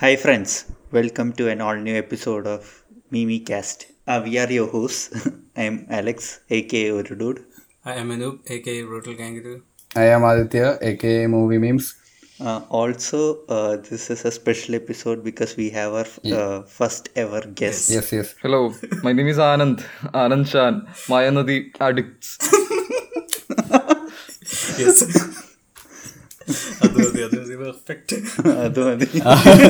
Hi, friends. Welcome to an all new episode of MimiCast. Uh, we are your hosts. I am Alex, aka Oru Dude. I am Anoop, aka Brutal Kangaroo. I am Aditya, aka Movie Memes. Uh, also, uh, this is a special episode because we have our uh, first ever guest. Yes, yes. Hello, my name is Anand. Anand Shan, Mayanadi Addicts. Yes. അത് മതി അത് മതി perfect അത് മതി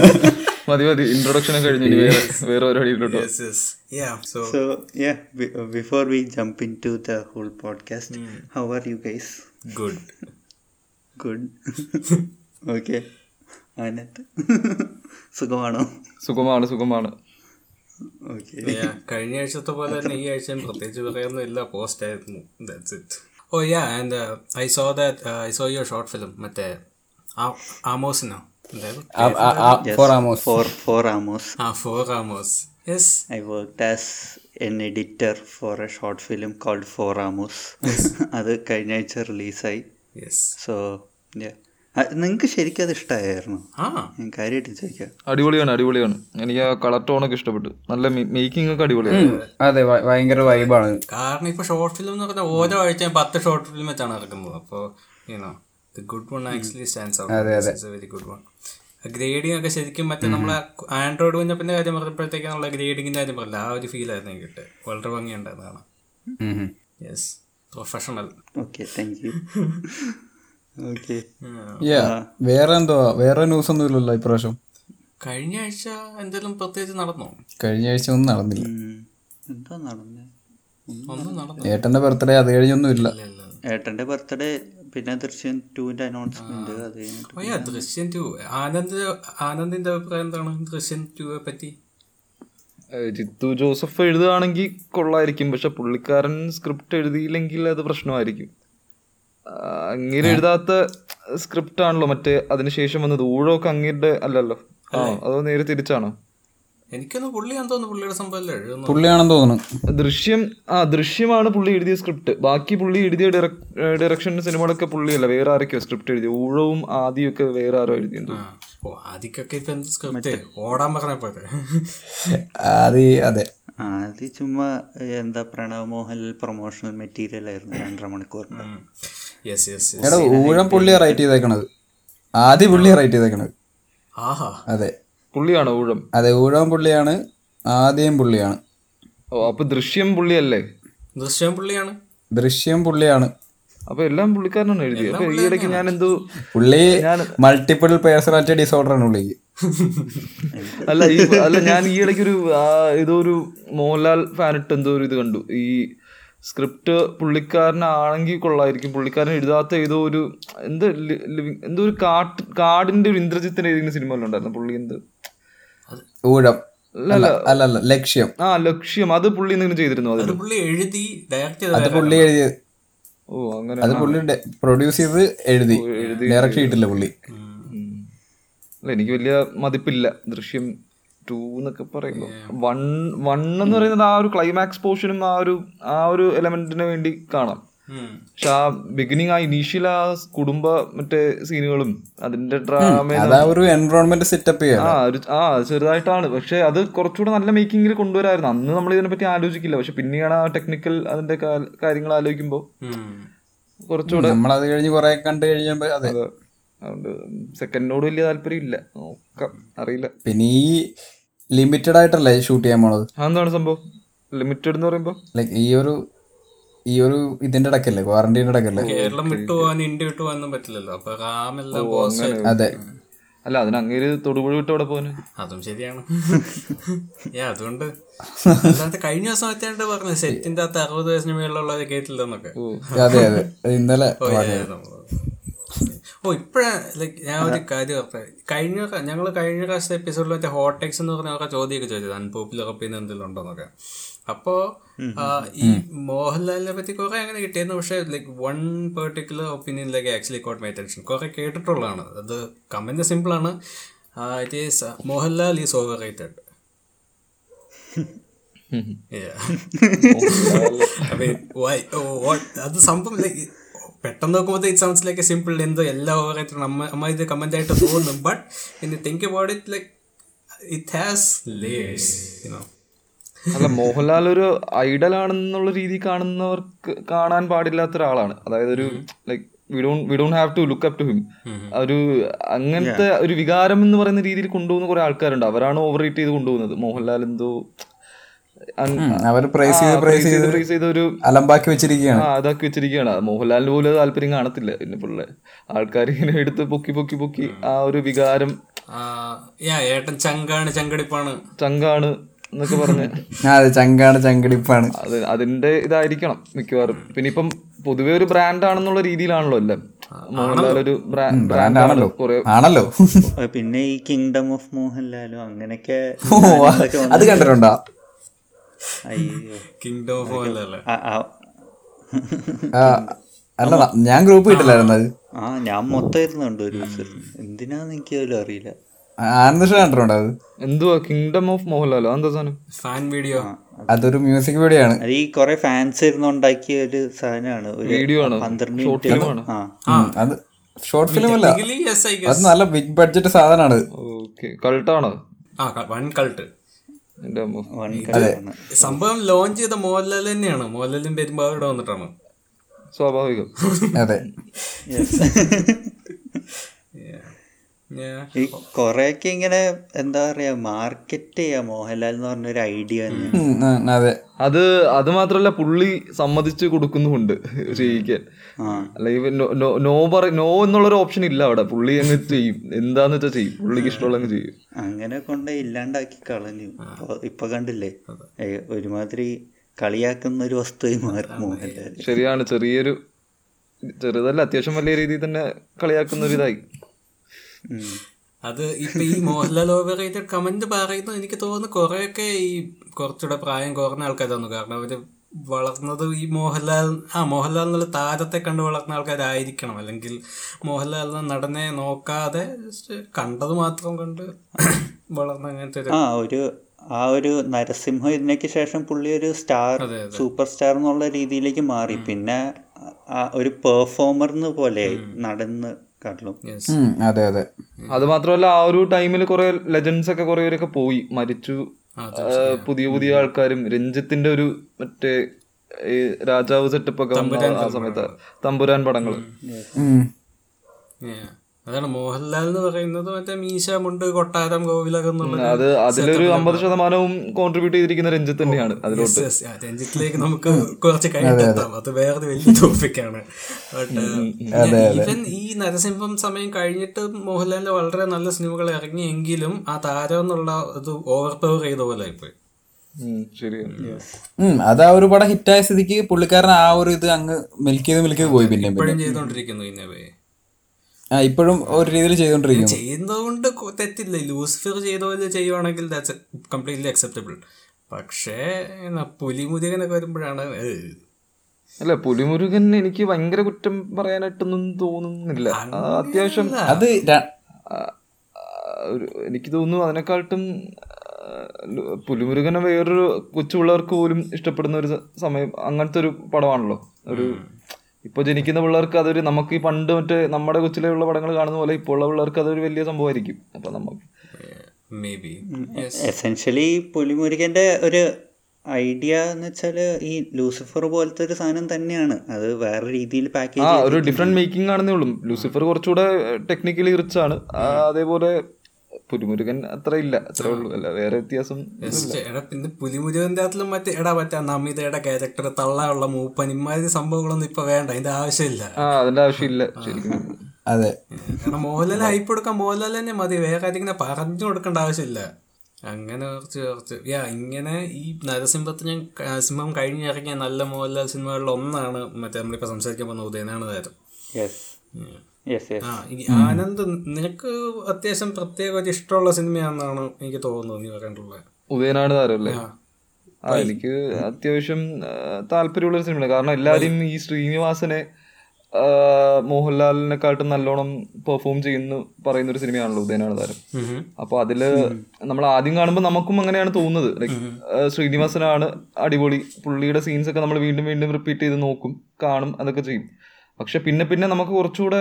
മതി മതി introduction ഒക്കെ കഴിഞ്ഞു ഇനി വേറെ വേറെ പരിപാടി ഉണ്ടോ yes yes yeah so So, yeah, b- uh, before we jump into the whole podcast, how are you guys? Good Good. okay. Anand. സുഖമാണോ സുഖമാണ് സുഖമാണ് ഓക്കെ കഴിഞ്ഞ ആഴ്ചത്തെ പോലെ തന്നെ ഈ ആഴ്ചയും പ്രത്യേകിച്ച് പറയാനൊന്നുമില്ല പോസ്റ്റ് ആയിരുന്നു Oh, that's it oh yeah and I saw that I saw your short film മറ്റേ ആ- ആമോസിനോ എന്തായാലും Uh, uh, uh, for Amos. For for Amos ആ for Amos yes I worked as an editor for a short film called Four Amos. അത് കഴിഞ്ഞ ആഴ്ച റിലീസായി yes so നിങ്ങൾക്ക് ശരിക്കും അത് ഇഷ്ടമായിരുന്നു ആ ഞാൻ കാര്യമായിട്ട് ചോദിക്കാം അടിപൊളിയാണ് അടിപൊളിയാണ് എനിക്ക് ആ കളർ ടോണൊക്കെ ഇഷ്ടപ്പെട്ടു നല്ല മേക്കിംഗ് ഒക്കെ അടിപൊളിയാണ് അതെ ഭ- ഭയങ്കര വൈബാണ് കാരണം ഇപ്പൊ ഷോർട്ട് ഫിലിം എന്ന് പറഞ്ഞാൽ ഓരോ ആഴ്ചയും പത്ത് ഷോർട്ട് ഫിലിം വെച്ചാണ് ഇറക്കുന്നത് അപ്പോൾ you know the good one actually stands out very good one grading ഒക്കെ ശരിക്കും മറ്റേ നമ്മളെ ആൻഡ്രോയിഡ് കുഞ്ഞപ്പിന്റെ കാര്യം പറഞ്ഞപ്പോഴത്തേക്ക് നമ്മളെ ഗ്രേഡിങ്ങിന്റെ കാര്യം പറഞ്ഞില്ല ആ ഒരു ഫീൽ ആയിരുന്നു എനിക്ക് കിട്ടുക വളരെ ഭംഗിയുണ്ടായിരുന്നതാണ് yes professional okay thank you okay വേറെ എന്തോ വേറെ ന്യൂസ് ഒന്നും ഇല്ലല്ലോ ഇപ്രാവശ്യം കഴിഞ്ഞ ആഴ്ച എന്തെങ്കിലും പ്രത്യേകിച്ച് നടന്നോ കഴിഞ്ഞ ആഴ്ച ഒന്നും നടന്നില്ല എന്താ നടന്നത് ഒന്നും നടന്നു ഏട്ടന്റെ ബർത്ത്ഡേ അത് കഴിഞ്ഞൊന്നും ഇല്ല ഏട്ടൻ്റെ ബർത്ത്ഡേ പിന്നെ ദൃശ്യം ടുവിൻ്റെ അനൗൺസ്മെന്റ് അത് കഴിഞ്ഞിട്ട് ഓയാ ദൃശ്യം ടു ആനന്ദ് ആനന്ദിന്റെ അഭിപ്രായം എന്താണ് ദൃശ്യം ടുവെ പറ്റി ഏഹ് ജിത്തു ജോസഫ് എഴുതുകയാണെങ്കിൽ കൊള്ളായിരിക്കും പക്ഷെ പുള്ളിക്കാരൻ സ്ക്രിപ്റ്റ് എഴുതിയില്ലെങ്കിൽ അത് പ്രശ്നമായിരിക്കും ആഹ് അങ്ങേര് എഴുതാത്ത സ്ക്രിപ്റ്റ് ആണല്ലോ മറ്റേ അതിനുശേഷം വന്നത് ഊഴമൊക്കെ അങ്ങേരുടെ അല്ലല്ലോ ആ അതോ നേരെ തിരിച്ചാണോ എനിക്കൊന്ന് പുള്ളിയാന്ന് തോന്നുന്നു പുള്ളിയുടെ സംഭവമല്ലേ എഴുതുന്നു പുള്ളിയാണെന്ന് തോന്നുന്നു ദൃശ്യം ആ ദൃശ്യമാണ് പുള്ളി എഴുതിയ സ്ക്രിപ്റ്റ് ബാക്കി പുള്ളി എഴുതിയ ഡയറക്- ഡയറക്ഷൻ സിനിമകളൊക്കെ പുള്ളിയല്ല വേറെ ആരൊക്കെയോ സ്ക്രിപ്റ്റ് എഴുതി ഊഴവും ആദ്യമൊക്കെ വേറെ ആരോ എഴുതിയുണ്ട് ആ. ഓ ആദിക്കൊക്കെ ഇപ്പൊ എന്ത് സ്ക്രിപ്റ്റ് ഓടാൻ പറഞ്ഞ പോലെ അത് ഈ- അതെ ആ, അത് ചുമ്മാ ഏ, എന്താ പ്രണവ് മോഹൻലാൽ പ്രൊമോഷണൽ മെറ്റീരിയൽ ആയിരുന്നു രണ്ടര മണിക്കൂറിൻ്റെ യെസ് യെസ് എടാ ഊഴം പുള്ളിയാ റൈറ്റ് ചെയ്തേക്കണത് ആദ്യ പുള്ളിയാ റൈറ്റ് ചെയ്തേക്കണത് ആഹാ അതെ പുള്ളിയാണോ ഊഴം അതെ ഊഴം പുള്ളിയാണ് ആദ്യം പുള്ളിയാണ് ഓ അപ്പൊ ദൃശ്യം പുള്ളിയല്ലേ ദൃശ്യം പുള്ളിയാണ് ദൃശ്യം പുള്ളിയാണ് അപ്പൊ എല്ലാം പുള്ളിക്കാരനാണ് എഴുതിയത് അപ്പൊ ഈ ഇടയ്ക്ക് ഞാൻ എന്തോ പുള്ളി മൾട്ടിപ്പിൾ പേഴ്സണാലിറ്റി ഡിസോർഡർ ആണ് പുള്ളിക്ക് അല്ല ഈ അല്ല ഞാൻ ഈ ഇടയ്ക്ക് ഒരു ആ, ഏതോ ഒരു മോഹൻലാൽ ഫാനിട്ട് എന്തോ ഒരു ഇത് കണ്ടു ഈ സ്ക്രിപ്റ്റ് പുള്ളിക്കാരനാണെങ്കിൽ കൊള്ളായിരിക്കും പുള്ളിക്കാരൻ എഴുതാത്ത ഏതോ ഒരു എന്ത് ലി- ലിവിങ് എന്തോ ഒരു കാട്ട് കാടിന്റെ ഒരു ഇന്ദ്രജിത്തിന്റെ ഏതെങ്കിലും സിനിമയിലുണ്ടായിരുന്നു പുള്ളി എന്ത് ഊഴം അല്ല, അല്ല അല്ല അല്ല ലക്ഷ്യം ആ ലക്ഷ്യം അത് പുള്ളി എന്തെങ്കിലും ചെയ്തിരുന്നു അത് അത് പുള്ളി എഴുതി ഡയറക്റ്റ് അത് ചെയ്ത പുള്ളി എഴുതിയത് ഓ അങ്ങനെ അത് പുള്ളി പ്രൊഡ്യൂസ് ചെയ്ത് എഴുതി ഡയറക്റ്റ് ചെയ്തിട്ടില്ല പുള്ളി അല്ല എനിക്ക് വലിയ മതിപ്പില്ല ദൃശ്യം ടൂ എന്നൊക്കെ പറയുമ്പോൾ വൺ വൺ എന്ന് പറയുന്നത് ആ ഒരു ക്ലൈമാക്സ് പോർഷനും ആ ഒരു ആ ഒരു എലമെന്റിന് വേണ്ടി കാണാം ഉം. പക്ഷെ ആ ബിഗിനിങ് ആ ഇനീഷ്യൽ ആ കുടുംബ മറ്റേ സീനുകളും അതിന്റെ ഡ്രാമ അതാ ഒരു എൻവറോൺമെന്റ് സെറ്റപ്പ് ചെയ്യാം ആ ഒരു ആ ചെറുതായിട്ടാണ് പക്ഷെ അത് കുറച്ചുകൂടെ നല്ല മേക്കിങ്ങിൽ കൊണ്ടുവരായിരുന്നു അന്ന് നമ്മൾ ഇതിനെപ്പറ്റി ആലോചിക്കില്ല പക്ഷെ പിന്നെയാണ് ആ ടെക്നിക്കൽ അതിന്റെ കാ- കാര്യങ്ങൾ ആലോചിക്കുമ്പോൾ ഉം. കുറച്ചുകൂടെ നമ്മൾ അത് കഴിഞ്ഞ് കുറെ കണ്ടു കഴിഞ്ഞപ്പോ അതെ അതുകൊണ്ട് സെക്കൻഡിനോട് വലിയ താല്പര്യം ഇല്ല നോക്കാം അറിയില്ല പിന്നെ ഈ ലിമിറ്റഡ് ആയിട്ടല്ലേ ഷൂട്ട് ചെയ്യാൻ പോണത് അതെന്താണ് സംഭവം ലിമിറ്റഡ് എന്ന് പറയുമ്പോൾ ലൈക്ക് ഈ ഒരു ഈ ഒരു ഇതിന്റെ ഇടക്കല്ലേ ക്വാറന്റീൻ ഇടക്കല്ലേ കേരളം വിട്ടു പോകാൻ ഇന്ത്യ വിട്ടു പോകാനൊന്നും പറ്റില്ലല്ലോ അപ്പൊ റാമെല്ലാം ബോസ് അതെ അല്ല അതിന് അങ്ങേര് തൊടുപുഴ വിട്ട് അവിടെ പോകാന് അതും ശരിയാണ് ഏ അതുകൊണ്ട് അല്ലാതെ കഴിഞ്ഞ ദിവസം മറ്റേ പറഞ്ഞു സെറ്റിന്റെ അകത്ത് അറുപത് വയസ്സിന് മേളിലുള്ളത് കേട്ടില്ലെന്നൊക്കെ അതെ അതെ ഇന്നലെ ഓ ഇപ്പഴാ ലൈക്ക് ഞാൻ ഒരു കാര്യം ഓർത്തത്. കഴിഞ്ഞ ഞങ്ങൾ കഴിഞ്ഞ പ്രാവശ്യത്തെ എപ്പിസോഡിൽ മറ്റേ ഹോട്ടെക്സ് എന്ന് പറഞ്ഞ അവർക്ക് ചോദ്യമൊക്കെ ചോദിച്ചത് അൺപോപ്പുലർ ഒപ്പീനിയൻ എന്തെങ്കിലും ഉണ്ടോന്നൊക്കെ അപ്പോ ആ, ഈ മോഹൻലാലിനെ പറ്റി കുറെ അങ്ങനെ കിട്ടിയിരുന്നു പക്ഷെ ലൈക്ക് വൺ പെർട്ടിക്കുലർ ഒപ്പീനിയനിലേക്ക് ആക്ച്വലി കോട്ട് മൈ ടെൻഷൻ കുറെ കേട്ടിട്ടുള്ളതാണ് അത് കമന്റ് സിമ്പിൾ ആണ് it is Mohanlal is overrated oh, അത് സംഭവം like, പെട്ടെന്ന് നോക്കുമ്പോൾ ഇറ്റ് സൗണ്ട്സ് ലൈക്ക് സിമ്പിൾ എന്തോ എല്ലാ ഓവറായിട്ടും അമ്മ അമ്മ ഇത് കമന്റ് ആയിട്ട് തോന്നും but in think about it like it has layers, you know. അല്ല മോഹൻലാൽ ഒരു ഐഡൽ ആണെന്നുള്ള രീതി കാണുന്നവർക്ക് കാണാൻ പാടില്ലാത്ത ഒരാളാണ് അതായത് ഒരു like we don't we don't have to look up to him ഒരു അങ്ങനത്തെ ഒരു വികാരം എന്ന് പറയുന്ന രീതിയിൽ കൊണ്ടുപോകുന്ന കുറെ ആൾക്കാരുണ്ട് അവരാണ് ഓവർ റേറ്റ് ചെയ്ത് കൊണ്ടുപോകുന്നത് മോഹൻലാൽ എന്തോ അവർ പ്രൈസ് ചെയ്ത് പ്രൈസ് ചെയ്ത് പ്രൈസ് ചെയ്ത ഒരു അലമ്പാക്കി വെച്ചിരിക്കുകയാണ് ആ അതാക്കി വെച്ചിരിക്കുകയാണ് അത് മോഹൻലാലിന് പോലും അത് താല്പര്യം കാണത്തില്ല പിന്നെ പിള്ളേ ആൾക്കാർ ഇങ്ങനെ എടുത്ത് പൊക്കി പൊക്കി പൊക്കി ആ ഒരു വികാരം Uh, yeah, ഏട്ടൻ ചങ്കാണ് ചങ്കടിപ്പാണ് ചങ്കാണ് എന്നൊക്കെ പറഞ്ഞ് ആ അതെ ചങ്കാണ് ചങ്കടിപ്പാണ് അത് അതിന്റെ ഇതായിരിക്കണം മിക്കവാറും പിന്നെ ഇപ്പം പൊതുവെ ഒരു ബ്രാൻഡ് ആണെന്നുള്ള രീതിയിലാണല്ലോ എല്ലാം മോഹൻലാൽ ഒരു ബ്രാൻഡ് ആണല്ലോ കുറെ ആണല്ലോ ആ, പിന്നെ ഈ കിങ്ഡം ഓഫ് മോഹൻലാലും അങ്ങനെയൊക്കെ ഓ, അത് കണ്ടിട്ടുണ്ടോ അയ്യോ കിങ്ഡം ഓഫ് അല്ലല്ലേ ആ, ആ. ആ, അല്ല ന- ഞാൻ ഗ്രൂപ്പ് കിട്ടില്ലായിരുന്നു അത് ആ ഞാൻ മൊത്തമായിരുന്നു കണ്ടു ഒരു ദിവസം എന്തിനാന്ന് എനിക്ക് പോലും അറിയില്ല ആനന്ദിഷ കണ്ടിട്ടുണ്ടോ അത് എന്തുവാ കിങ്ഡം ഓഫ് മോഹൻലാലോ അതെന്താ സാധനം ഫാൻ വീഡിയോ അതൊരു മ്യൂസിക് വീഡിയോ ആണ് അത് ഈ കുറെ ഫാൻസ് ഇരുന്ന് ഉണ്ടാക്കിയ ഒരു സാധനമാണ് ഒരു വീഡിയോ ആണോ പന്ത്രണ്ട് ഷോർട്ട് മിനിറ്റ് ഫിലിം ആണോ ആ ഉം, അത് ഷോർട്ട് ഫിലിം അല്ല Technically, yes, I guess. അത് നല്ല ബിഗ് ബഡ്ജറ്റ് സാധനമാണ് ഓക്കെ കൾട്ടാണോ ആ one cult kingdom of one കളറാണ് സംഭവം ലോഞ്ച് ചെയ്ത മോഹൻലാൽ തന്നെയാണ് മോഹൻലാലിന്റെ പെരുമ്പാവ ഇവിടെ വന്നിട്ടാണ് സ്വാഭാവികം അതെ Yeah. ഈ കൊറേയൊക്കെ ഇങ്ങനെ എന്താ പറയാ മാർക്കറ്റ് ചെയ്യാ മോഹൻലാൽ എന്ന് പറഞ്ഞൊരു ഐഡിയ തന്നെ ഉം, ഉം, അതെ അത് അത് മാത്രല്ല പുള്ളി സമ്മതിച്ച് കൊടുക്കുന്നുമുണ്ട് ചെയ്യിക്കാൻ അല്ലെങ്കിൽ നോ- നോ- നോ പറ നോ എന്നുള്ളൊരു ഓപ്ഷൻ ഇല്ല അവിടെ പുള്ളി അങ്ങ് ചെയ്യും എന്താന്ന് വെച്ചാൽ ചെയ്യും പുള്ളിക്ക് ഇഷ്ടമുള്ള അങ്ങ് ചെയ്യും അങ്ങനെ കൊണ്ട് ഇല്ലാണ്ടാക്കി കളഞ്ഞു ഇപ്പൊ- ഇപ്പൊ കണ്ടില്ലേ ഏ, ഒരുമാതിരി കളിയാക്കുന്ന ഒരു വസ്തുവായി മാറി മോഹൻലാൽ ശരിയാണ് ചെറിയൊരു ചെറുതല്ല അത്യാവശ്യം വലിയ രീതിയിൽ തന്നെ കളിയാക്കുന്ന ഒരു ഇതായി ഉം. അത് ഇപ്പൊ ഈ മോഹൻലാൽ ഓവർ റേറ്റഡ് കമന്റ് പറയുന്നത് എനിക്ക് തോന്നുന്നു കുറെയൊക്കെ ഈ കുറച്ചുകൂടെ പ്രായം കുറഞ്ഞ ആൾക്കാരാണ് കാരണം അവര് വളർന്നത് ഈ മോഹൻലാൽ ആ മോഹൻലാൽ എന്നുള്ള താരത്തെ കണ്ട് വളർന്ന ആൾക്കാരായിരിക്കണം അല്ലെങ്കിൽ മോഹൻലാൽ എന്ന നടനെ നോക്കാതെ just കണ്ടത് മാത്രം കണ്ട് വളർന്ന അങ്ങനത്തെ ഒരു ആ ഒരു ആ ഒരു നരസിംഹ ഇതിനൊക്കെ ശേഷം പുള്ളി ഒരു സ്റ്റാർ അതെ, സൂപ്പർ സ്റ്റാർ എന്നുള്ള രീതിയിലേക്ക് മാറി പിന്നെ ആ ഒരു പെർഫോമർന്ന് പോലെ നടന്ന് കാട്ടിലും Yes. ഉം, അതെ അതെ അത് മാത്രമല്ല ആ ഒരു ടൈമിൽ കുറെ ലെജൻസ് ഒക്കെ കുറെ പേരൊക്കെ പോയി മരിച്ചു ആ, ആ, പുതിയ പുതിയ ആൾക്കാരും രഞ്ജിത്തിന്റെ ഒരു മറ്റേ ഈ രാജാവ് സെറ്റപ്പ് ഒക്കെ വന്ന ആ സമയത്ത് തമ്പുരാൻ പടങ്ങൾ ഉം. Yeah. അതാണ് മോഹൻലാൽ എന്ന് പറയുന്നത് മറ്റേ മീശ മുണ്ട് കൊട്ടാരം കോവിലകം എന്നുള്ള അത് അതിലൊരു അമ്പത് ശതമാനവും കോൺട്രിബ്യൂട്ട് ചെയ്തിരിക്കുന്ന രഞ്ജിത്ത് തന്നെയാണ് അതിലോട്ട് Yes, yes. ആ, രഞ്ജിത്തിലേക്ക് നമുക്ക് കുറച്ച് കഴിഞ്ഞിട്ടെത്താം അത് വേറെ വലിയ ടോപ്പിക്കാണ് ഈവൻ uh, ഈ നരസിംഹം സമയം കഴിഞ്ഞിട്ട് മോഹൻലാലിന്റെ വളരെ നല്ല സിനിമകൾ ഇറങ്ങിയെങ്കിലും ആ താരം എന്നുള്ള ഇത് ഓവർ പവർ ചെയ്ത പോലെ ആയിപ്പോയി ഉം, ശരിയാണ് ഉം, അത് ആ ഒരു പടം ഹിറ്റായ സ്ഥിതിക്ക് പുള്ളിക്കാരൻ ആ ഒരു ഇത് അങ്ങ് മിൽക്ക് ചെയ്ത് മിൽക്ക് ചെയ്ത് പോയി പിന്നെ പിന്നെ ഇപ്പോഴും ചെയ്തോണ്ടിരിക്കുന്നു ഇന്നവേ ആ ഇപ്പോഴും ഒരു രീതിയിൽ ചെയ്തുകൊണ്ടിരിക്കുന്നു ചെയ്യുന്നതുകൊണ്ട് കൊ- തെറ്റില്ല ലൂസിഫർ ചെയ്ത പോലെ ചെയ്യുവാണെങ്കിൽ ദാറ്റ്സ് കംപ്ലീറ്റ്ലി അക്സെപ്റ്റബിൾ പക്ഷേ എന്നാ പുലിമുരുകനൊക്കെ വരുമ്പോഴാണ് ഏഹ്. അല്ല പുലിമുരുകൻ എനിക്ക് ഭയങ്കര കുറ്റം പറയാനായിട്ടൊന്നും തോന്നുന്നില്ല ആ, അത്യാവശ്യം അത് ര- ആ, ഒരു എനിക്ക് തോന്നുന്നു അതിനെക്കാട്ടും ആ, ലു- പുലിമുരുകനെ വേറൊരു കൊച്ചുപിള്ളേർക്ക് പോലും ഇഷ്ടപ്പെടുന്ന ഒരു സ- സമയം അങ്ങനത്തെ ഒരു പടമാണല്ലോ ഒരു ഇപ്പൊ ജനിക്കുന്ന പിള്ളേർക്ക് അതൊരു നമുക്ക് ഈ പണ്ട് മറ്റേ നമ്മുടെ കൊച്ചിലെ ഉള്ള പടങ്ങൾ കാണുന്ന പോലെ ഇപ്പോൾ ഉള്ള പിള്ളേർക്ക് അതൊരു വലിയ സംഭവമായിരിക്കും അപ്പൊ നമുക്ക് മേ ബി എസെൻഷ്യലി പുലിമുരുകന്റെ ഒരു ഐഡിയ എന്ന് വെച്ചാല് ഈ ലൂസിഫർ പോലത്തെ ഒരു സാധനം തന്നെയാണ് അത് വേറെ രീതിയിൽ ആ പാക്കേജ് ഒരു ഡിഫറെന്റ് മേക്കിംഗ് ആണെന്നേ ഉള്ളൂ ലൂസിഫർ കുറച്ചുകൂടെ ടെക്നിക്കലി റിച്ച് ആണ് ആ, അതേപോലെ പുലിമുരുകൻ അത്ര ഇല്ല അത്രേ ഉള്ളൂ അല്ല വേറെ വ്യത്യാസം എടാ പിന്നെ പുലിമുരുകന്റെ അതിലും മറ്റേ എടാ മറ്റേ നമിതയുടെ ക്യാരക്ടർ തള്ളാനുള്ള മൂപ്പൻ ഇമാതിരി സംഭവങ്ങളൊന്നും ഇപ്പൊ വേണ്ട അതിന്റെ ആവശ്യമില്ല ആ അതിന്റെ ആവശ്യമില്ല ശരിക്കും അതെ കാരണം മോഹൻലാൽ ഹൈപ്പ് കൊടുക്കാൻ മോഹൻലാൽ തന്നെ മതി വേറെ ആരും ഇങ്ങനെ പറഞ്ഞു കൊടുക്കേണ്ട ആവശ്യമില്ല അങ്ങനെ കുറച്ച് കുറച്ച് യാ ഇങ്ങനെ ഈ നരസിംഹത്ത് ഞാൻ ക- സിംഹം കഴിഞ്ഞിറങ്ങിയ നല്ല മോഹൻലാൽ സിനിമകളിൽ ഒന്നാണ് മറ്റേ നമ്മളിപ്പോ സംസാരിക്കാൻ പോകുന്ന ഉദയനാണ് നേരം യെസ് യെസ് യെസ് ആ ഈ ആനന്ദ് നിനക്ക് അത്യാവശ്യം പ്രത്യേക ഒരു ഇഷ്ടമുള്ള സിനിമയാണെന്നാണ് എനിക്ക് തോന്നുന്നത് നീ പറയേണ്ടുള്ളത് ഉദയനാട് താരമല്ലേ ആ ആ എനിക്ക് അത്യാവശ്യം ആ, താല്പര്യമുള്ള ഒരു സിനിമയാണ് കാരണം എല്ലാവരും ഈ ശ്രീനിവാസനെ ആ, മോഹൻലാലിനെക്കാട്ടും നല്ലോണം പെർഫോം ചെയ്യുന്നു പറയുന്ന ഒരു സിനിമയാണല്ലോ ഉദയനാണ് താരം അപ്പൊ അതില് നമ്മൾ ആദ്യം കാണുമ്പോൾ നമുക്കും അങ്ങനെയാണ് തോന്നുന്നത് ലൈക് ശ്രീനിവാസനാണ് അടിപൊളി പുള്ളിയുടെ സീൻസ് ഒക്കെ നമ്മൾ വീണ്ടും വീണ്ടും റിപ്പീറ്റ് ചെയ്ത് നോക്കും കാണും അതൊക്കെ ചെയ്യും പക്ഷെ പിന്നെ പിന്നെ നമുക്ക് കുറച്ചുകൂടെ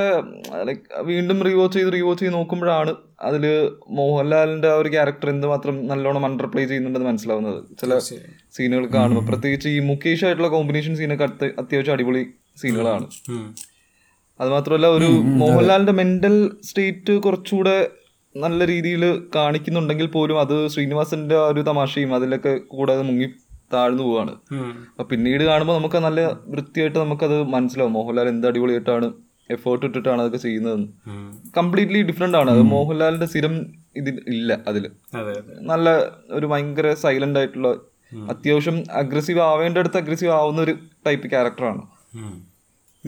ലൈക് വീണ്ടും റീവാച്ച് ചെയ്ത് റീവാച്ച് ചെയ്ത് നോക്കുമ്പോഴാണ് അതില് മോഹൻലാലിന്റെ ആ ഒരു ക്യാരക്ടർ എന്തുമാത്രം നല്ലോണം അണ്ടർ പ്ലേ ചെയ്യുന്നുണ്ടെന്ന് മനസ്സിലാവുന്നത് ചില സീനുകൾ കാണുമ്പോൾ പ്രത്യേകിച്ച് ഈ മുകേഷ് ആയിട്ടുള്ള കോമ്പിനേഷൻ സീനൊക്കെ അത്യ- അത്യാവശ്യം അടിപൊളി സീനുകളാണ് ഉം. അത് മാത്രമല്ല ഒരു മോഹൻലാലിന്റെ മെന്റൽ സ്റ്റേറ്റ് കുറച്ചുകൂടെ നല്ല രീതിയിൽ കാണിക്കുന്നുണ്ടെങ്കിൽ പോലും അത് ശ്രീനിവാസന്റെ ആ ഒരു തമാശയും അതിലൊക്കെ കൂടാതെ മുങ്ങി താഴ്ന്നു പോവാണ് ഉം. അപ്പൊ പിന്നീട് കാണുമ്പോൾ നമുക്ക് നല്ല വൃത്തിയായിട്ട് നമുക്കത് മനസ്സിലാവും മോഹൻലാൽ എന്ത് അടിപൊളിയായിട്ടാണ് എഫേർട്ട് ഇട്ടിട്ടാണ് അതൊക്കെ ചെയ്യുന്നതെന്ന് ഉം. കംപ്ലീറ്റ്ലി ഡിഫറെന്റ് ആണ് അത് മോഹൻലാലിന്റെ സ്ഥിരം ഇതിൽ ഇല്ല അതിൽ അതെ അതെ നല്ല ഒരു ഭയങ്കര സൈലന്റ് ആയിട്ടുള്ള അത്യാവശ്യം അഗ്രസീവ് ആവേണ്ട അടുത്ത് അഗ്രസീവ് ആവുന്ന ഒരു ടൈപ്പ് ക്യാരക്ടറാണ് ഉം.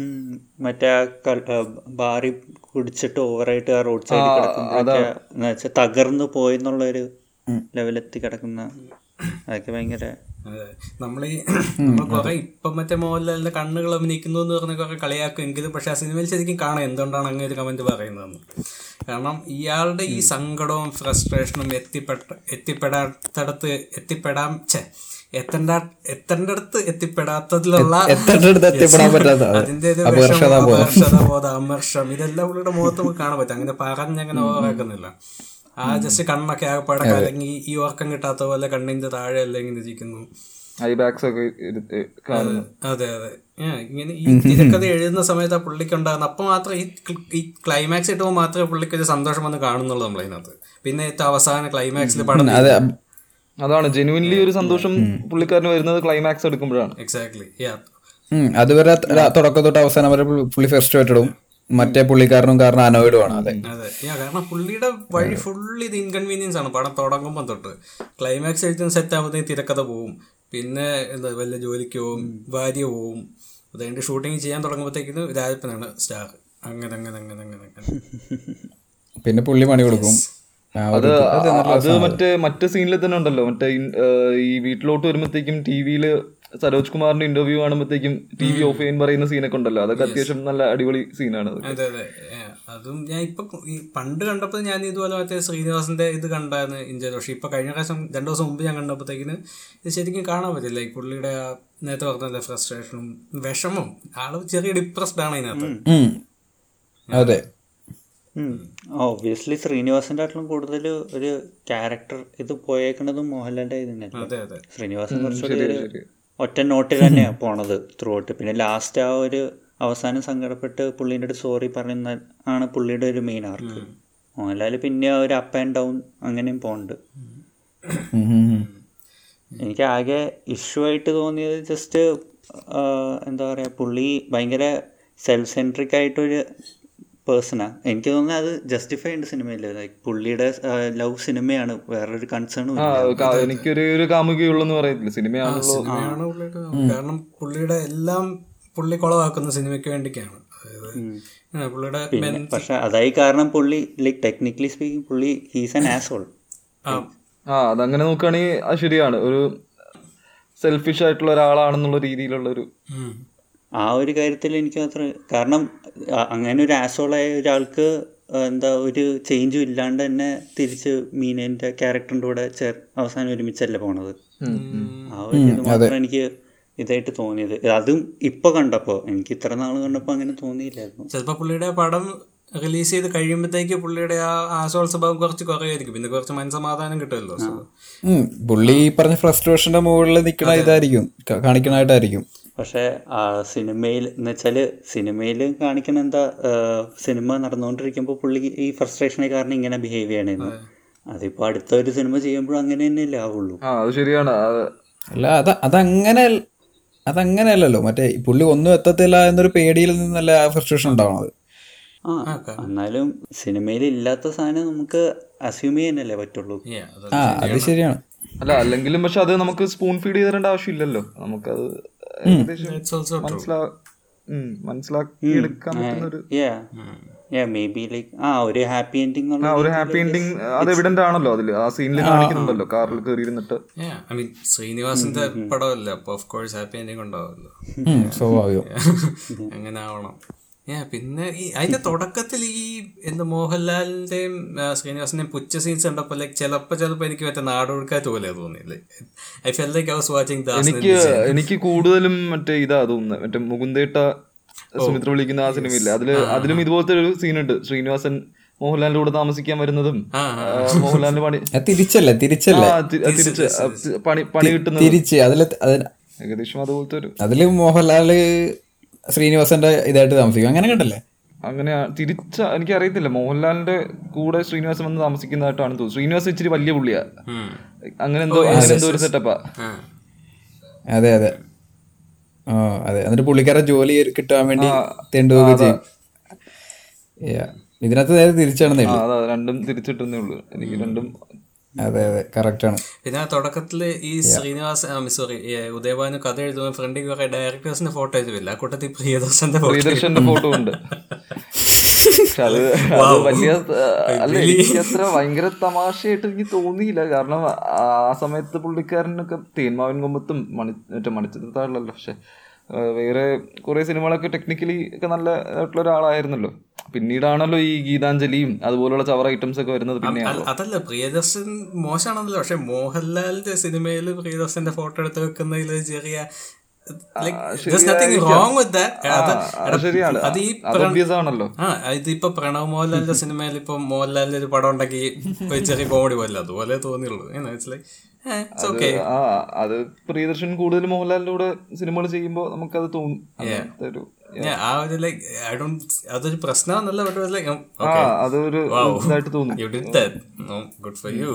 ഉം. മറ്റേ ആ കൾ- ആ ബാറി കുടിച്ചിട്ട് ഓവറായിട്ട് ആ റോഡ് സൈഡിൽ ആ, കിടക്കുമ്പോഴൊക്കെ എന്ന് വെച്ചാൽ തകർന്നു പോയെന്നുള്ള ഒരു ലെവലെത്തി കിടക്കുന്ന അതൊക്കെ ഭയങ്കര അതെ നമ്മളീ നമ്മൾ കുറെ ഇപ്പം മറ്റേ മോഹൻലാലിന്റെ കണ്ണുകൾ അഭിനയിക്കുന്നു എന്ന് പറഞ്ഞ കുറെ കളിയാക്കും എങ്കിലും പക്ഷെ ആ സിനിമയിൽ ശരിക്കും കാണാം എന്തുകൊണ്ടാണ് അങ്ങനെ ഒരു കമന്റ് പറയുന്നതെന്ന് കാരണം ഇയാളുടെ ഈ സങ്കടവും ഫ്രസ്ട്രേഷനും എത്തിപ്പെട്ട എത്തിപ്പെടാത്തടത്ത് എത്തിപ്പെടാം ചെ എത്തേണ്ട എത്തേണ്ടടുത്ത് എത്തിപ്പെടാത്തതിലുള്ള എത്തേണ്ട അടുത്ത് എത്തിപ്പെടാൻ പറ്റാത്ത, അതെ. അതിന്റെ ഒരു അപകർഷതാ വിഷമം, ബോധം. അപകർഷതാബോധം അമർഷം ഇതെല്ലാം പുള്ളിയുടെ മുഖത്ത് നമുക്ക് കാണാൻ പറ്റും അങ്ങനെ പറഞ്ഞങ്ങനെ ഓവറാക്കുന്നില്ല ആ ജസ്റ്റ് കണ്ണൊക്കെ ആകപ്പാടെ കലങ്ങി ഈ ഉറക്കം കിട്ടാത്ത പോലെ കണ്ണിന്റെ താഴെ എല്ലാം ഇങ്ങനെ ഇരിക്കുന്നു ഐ ബാഗ്സ് ഒക്കെ ഇരുത്തി കാണുന്നു അതെ അതെ ഏ, ഇങ്ങനെ ഈ തിരക്കഥ എഴുതുന്ന സമയത്ത് ആ പുള്ളിക്ക് ഉണ്ടാകുന്ന അപ്പൊ മാത്രം ഈ ക്ല- ഈ ക്ലൈമാക്സ് കിട്ടുമ്പോൾ മാത്രമേ പുള്ളിക്ക് ഒരു സന്തോഷം വന്ന് കാണുന്നുള്ളൂ നമ്മളതിനകത്ത് പിന്നെ ഏറ്റവും അവസാന ക്ലൈമാക്സിൽ പടം അതെ അതാണ് ജെനുവിൻലി ഒരു സന്തോഷം പുള്ളിക്കാരന് വരുന്നത് ക്ലൈമാക്സ് എടുക്കുമ്പോഴാണ് എക്സാക്ട്ലി ഉം, അതുവരെ ആ ത- ആ തുടക്കം തൊട്ട് അവസാനം വരെ പുള്ളി- പുള്ളി ഫസ്റ്റ് ആയിട്ടിടും മറ്റേ പുള്ളിക്കാരനും കാരണം അനോയിഡുമാണ് അതെ അതെ Yeah, കാരണം പുള്ളിയുടെ വഴി ഫുള്ളി ഇത് ഇൻകൺവീനിയൻസ് ആണ് പടം തുടങ്ങുമ്പോൾ തൊട്ട് ക്ലൈമാക്സ് എഴുതുന്ന സെറ്റ് ആകുമ്പോഴത്തേക്ക് തിരക്കഥ പോവും പിന്നെ എന്താ വല്ല ജോലിക്ക് പോവും ഭാര്യ പോവും അതുകൊണ്ട് ഷൂട്ടിംഗ് ചെയ്യാൻ തുടങ്ങുമ്പോഴത്തേക്കിന് രാജപ്പനാണ് സ്റ്റാർ അങ്ങനെ അങ്ങനെ അങ്ങനെ അങ്ങനെ അങ്ങനെ പിന്നെ പുള്ളി പണി കൊടുക്കും ആ ഒരു- അത് അത് നല്ല അത് രസമാണ്. മറ്റേ മറ്റേ സീനിൽ തന്നെ ഉണ്ടല്ലോ മറ്റേ ഇൻ- ഏഹ് ഈ വീട്ടിലോട്ട് വരുമ്പോഴത്തേക്കും ടി വിയിൽ സരോജ് കുമാറിന്റെ ഇന്റർവ്യൂ കാണുമ്പോഴത്തേക്കും ടി വി ഓഫ് ചെയ്യാൻ പറയുന്ന സീനൊക്കെ ഉണ്ടല്ലോ അതൊക്കെ അത്യാവശ്യം നല്ല അടിപൊളി സീനാണ് അത് അതെ അതെ ഏ, അതും ഞാൻ ഇപ്പൊ കു- ഈ പണ്ട് കണ്ടപ്പോൾ ഞാൻ ഇതുപോലെ മറ്റേ ശ്രീനിവാസന്റെ ഇത് കണ്ടായിരുന്നു ഇന്ത്യ പക്ഷേ ഇപ്പൊ കഴിഞ്ഞ പ്രാവശ്യം രണ്ടു ദിവസം മുമ്പ് ഞാൻ കണ്ടപ്പോഴത്തേക്കിന് ഇത് ശരിക്കും കാണാൻ പറ്റില്ല ഈ പുള്ളിയുടെ ആ നേരത്തെ പറഞ്ഞല്ലേ ഫ്രസ്ട്രേഷനും വിഷമവും ആള് ചെറിയ ഡിപ്രസ്ഡ് ആണ് അതിനകത്ത് ഉം. അതെ ഓബിയസ്ലി ശ്രീനിവാസൻ്റെ ആട്ടിലും കൂടുതൽ ഒരു ക്യാരക്ടർ ഇത് പോയേക്കണതും മോഹൻലാലിൻ്റെ ഇതിനല്ല അതെ അതെ ശ്രീനിവാസൻ കുറച്ചുകൂടി ഒരു ഒറ്റ നോട്ടിൽ തന്നെയാണ് പോണത് ത്രൂ ഔട്ട് പിന്നെ ലാസ്റ്റ് ആ ഒരു അവസാനം സങ്കടപ്പെട്ട് പുള്ളീൻ്റെ അടുത്ത് സോറി പറയുന്ന ആണ് പുള്ളിയുടെ ഒരു മെയിൻ ആർക്ക് മോഹൻലാൽ പിന്നെ ആ ഒരു അപ്പ് ആൻഡ് ഡൗൺ അങ്ങനെയും പോകുന്നുണ്ട് ഉം, ഉം, ഉം. എനിക്ക് ആകെ ഇഷ്യൂ ആയിട്ട് തോന്നിയത് ജസ്റ്റ് എന്താ പറയുക പുള്ളി ഭയങ്കര സെൽഫ് സെൻട്രിക് ആയിട്ടൊരു പേഴ്സണാണ് എനിക്ക് തോന്നുന്നത് അത് ജസ്റ്റിഫൈ ഉണ്ട് സിനിമയിൽ ലൈക്ക് പുള്ളിയുടെ ലവ് സിനിമയാണ് വേറൊരു കൺസേണും ആ, ഇല്ല കാ- എനിക്കൊരു ഒരു കാമുകയുള്ളെന്ന് പറയത്തില്ല സിനിമയാണല്ലോ സിനിമയാണ് പുള്ളിയുടെ കാരണം പുള്ളിയുടെ എല്ലാം പുള്ളി കുളവാക്കുന്ന സിനിമയ്ക്ക് വേണ്ടിയൊക്കെയാണ് അതായത് ആ, പുള്ളിയുടെ men- പക്ഷെ അതായി കാരണം പുള്ളി ലൈക്ക് ടെക്നിക്കലി സ്പീക്കിംഗ് പുള്ളി ഹീസ് ആൻ ആസോൾ ആ, ആ അതങ്ങനെ നോക്കുകയാണെങ്കിൽ അത് ശരിയാണ് ഒരു സെൽഫിഷ് ആയിട്ടുള്ള ഒരാളാണെന്നുള്ള രീതിയിലുള്ള ഒരു ഉം. ആ ഒരു കാര്യത്തിൽ എനിക്ക് മാത്രം കാരണം അ- അങ്ങനെ ഒരു ആസോളായ ഒരാൾക്ക് എന്താ ഒരു ചേഞ്ചും ഇല്ലാണ്ട് തന്നെ തിരിച്ച് മീനൻ്റെ ക്യാരക്ടറിൻ്റെ കൂടെ ചേർ അവസാനം ഒരുമിച്ചല്ലേ പോണത് ആ ഒരു ഇത് മാത്രം എനിക്ക് ഇതായിട്ട് തോന്നിയത് അതും ഇപ്പൊ കണ്ടപ്പോ എനിക്ക് ഇത്ര നാൾ കണ്ടപ്പോ അങ്ങനെ തോന്നിയില്ലായിരുന്നു ചിലപ്പോൾ പുള്ളിയുടെ പടം റിലീസ് ചെയ്ത് കഴിയുമ്പോഴത്തേക്ക് പുള്ളിയുടെ ആ ആസോൾ സ്വഭാവം കുറച്ച് കുറയായിരിക്കും പിന്നെ കുറച്ച് മനസമാധാനം കിട്ടുമല്ലോ So, ഉം. പുള്ളി ഈ പറഞ്ഞ ഫ്രസ്ട്രേഷന്റെ മുകളിൽ നിൽക്കണ ഇതായിരിക്കും ക- കാണിക്കണായിട്ടായിരിക്കും പക്ഷേ ആ, സിനിമയിൽ എന്ന് വെച്ചാൽ സിനിമയിൽ കാണിക്കണ എന്താ ആ, സിനിമ നടന്നുകൊണ്ടിരിക്കുമ്പോൾ പുള്ളി ഈ ഫ്രസ്ട്രേഷനെ കാരണം ഇങ്ങനെ ബിഹേവ് ചെയ്യണേന്ന് അതിപ്പോൾ അടുത്ത ഒരു സിനിമ ചെയ്യുമ്പോഴും അങ്ങനെ തന്നെയല്ലേ ആവുള്ളൂ ആ അത് ശരിയാണ് അത് അല്ല അത് അതങ്ങനെ അതങ്ങനെയല്ലല്ലോ മറ്റേ ഈ പുള്ളി ഒന്നും എത്തത്തില്ല എന്നൊരു പേടിയിൽ നിന്നല്ല ആ ഫ്രസ്ട്രേഷൻ ഉണ്ടാവണത് ആ എന്നാലും സിനിമയിൽ ഇല്ലാത്ത സാധനം നമുക്ക് അസ്യൂം ചെയ്യാനല്ലേ പറ്റുള്ളൂ yeah, അത് ആ അത് ശരിയാണ് അല്ല അല്ലെങ്കിലും പക്ഷെ അത് നമുക്ക് സ്പൂൺ ഫീഡ് ചെയ്ത് തരേണ്ട ആവശ്യമില്ലല്ലോ നമുക്കത് ഏകദേശം it's also true. മനസ്സിലാ ഉം, മനസ്സിലാക്കി എടുക്കാൻ പറ്റുന്ന ഒരു മേ ബി ലൈക്ക് ആ ഒരു ഹാപ്പി എൻഡിങ് ആ ഒരു ഹാപ്പി എൻഡിങ് അത് എവിഡന്റ് ആണല്ലോ അതില് ആ സീനിൽ കാണിക്കുന്നുണ്ടല്ലോ കാറിൽ കയറി ഇരുന്നിട്ട് Yeah, I mean, ശ്രീനിവാസിന്റെ പടമല്ലേ അപ്പൊ ഓഫ് കോഴ്സ് ഹാപ്പി എൻഡിങ് ഉണ്ടാവുമല്ലോ ഉം, സ്വാഭാവികം അങ്ങനെ ആവണം ഏ പിന്നെ ഈ അതിന്റെ തുടക്കത്തിൽ ഈ എന്താ മോഹൻലാലിന്റെയും ആ, ശ്രീനിവാസിന്റെയും പുച്ച സീൻസ് കണ്ടപ്പോ ലൈക്ക് ചിലപ്പോ ചിലപ്പോ എനിക്ക് മറ്റേ നാടൊഴുക്കാറ്റ് പോലെ തോന്നിയില്ലേ I fell like I was watching ദാസ് എനിക്ക് എനിക്ക് കൂടുതലും മറ്റേ ഇതാ തോന്നുന്നത് മറ്റേ മുകുന്ദേട്ട സുമിത്ര വിളിക്കുന്ന ആ സിനിമയില്ല അതില് അതിലും ഇതുപോലത്തെ ഒരു സീനുണ്ട് ശ്രീനിവാസൻ മോഹൻലാലിന്റെ കൂടെ താമസിക്കാൻ വരുന്നതും ആ, മോഹൻലാലിന് പണി അത് തിരിച്ചല്ലേ തിരിച്ചല്ലേ ആ, തി- ആ, തിരിച്ച് ആ, തി- പണി പണി കിട്ടുന്നത് തിരിച്ച് അതില് ത- അതിന് ഏകദേശം അതുപോലത്തെ ഒരു അതില് മോഹൻലാല് ശ്രീനിവാസന്റെ ഇതായിട്ട് താമസിക്കും അങ്ങനെ കണ്ടല്ലേ അങ്ങനെ ആ- തിരിച്ച എനിക്കറിയത്തില്ല മോഹൻലാലിന്റെ കൂടെ ശ്രീനിവാസൻ വന്ന് താമസിക്കുന്നതായിട്ടാണ് തോന്നുന്നത് ശ്രീനിവാസൻ ഇച്ചിരി വലിയ പുള്ളിയാ അങ്ങനെ എന്തോ അങ്ങനെ എന്തോ ഒരു സെറ്റപ്പാ അതെ അതെ ആ അതെ എന്നിട്ട് പുള്ളിക്കാരൻ ജോലി കിട്ടാൻ വേണ്ടി തെണ്ടുകയൊക്കെ ചെയ്യും Yeah. ഇതിനകത്ത് നേരെ തിരിച്ചാണെന്നേ ഉള്ളൂ അതാ രണ്ടും തിരിച്ചിട്ടുന്നേ ഉള്ളൂ എനിക്ക് രണ്ടും അതെ അതെ കറക്റ്റ് ആണ് പിന്നെ ആ തുടക്കത്തില് ഈ ശ്രീനിവാസ് സോറി ഉദയഭാനു കഥ എഴുതുമ്പോൾ ഫ്രണ്ടിൽ കുറെ ഡയറക്ടേഴ്സിന്റെ ഫോട്ടോ എഴുതില്ല ആ കൂട്ടത്തിൽ പ്രിയദർശന്റെ ഫോട്ടോ പ്രിയദർശന്റെ ഫോട്ടോ ഉണ്ട് പക്ഷെ അത് അത് വലിയ ആ, അല്ല എനിക്ക് അത്ര ഭയങ്കര തമാശയായിട്ട് എനിക്ക് തോന്നിയില്ല കാരണം ആ സമയത്ത് പുള്ളിക്കാരനൊക്കെ തേന്മാവൻ കൊമ്പത്തും മണി മറ്റേ മണിച്ചിത്രത്താഴല്ലോ പക്ഷെ ആ, വേറെ കുറെ സിനിമകളൊക്കെ ടെക്നിക്കലി ഒക്കെ നല്ല ആയിട്ടുള്ള ഒരാളായിരുന്നല്ലോ പിന്നീടാണല്ലോ ഈ ഗീതാഞ്ജലിയും അതുപോലുള്ള ചവർ ഐറ്റംസ് ഒക്കെ വരുന്നത് പിന്നെയാണ് അതല്ല പ്രിയദർശൻ മോശമാണെന്നല്ലോ പക്ഷെ മോഹൻലാലിന്റെ സിനിമയിൽ പ്രിയദർശന്റെ ഫോട്ടോ എടുത്ത് വെക്കുന്നതിൽ ചെറിയ like, there's nothing wrong with that. അത് എടാ, ശരിയാണ് അത് ഈ അത് പ്ര- obvious ആണല്ലോ ആ ഇതിപ്പോ പ്രണവ് മോഹൻലാലിന്റെ സിനിമയിൽ ഇപ്പൊ മോഹൻലാലിന്റെ ഒരു പടം ഉണ്ടെങ്കിൽ ഒരു ചെറിയ കോമഡി പോലെ അതുപോലെ തോന്നിയുള്ളൂ ലൈക്ക് ഓക്കെ ആ അത് പ്രിയദർശൻ കൂടുതൽ മോഹൻലാലിന്റെ കൂടെ സിനിമകൾ ചെയ്യുമ്പോൾ നമുക്കത് തോന്നും അങ്ങനത്തെ ഒരു ഞാൻ ആ ഒരു ലൈക്ക് ഐ ഡോ അതൊരു പ്രശ്നമാണെന്നല്ല ബട്ട് ലൈക്ക് ആ ഓക്കെ അതൊരു Wow. ഇതായിട്ട് തോന്നും you did that no good for you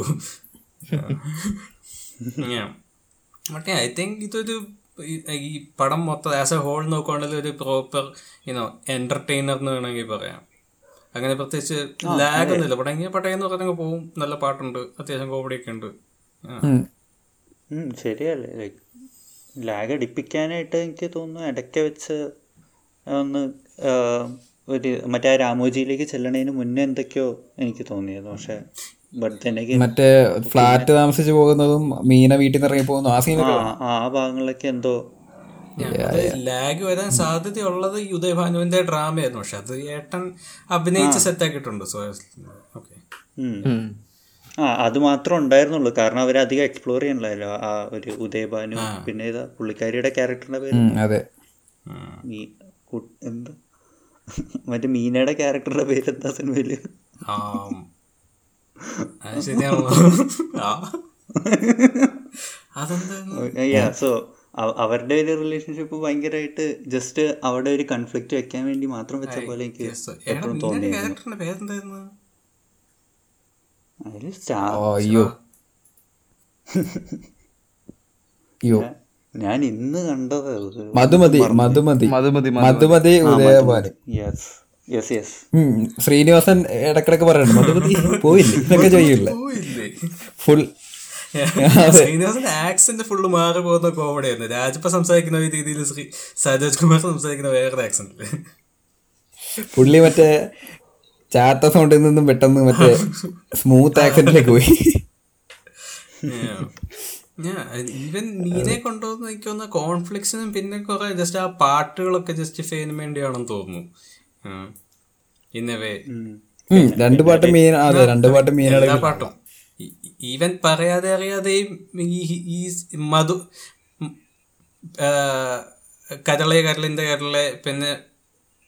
മറ്റേ ഐ തിങ്ക് ഇതൊരു ഈ- ഈ പടം മൊത്തം ആസ് എ ഹോൾ നോക്കുകയാണെങ്കിൽ ഒരു പ്രോപ്പർ യുനോ എന്റർടൈനർ എന്ന് വേണമെങ്കിൽ പറയാം അങ്ങനെ പ്രത്യേകിച്ച് ലാഗ് ഒന്നുമില്ല പടങ്ങിയ പടയെന്ന് പറഞ്ഞങ്ങ് പോവും നല്ല പാട്ടുണ്ട് അത്യാവശ്യം കോമഡിയൊക്കെ ഉണ്ട് ആ. ഉം. ഉം, ശരിയല്ലേ ലൈക്ക് ലാഗ് അടിപ്പിക്കാനായിട്ട് എനിക്ക് തോന്നുന്നു ഇടയ്ക്ക് വെച്ച് ഒന്ന് ആ, ഒരു മറ്റേ ആ രാമോജിയിലേക്ക് ചെല്ലണതിന് മുന്നേ എന്തൊക്കെയോ എനിക്ക് തോന്നിയത് പക്ഷെ ബർത്ത്ഡേക്ക് മറ്റേ ഫ്ലാറ്റ് താമസിച്ച് പോകുന്നതും മീന വീട്ടിൽ നിന്ന് ഇറങ്ങി പോകുന്നതും ആ സീനൊക്കെ ആ ഭാഗങ്ങളിലൊക്കെ എന്തോ അത് ലാഗ് വരാൻ സാധ്യതയുള്ളത് ഈ ഉദയഭാനുവിന്റെ ഡ്രാമയായിരുന്നു പക്ഷെ അത് ഏട്ടൻ അഭിനയിച്ച് സെറ്റാക്കിയിട്ടുണ്ട് സോ ഓക്കെ ഉം. ആ അത് മാത്രം ഉണ്ടായിരുന്നുള്ളൂ കാരണം അവർ അധികം എക്സ്പ്ലോർ ചെയ്യണല്ലോ ആ ഒരു ഉദയഭാനു പിന്നെ ഇതാ പുള്ളിക്കാരിയുടെ ക്യാരക്ടറിന്റെ പേര് ഉം, അതെ മീ കു- എന്ത് മറ്റേ മീനയുടെ ക്യാരക്ടറുടെ പേര് എന്താ സിനിമയില് Um, അത് ശരിയാണല്ലോ ആ. അതെന്തായിരുന്നു യാ സോ അവരുടെ ഒരു റിലേഷൻഷിപ്പ് ഭയങ്കരമായിട്ട് ജസ്റ്റ് അവിടെ ഒരു കൺഫ്ലിക്റ്റ് വെക്കാൻ വേണ്ടി മാത്രം വെച്ച പോലെ എനിക്ക് എടാ മീനയുടെ ക്യാരക്ടറിന്റെ പേരെന്തായിരുന്നു അതിൽ സ്റ്റാർ ഓ, അയ്യോ അയ്യോ ഞാൻ ഇന്ന് കണ്ടത് അത് Madhumathi Madhumathi Madhumathi Madhumathi Udayabhanu yes yes yes ഉം, ശ്രീനിവാസൻ ഇടക്കിടക്ക് പറയണം മധുമതി പോയില്ലേ ഇതൊക്കെ ചെയ്യില്ല ഓ, ഇല്ലേ ഫുൾ ശ്രീനിവാസന്റെ ആക്സെന്റ് ഫുള്ള് മാറി പോകുന്ന കോമഡി ആയിരുന്നു രാജപ്പ സംസാരിക്കുന്ന ഒരു രീതിയിൽ ശ്രീ സരോജ് കുമാർ സംസാരിക്കുന്ന വേറൊരു ആക്സെന്റ് പുള്ളി മറ്റേ ചാത്ത സൗണ്ടിൽ നിന്നും പെട്ടെന്ന് മറ്റേ സ്മൂത്ത് ആക്സിഡന്റിലേക്ക് പോയി ഞാൻ ഈവൻ മീനെ കൊണ്ടുവന്ന് നിൽക്കുന്ന കോൺഫ്ലിക്ട്സിനും പിന്നെ കുറെ ജസ്റ്റ് ആ പാട്ടുകളൊക്കെ ജസ്റ്റിഫൈ ചെയ്യാൻ വേണ്ടിയാണെന്ന് തോന്നുന്നു ഇന്നവേ ഉം, രണ്ട് പാട്ട് മീൻ അതെ രണ്ട് പാട്ട് മീനാണ് എല്ലാ പാട്ടും ഈ- ഈവൻ പറയാതെ അറിയാതെയും ഈ ഈ മധു ഉം, ആ, കരളെ കരളിന്റെ കരളെ പിന്നെ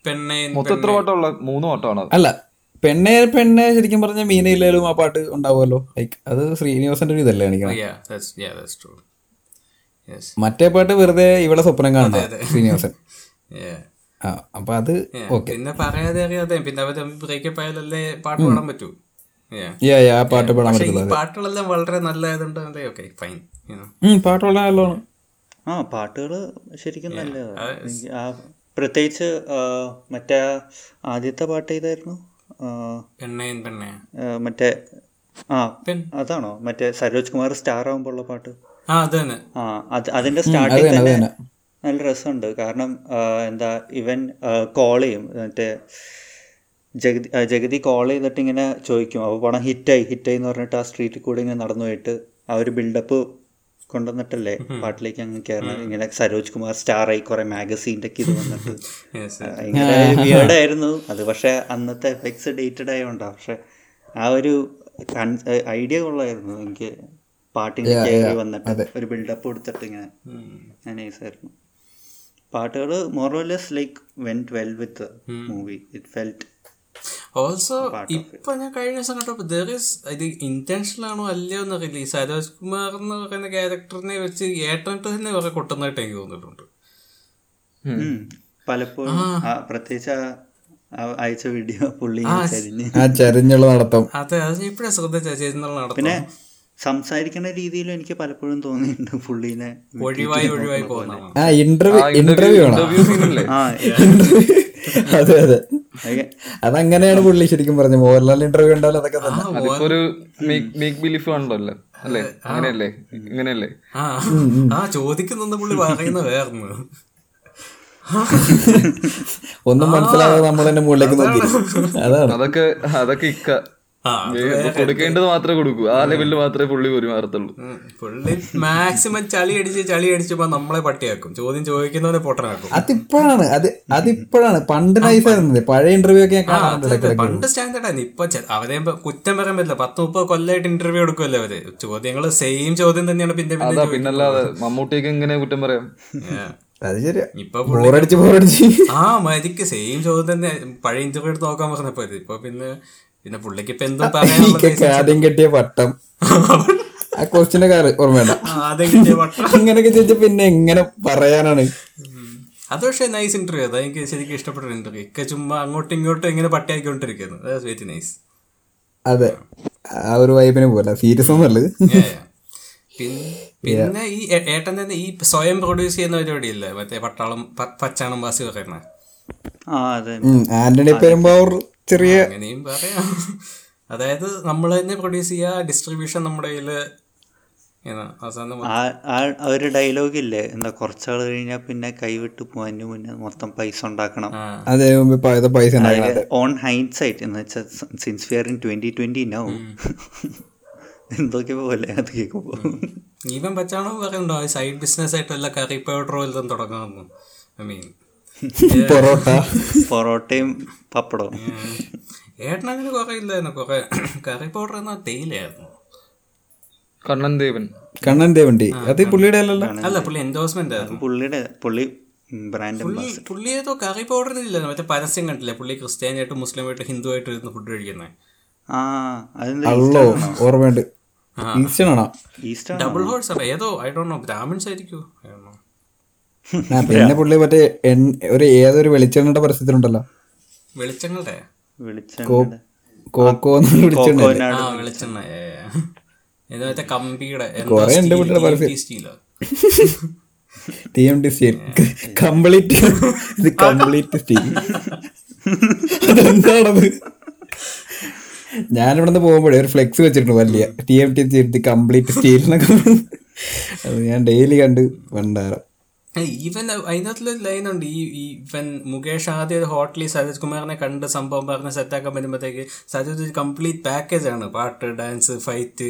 പെണ്ണെ മൊത്തം എത്ര വട്ടമുള്ള മൂന്ന് വട്ടമാണ് അല്ല പെണ്ണെ പെണ്ണെ ശരിക്കും പറഞ്ഞ മീനയില്ലേലും ആ പാട്ട് ഉണ്ടാവുമല്ലോ ലൈക്ക് അത് ശ്രീനിവാസന്റെ ഒരു ഇതല്ലേ കാണിക്കണം ട്രൂ യെസ് മറ്റേ പാട്ട് വെറുതെ ഇവിടെ സ്വപ്നം കാണണം ശ്രീനിവാസൻ യാ ആ അപ്പൊ അത് ഓക്കെ പിന്നെ പറയാതെ അറിയാതെ പിന്നെ അവര് ബ്രേക്കപ്പ് ആയാലല്ലേ പാട്ട് പാടാൻ പറ്റൂ Yeah. യാ യാ ആ പാട്ട് പാടാൻ പക്ഷെ ഈ പറ്റത്തില്ല പാട്ടുകളെല്ലാം വളരെ നല്ലതായതുകൊണ്ട് അല്ലേ ഓക്കെ ഫൈൻ ഉം, പാട്ട് വളരെ നല്ലോണം ആ പാട്ടുകൾ ശരിക്കും നല്ലതാണ് എനിക്ക് ആ പ്രത്യേകിച്ച് ആ, മറ്റേ ആ ആദ്യത്തെ പാട്ട് ഏതായിരുന്നു ആ, പെണ്ണയും പെണ്ണയാ ആ, മറ്റേ ആ പെൺ അതാണോ മറ്റേ സരോജ് കുമാർ സ്റ്റാർ ആകുമ്പോഴുള്ള പാട്ട് ആ അത് തന്നെ ആ അത് അതിന്റെ സ്റ്റാർട്ടിങ് അത് തന്നെ തന്നെ. നല്ല രസമുണ്ട് കാരണം ആ, എന്താ ഇവൻ കോൾ ചെയ്യും മറ്റേ ജഗതി ആ, ജഗതി കോൾ ചെയ്തിട്ട് ഇങ്ങനെ ചോദിക്കും അപ്പോൾ പടം ഹിറ്റായി ഹിറ്റായി എന്ന് പറഞ്ഞിട്ട് ആ സ്ട്രീറ്റിൽ കൂടെ ഇങ്ങനെ നടന്നു പോയിട്ട് ആ ഒരു ബിൽഡപ്പ് കൊണ്ടുവന്നിട്ടല്ലേ പാട്ടിലേക്ക് അങ്ങ് കയറണം ഇങ്ങനെ സരോജ് കുമാർ സ്റ്റാർ ആയി കുറെ മാഗസീൻ്റെ ഒക്കെ ഇത് വന്നിട്ട് Yes, yes. ഭയങ്കര വിയേർഡായിരുന്നു അത് പക്ഷേ അന്നത്തെ എഫക്ട്സ് ഡേറ്റഡ് ആയതുകൊണ്ടാണ് പക്ഷെ ആ ഒരു ഐഡിയ കൊള്ളായിരുന്നു എനിക്ക് പാട്ടിങ്ങനെ കയറി വന്നിട്ട് ഒരു ബിൽഡപ്പ് കൊടുത്തിട്ട് ഇങ്ങനെ ഉം. ഞാൻ നൈസായിരുന്നു പാട്ടുകൾ more or less like when well with movie it felt also ഇപ്പൊ ഞാൻ കഴിഞ്ഞ ദിവസം കണ്ടപ്പോ ദർ ഇസ് ഇത് ഇന്റൻഷണൽ ആണോ അല്ലയോ എന്നറിയില്ല ഈ സരോജ് കുമാർ എന്ന് പറയുന്ന ക്യാരക്ടറിനെ വെച്ച് ഏട്ടനിട്ട് തന്നെ കുറെ കൊട്ടുന്നതായിട്ട് എനിക്ക് തോന്നിയിട്ടുണ്ട് ഉം. പലപ്പോഴും ആ, പ്രത്യേകിച്ച് ആ- ആ അയച്ച വീഡിയോ പുള്ളി ചരിഞ്ഞ് ആ ചരിഞ്ഞുള്ള നടത്തം അതെ അത് ഇപ്പഴാ ശ്രദ്ധിച്ച ചേരുന്നുള്ള പിന്നെ നടത്തുന്നത് സംസാരിക്കുന്ന രീതിയിൽ എനിക്ക് പലപ്പോഴും തോന്നിയിട്ടുണ്ട് പുള്ളീനെ ഒഴിവായി ഒഴിവായി പോകുന്നതാണ് ആ ഇന്റർവ്യൂ ഇന്റർവ്യൂ ആണ് സീനല്ലേ ആ അതെ അതെ അയ്യ. അതങ്ങനെയാണ് പുള്ളി ശരിക്കും പറഞ്ഞു മോഹൻലാൽ ഇന്റർവ്യൂ ഉണ്ടാവില്ല അതൊക്കെ തന്നെ അതിപ്പോ ഒരു മേക്ക് ബിലീഫ് ആണല്ലോ അല്ലേ അങ്ങനെയല്ലേ ഇങ്ങനെയല്ലേ ആ ആ ചോദിക്കുന്ന പുള്ളി പറയുന്ന വേർന്ന് ഒന്നും മനസ്സിലാകാതെ നമ്മൾ തന്നെ മുകളിലേക്ക് നോക്കി അതാണ് അതൊക്കെ അതൊക്കെ ഇക്ക ആ കൊടുക്കേണ്ടത് മാത്രമേ കൊടുക്കൂ ആ ലെവലിൽ മാത്രമേ പുള്ളി പെരുമാറത്തുള്ളൂ ഉം. പുള്ളി മാക്സിമം ചളി അടിച്ച് ചളി അടിച്ചപ്പോ നമ്മളെ പട്ടിയാക്കും ചോദ്യം ചോദിക്കുന്നവനെ പൊട്ടനാക്കും അതിപ്പോഴാണ് അത് അതിപ്പോഴാണ് പണ്ട് നൈസായിരുന്നത് പഴയ ഇന്റർവ്യൂ ഒക്കെ ഞാൻ ആ, കാണാറുണ്ട് അതെ, ഇടയ്ക്കിടയ്ക്ക്. പണ്ട് സ്റ്റാൻഡേർഡായിരുന്നു ഇപ്പൊ ചെ- അവരെ ഇപ്പൊ കുറ്റം പറയാൻ പറ്റില്ല പത്ത് മുപ്പത് കൊല്ലമായിട്ട് ഇന്റർവ്യൂ എടുക്കുമല്ലോ അവര് ചോദ്യങ്ങൾ സെയിം ചോദ്യം തന്നെയാണ് പിന്നെ പിന്നെ അതാ പിന്നല്ലാതെ മമ്മൂട്ടിയൊക്കെ എങ്ങനെ കുറ്റം പറയാം ചോദിക്കുന്നത്. ഏ. അത് ശരിയാ ഇപ്പൊ ബോറടിച്ച് ബോറടിച്ച് ആ മരിക്ക് സെയിം ചോദ്യം തന്നെ പഴയ ഇന്റർവ്യൂ എടുത്ത് നോക്കാൻ പറഞ്ഞപ്പോ ഇത്. ഇപ്പൊ പിന്നെ പിന്നെ പുള്ളിക്ക് ഇപ്പൊ എന്തും പറയാനുള്ള എനിക്കൊക്കെ ആദ്യം കെട്ടിയ പട്ടം ആ കൊസ്റ്റിന്റെ കാര്യം ഓർമ്മയുണ്ട ആ, അതെ കിട്ടിയ വട്ടം. അങ്ങനെയൊക്കെ ചോദിച്ച പിന്നെ എങ്ങനെ പറയാനാണ് അത് പക്ഷേ നൈസ് ഇന്റർവ്യൂ അതാ എനിക്ക് ശരിക്കും ഇഷ്ടപ്പെട്ട ഇന്റർവ്യൂ ഒക്കെ ചുമ്മാ അങ്ങോട്ടും ഇങ്ങോട്ടും ഇങ്ങനെ പട്ടിയാക്കിക്കൊണ്ടിരിക്കുന്നു വെരി നൈസ് അതെ ആ ഒരു വൈബിന് പോലെ സീരിയസ് ഒന്നുള്ളത് പിന്നെ പിന്നെ ഈ ഏ- ഏട്ടൻ തന്നെ ഈ സ്വയം പ്രൊഡ്യൂസ് ചെയ്യുന്ന പരിപാടി ഇല്ലേ മറ്റേ പട്ടാളം പ- പച്ചാളം വാസി പറയുന്ന ആ അതെ ആന്റണി പെരുമ്പാവൂർ ചെറിയ അങ്ങനെയും പറയാം അതായത് നമ്മൾ തന്നെ പ്രൊഡ്യൂസ് ചെയ്യുക ഡിസ്ട്രിബ്യൂഷൻ നമ്മുടെ കയ്യില് ഏതാ, അവസാനം മൊത്തം- ആ ആ ഒരു ഡയലോഗ് ഇല്ലേ എന്താ കുറച്ചാൾ കഴിഞ്ഞാൽ പിന്നെ കൈവിട്ട് പോകാൻ മുന്നേ മൊത്തം പൈസ ഉണ്ടാക്കണം ആ, അതേ മുമ്പ് ഇപ്പൊ ഇത് പൈസ ഉണ്ടാക്കണത് ഓൺ ഹൈൻഡ് സൈറ്റ് എന്ന് വെച്ചാൽ since fear in twenty twenty no എന്തൊക്കെ പോലെ അത് കേൾക്കുമ്പോ ഈവൻ പച്ചാളം പറയുന്നുണ്ടോ സൈഡ് ബിസിനസ് ആയിട്ട് വല്ല കറി പൗഡർ വല്ലതും തുടങ്ങാമെന്ന് ഐ മീൻ പൊറോട്ട പൊറോട്ടയും പപ്പടവും ഏട്ടനങ്ങനെ കുറെ ഇല്ലായിരുന്നു കുറെ കറി പൗഡർ എന്നാ തേയിലായിരുന്നു കണ്ണൻ ദേവൻ കണ്ണൻ ദേവണ്ടി അത് ഈ പുള്ളിയുടെ അല്ലല്ലോ അല്ല പുള്ളി എൻഡോസ്മെന്റ് ആയിരുന്നു പുള്ളിയുടെ പുള്ളി ബ്രാൻഡ് അംബാസഡർ പുള്ളി- പുള്ളി ഏതോ കറി പൗഡർ ഇല്ല മറ്റേ പരസ്യം കണ്ടില്ലേ പുള്ളി ക്രിസ്ത്യാനിയായിട്ട് മുസ്ലിമായിട്ട് ഹിന്ദുവായിട്ട് ഇരുന്ന് ഫുഡ് കഴിക്കുന്നത് ആ അതെന്താ അള്ളോ ഓർമ്മയുണ്ട് ഈസ്റ്റനാണോ ഈസ്റ്റർ ഡബിൾ ഹോൾസ് അല്ല ഏതോ ഐ ഡോണ്ട് നോ ബ്രാഹ്മിൻസ് ആയിരിക്കും I don't know. ആ പിന്നെ പുള്ളി മറ്റേ എൺ- ഒരു ഏതൊരു വെളിച്ചെണ്ണയുടെ പരസ്യത്തിലുണ്ടല്ലോ വെളിച്ചങ്ങളുടെ വിളിച്ചത് കോക്കോ എന്ന് വിളിച്ചിട്ടുണ്ട് ആ വെളിച്ചെണ്ണ ഏ. ഏതോ മറ്റേ കമ്പിയുടെ കുറേ ഉണ്ട് പുള്ളിയുടെ പരസ്യം. സ്റ്റീലോ T M T steel complete ഇത് കംപ്ലീറ്റ് സ്റ്റീൽ അതെന്താണത് ഞാനിവിടെ നിന്ന് പോകുമ്പോഴേ ഒരു ഫ്ലെക്സ് വെച്ചിട്ടുണ്ട് വലിയ ടി എം ടി സ്റ്റീൽ ഇത് കംപ്ലീറ്റ് സ്റ്റീൽ എന്നൊക്കെ പറഞ്ഞ്. അത് ഞാൻ ഡെയിലി കണ്ട് വണ്ടാരം ഈവൻ അതിനകത്തുള്ള ലൈൻ ഉണ്ട് ഈ ഈ ഇവൻ മുകേഷ് ആദ്യം ഒരു ഹോട്ടലിൽ സരോജ് കുമാറിനെ കണ്ട് സംഭവം പറഞ്ഞ് സെറ്റാക്കാൻ വരുമ്പോഴത്തേക്ക് സരോജ് ഒരു കംപ്ലീറ്റ് പാക്കേജ് ആണ് പാട്ട് ഡാൻസ് ഫൈറ്റ്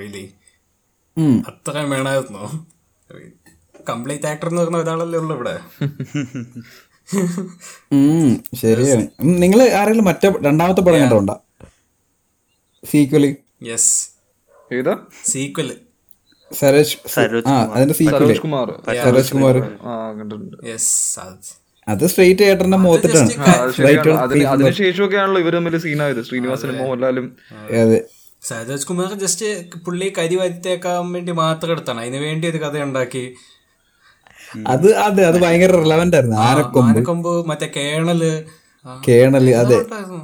റിയലി ഉം. അത്രയും വേണമായിരുന്നോ കംപ്ലീറ്റ് ആക്ടർ എന്ന് പറഞ്ഞ ഒരാളല്ലേ ഉള്ളു ഇവിടെ ഉം, ശരിയാണ് നിങ്ങൾ ആരെങ്കിലും മറ്റേ രണ്ടാമത്തെ പടം കണ്ടോണ്ട സീക്വല് യെസ് ഏതാ സീക്വൽ സരോജ് സരോജ് ആ അതിന്റെ സീക്വല് സരോജ് കുമാർ സരോജ് കുമാർ ആ കണ്ടിട്ടുണ്ട് യെസ് അത് അത് സ്ട്രെയിറ്റ് ഏട്ടന്റെ മുഖത്തിട്ടാണ് ആ, അത് ശരിയാണ്. അതിന് അതിനുശേഷമൊക്കെ ആണല്ലോ ഇവർ തമ്മിൽ സീനായത് ശ്രീനിവാസനും മോഹൻലാലും അതെ സരോജ് കുമാർ ജസ്റ്റ് പുള്ളി കരി വരുത്തേക്കാൻ വേണ്ടി മാത്രം എടുത്താണ് അതിന് വേണ്ടി ഒരു കഥ ഉണ്ടാക്കി അത് അതെ അത് ഭയങ്കര റിലവന്റ് ആയിരുന്നു ആനക്കൊമ്പ് ആനക്കൊമ്പ് മറ്റേ കേണല് ആ, കേണല് അതെ ഉണ്ടായിരുന്നു.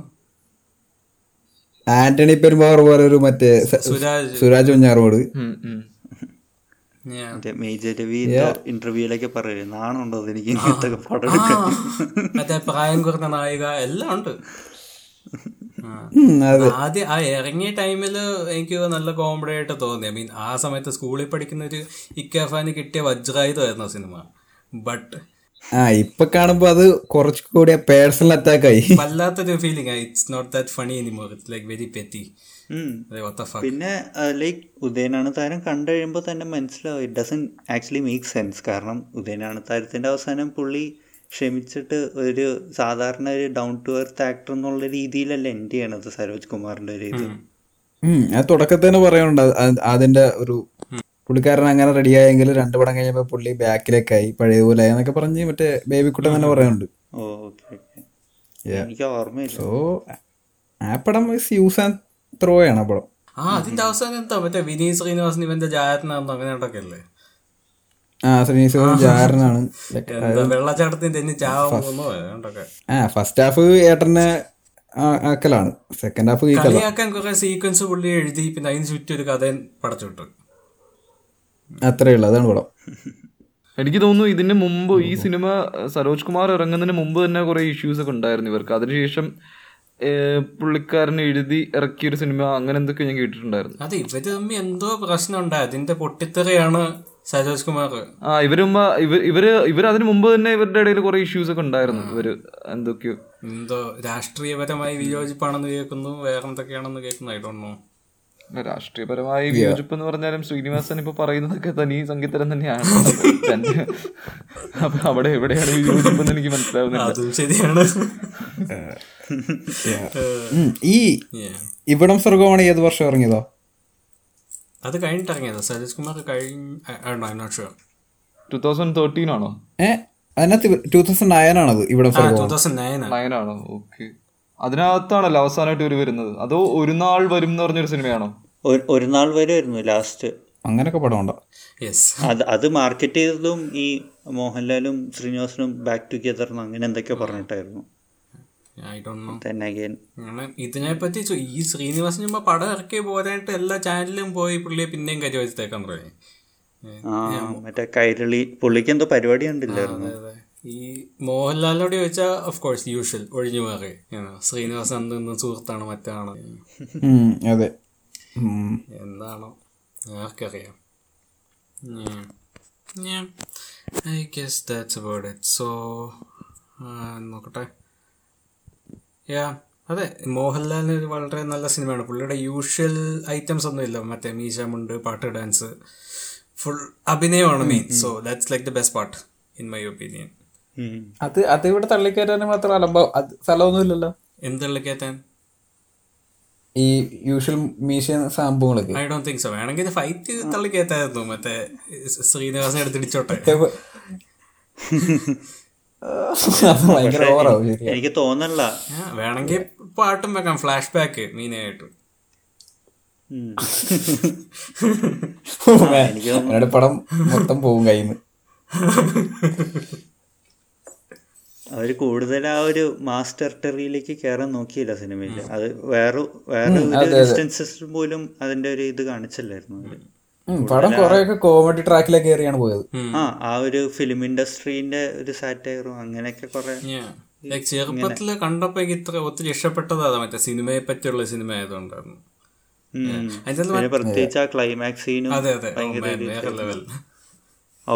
ആന്റണി പെരുമാർ പോലെ ഒരു മറ്റേ സ- സുരാജ് സുരാജ് കുഞ്ഞാറോട് ഉം, ഉം. Yeah. മേജർ രവി ഇന്റർവ്യൂലൊക്കെ പറയും നാണുണ്ടോ എനിക്ക് ഇങ്ങനത്തെ പടം എടുക്കാൻ മറ്റേ പ്രായം കുറഞ്ഞ നായിക എല്ലാം ഉണ്ട് ആ. ഉം, അതെ ആദ്യം ആ ഇറങ്ങിയ ടൈമിൽ എനിക്ക് നല്ല കോമഡി ആയിട്ട് തോന്നി ഐ മീൻ ആ സമയത്ത് സ്കൂളിൽ പഠിക്കുന്ന ഒരു ഇക്കാഫാന് കിട്ടിയ വജ്രായുധമായിരുന്നു ആ സിനിമ ബട്ട് ആ ഇപ്പൊ കാണുമ്പോ അത് കുറച്ചുകൂടി പേഴ്സണൽ അറ്റാക്ക് ആയി വല്ലാത്തൊരു ഫീലിംഗ് ആയി it's not that funny anymore it's like very petty ഉം. ഫക്ക് പിന്നെ ലൈക്ക് ഉദയനാണ് താരം കണ്ടു കഴിയുമ്പോൾ തന്നെ മനസ്സിലാവും it doesn't actually make sense കാരണം ഉദയനാണ് താരത്തിൻ്റെ അവസാനം പുള്ളി ക്ഷമിച്ചിട്ട് ഒരു സാധാരണ ഒരു ഡൗൺ ടു എർത്ത് ആക്ടർ എന്നുള്ള രീതിയിലല്ല എൻഡ് ചെയ്യണത് സരോജ് കുമാറിൻ്റെ ഒരു ഇത് ഉം, അത് തുടക്കത്തിൽ തന്നെ പറയുന്നുണ്ട് അത് അത് അതിന്റെ ഒരു പുള്ളിക്കാരൻ അങ്ങനെ റെഡിയായെങ്കിൽ രണ്ടു പടം കഴിഞ്ഞപ്പോ പുള്ളി ബാക്കിലേക്കായി പഴയതുപോലെ ആയി എന്നൊക്കെ പറഞ്ഞ് മറ്റേ ബേബിക്കുട്ടൻ തന്നെ പറയുന്നുണ്ട് ഓ ഓക്കെ ഓക്കെ എനിക്ക് ഓർമ്മയില്ല സോ ആ പടം ഇസ് യൂസ് ആൻഡ് ത്രോ ആണ് ആ പടം ആ അതിന്റെ അവസാനം എന്താ മറ്റേ വിനീത് ശ്രീനിവാസൻ ഇവന്റെ ജാരനാണെന്നോ അങ്ങനെ ഉണ്ടൊക്കെ അല്ലേ ആ ശ്രീനിവാസ ജാരനാണ് Like, എന്താ വെള്ളച്ചാട്ടത്തിന് തെന്നി ചാവാൻ പോകുന്നു ഉണ്ടൊക്കെ ആ ഫസ്റ്റ് ഹാഫ് ഏട്ടനെ ആ- ആക്കലാണ് സെക്കൻഡ് ഹാഫ് കീക്കല കളിയാക്കാൻ കുറെ സീക്വൻസ് പുള്ളി എഴുതി പിന്നെ അതിന് ചുറ്റും ഒരു കഥയും പടച്ചുവിട്ടു അത്രേ ഉള്ളൂ അതാണ് പടം എനിക്ക് തോന്നുന്നു ഇതിന് മുമ്പ് ഈ സിനിമ അഹ് സരോജ് കുമാർ ഇറങ്ങുന്നതിന് മുമ്പ് തന്നെ കുറെ ഇഷ്യൂസ് ഒക്കെ ഉണ്ടായിരുന്നു ഇവർക്ക് അതിനുശേഷം ഏഹ്, പുള്ളിക്കാരൻ എഴുതി ഇറക്കിയ ഒരു സിനിമ അങ്ങനെ എന്തൊക്കെ ഞാൻ കേട്ടിട്ടുണ്ടായിരുന്നു അത് ഇവര് തമ്മിൽ എന്തോ പ്രശ്നം ഉണ്ടായി അതിന്റെ പൊട്ടിത്തെറിയാണ് സരോജ് കുമാർ ആ ഇവര് മുമ്പ്- ഇവ- ഇവര് ഇവര് അതിന് മുമ്പ് തന്നെ ഇവരുടെ ഇടയിൽ കുറെ ഇഷ്യൂസ് ഒക്കെ ഉണ്ടായിരുന്നു ഇവര് എന്തൊക്കെയോ എന്തോ രാഷ്ട്രീയപരമായി വിയോജിപ്പാണെന്ന് കേൾക്കുന്നു വേറെ എന്തൊക്കെയാണെന്ന് കേൾക്കുന്നു ഐ ഡോണ്ട് നോ രാഷ്ട്രീയപരമായി വിയോജിപ്പ് എന്ന് പറഞ്ഞാലും ശ്രീനിവാസൻ ഇപ്പൊ പറയുന്നതൊക്കെ തനി സംഗീതരം തന്നെയാണ് തന്റെ- അപ്പൊ അവിടെ എവിടെയാണ് വിയോജിപ്പ് എന്ന് എനിക്ക് മനസ്സിലാവുന്നില്ല അതും ശരിയാണ് ഉം. ഈ Yeah. ഇവിടം സ്വർഗമാണ് ഏത് വർഷം ഇറങ്ങിയതോ അത് കഴിഞ്ഞിട്ടിറങ്ങിയത് സരോജ് കുമാർ കഴിഞ്ഞ് ഷുവർ ടൂ തൗസൻഡ് തേർട്ടീൻ ആണോ ഏ അതിനകത്ത് ടൂ തൗസൻഡ് നയൻ ആണത് ഇവിടം ആ സ്വർഗം ടൂ തൗസൻഡ് നയനാണ് നയൻ ആണോ ഓക്കെ അതിനകത്താണല്ലോ അവസാനമായിട്ട് ഇവർ വരുന്നത് അതോ ഒരു നാൾ വരും എന്ന് പറഞ്ഞൊരു സിനിമയാണോ ഒരു- ഒരു നാൾ വരെ ആയിരുന്നു ലാസ്റ്റ് അങ്ങനൊക്കെ പടം ഉണ്ടോ യെസ് അത് അത് മാർക്കറ്റ് ചെയ്തതും ഈ മോഹൻലാലും ശ്രീനിവാസനും ബാക്ക് ടുഗെദർ അങ്ങനെ എന്തൊക്കെയോ പറഞ്ഞിട്ടായിരുന്നു ഐ ഡോണ്ട് നോ തന്നെ അഗൈൻ കാരണം ഇതിനെപ്പറ്റി ചോ- ഈ ശ്രീനിവാസൻ ചുമ്മാ പടം ഇറക്കി പോരായിട്ട് എല്ലാ ചാനലിലും പോയി പുള്ളിയെ പിന്നെയും കരി വെച്ചേക്കാൻ തുടങ്ങി ആ മറ്റേ കൈരളി പുള്ളിക്ക് എന്തോ പരിപാടി കണ്ടില്ലായിരുന്നു അതായത് ഈ മോഹൻലാലിനോട് ചോദിച്ചാൽ ഓഫ് കോഴ്സ് യൂഷ്വൽ ഒഴിഞ്ഞു മാറി ശ്രീനിവാസൻ അന്ന് ഇന്ന് സുഹൃത്താണ് മറ്റാണ് ഉം, അതെ ഉം. എന്താണോ ആർക്കറിയാം I guess that's about it so നോക്കട്ടെ യാ അതെ മോഹൻലാലിന് ഒരു വളരെ നല്ല സിനിമയാണ് പുള്ളിയുടെ യൂഷ്വൽ ഐറ്റംസ് ഒന്നും ഇല്ല മറ്റേ മീശമുണ്ട് പാട്ട് ഡാൻസ് ഫുൾ അഭിനയമാണ് main so that's like the best part in my opinion ഉം. അത് അത് ഇവിടെ തള്ളിക്കയറ്റാൻ മാത്രം അലമ്പ അത് സ്ഥലമൊന്നും ഇല്ലല്ലോ എന്തുള്ള കേത്താൻ ഈ യൂഷ്വൽ മീശ സംഭവങ്ങളൊക്കെ ഐ ഡോണ്ട് തിങ്ക് സോ വേണമെങ്കിൽ ഫൈറ്റ് തള്ളി കേത്തായിരുന്നു മറ്റേ ശ്രീനിവാസനെ എടുത്തിടിച്ചോട്ടെ അത് ഭയങ്കര ഓവറാവും ശരിയാ എനിക്ക് തോന്നല്ല Yeah, വേണമെങ്കിൽ പാട്ടും വെക്കാം ഫ്ലാഷ് ബാക്ക് മീനായിട്ട് ഉം. എന്നോട് പടം മൊത്തം പോകും കയ്യിൽ നിന്ന് അവര് കൂടുതൽ ആ ഒരു മാസ്റ്റർ ടെറിയിലേക്ക് കയറാൻ നോക്കിയില്ല സിനിമയിൽ അത് വേറെ വേറെ ഒരു ഡിസ്റ്റൻസസ് പോലും അതിന്റെ ഒരു ഇത് കാണിച്ചില്ലായിരുന്നു അവര് പടം കുറെയൊക്കെ കോമഡി ട്രാക്കിലേക്ക് കയറിയാണ് പോയത് ആ ആ ഒരു ഫിലിം ഇൻഡസ്ട്രീന്റെ ഒരു സാറ്റയറും അങ്ങനെയൊക്കെ കുറെ ലൈക് ചെറുപ്പത്തിൽ കണ്ടപ്പോ എനിക്ക് ഇത്ര ഒത്തിരി ഇഷ്ടപ്പെട്ടത് അതാ മറ്റേ സിനിമയെ പറ്റിയുള്ള സിനിമ ആയതുകൊണ്ടായിരുന്നു ഉം. അതിനകത്ത് പിന്നെ പ്രത്യേകിച്ച് ആ ക്ലൈമാക്സ് സീനും അതെ അതെ ഓ, man, വേറെ level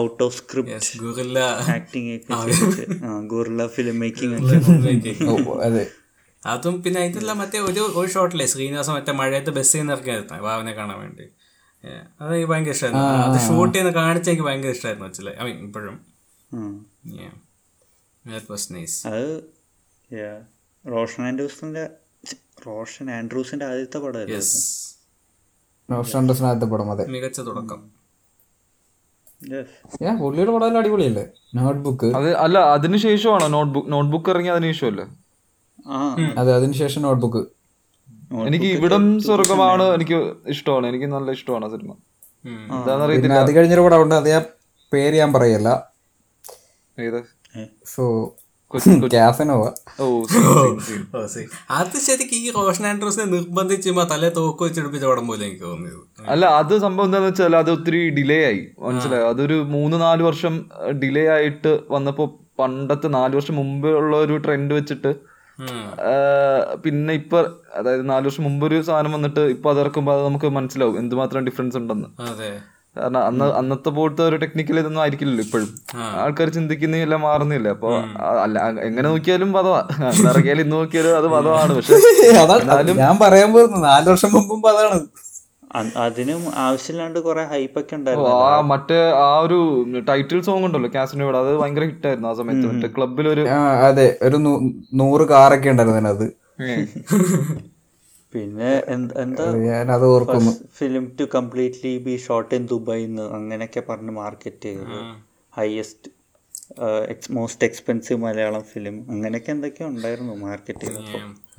out of script guerrilla acting ഒക്കെ ചെയ്തിട്ട് ഗുർല ഫിലിം മേക്കിംഗ് ഓ, അതെ അതും പിന്നെ അതിനെല്ലാം മറ്റേ ഒരു ഒരു ഷോട്ടില്ലേ ശ്രീനിവാസം മറ്റേ മഴയത്ത് ബസ്സിൽ നിന്ന് ഇറങ്ങിയായിരുന്നു ഭാവനെ കാണാൻ വേണ്ടി Yeah, അത് എനിക്ക് ഭയങ്കര ഇഷ്ടമായിരുന്നു അത് ഷൂട്ട് ചെയ്യുന്ന കാണിച്ച എനിക്ക് ഭയങ്കര ഇഷ്ടമായിരുന്നു വെച്ചില്ലേ ഐ മീൻ ഇപ്പോഴും വാസ് നൈസ് അത് yeah. റോഷൻ ആൻഡ്രൂസിന്റെ ഛ്, റോഷൻ ആൻഡ്രൂസിന്റെ ആദ്യത്തെ പടമായിരുന്നു നോഷൻ ആൻഡേഴ്സിനകത്തെ പടം അതെ മികച്ച തുടക്കം Yes. ഞാൻ പുള്ളിയുടെ പടം എല്ലാം അടിപൊളിയല്ലേ നോട്ട് ബുക്ക് അത് അല്ല അതിനുശേഷമാണോ നോട്ട്ബുക്ക് നോട്ട്ബുക്ക് ഇറങ്ങി അതിനുശേഷമല്ലേ ആ അതെ അതിനുശേഷം നോട്ട് ബുക്ക് എനിക്ക് ഇവിടം സ്വർഗമാണ് എനിക്ക് ഇഷ്ടമാണ് എനിക്ക് നല്ല ഇഷ്ടമാണ് ആ സിനിമ ഉം. എന്താന്ന് പിന്നെ അറിയത്തില്ല അത് കഴിഞ്ഞൊരു പടം ഉണ്ട് അത് ഞാൻ പേര് ഞാൻ പറയല്ല ഏത് സോ കൊച്ചി- ക്യാസനോവ ഓ സി- ഓ, see. Oh. അത് ശരിക്കും ഈ റോഷൻ ആൻഡ്രൂസിനെ നിർബന്ധിച്ച് ചുമ്മാ തലേ തോക്ക് വെച്ചെടുപ്പിച്ച പടം പോലെ എനിക്ക് തോന്നിയത് അല്ല അത് സംഭവം എന്താന്ന് വെച്ചാൽ അത് ഒത്തിരി ഡിലേ ആയി മനസ്സിലായോ അതൊരു മൂന്ന് നാല് വർഷം ഡിലേ ആയിട്ട് വന്നപ്പോ പണ്ടത്തെ നാല് വർഷം മുമ്പേ ഉള്ള ഒരു ട്രെൻഡ് വെച്ചിട്ട് ഉം. ആ, പിന്നെ ഇപ്പൊ അതായത് നാല് വർഷം മുമ്പ് ഒരു സാധനം വന്നിട്ട് ഇപ്പൊ അത് ഇറക്കുമ്പോ അത് നമുക്ക് മനസ്സിലാവും എന്തുമാത്രം ഡിഫറൻസ് ഉണ്ടെന്ന് അതെ കാരണം അന്ന് അന്നത്തെ പോലത്തെ ഒരു ടെക്നിക്കൽ ഇതൊന്നും ആയിരിക്കില്ലല്ലോ ഇപ്പോഴും ആൾക്കാർ ചിന്തിക്കുന്ന എല്ലാം മാറുന്നില്ല അപ്പൊ അല്ല അ- എങ്ങനെ നോക്കിയാലും പദവാ അന്ന് ഇറക്കിയാലും ഇന്ന് നോക്കിയാലും അത് പദവാണ് പക്ഷെ അതാണ് ഞാൻ പറയാൻ പോകുന്നു നാല് വർഷം മുമ്പും അതാണ് അ- അതിനും ആവശ്യമില്ലാണ്ട് കുറെ ഹൈപ്പൊക്കെ ഓ, ഉണ്ടായിരുന്നു ആ മറ്റേ ആ ഒരു ടൈറ്റിൽ സോങ് ഉണ്ടല്ലോ കാസിനോയുടെ അത് ഭയങ്കര ഹിറ്റായിരുന്നു ആ സമയത്ത് മറ്റേ ക്ലബിൽ ഒരു ആ, അതെ ഒരു നൂ- നൂറ് കാറൊക്കെ ഉണ്ടായിരുന്നു അതിനകത്ത് പിന്നെ എന്ത്- എന്താ അത് ഞാൻ അത് ഓർക്കുന്നു film to completely be shot in Dubai എന്ന് അങ്ങനെയൊക്കെ പറഞ്ഞ് മാർക്കറ്റ് ചെയ്തത് highest most expensive Malayalam film അങ്ങനെയൊക്കെ എന്തൊക്കെയോ ഉണ്ടായിരുന്നു മാർക്കറ്റിൽ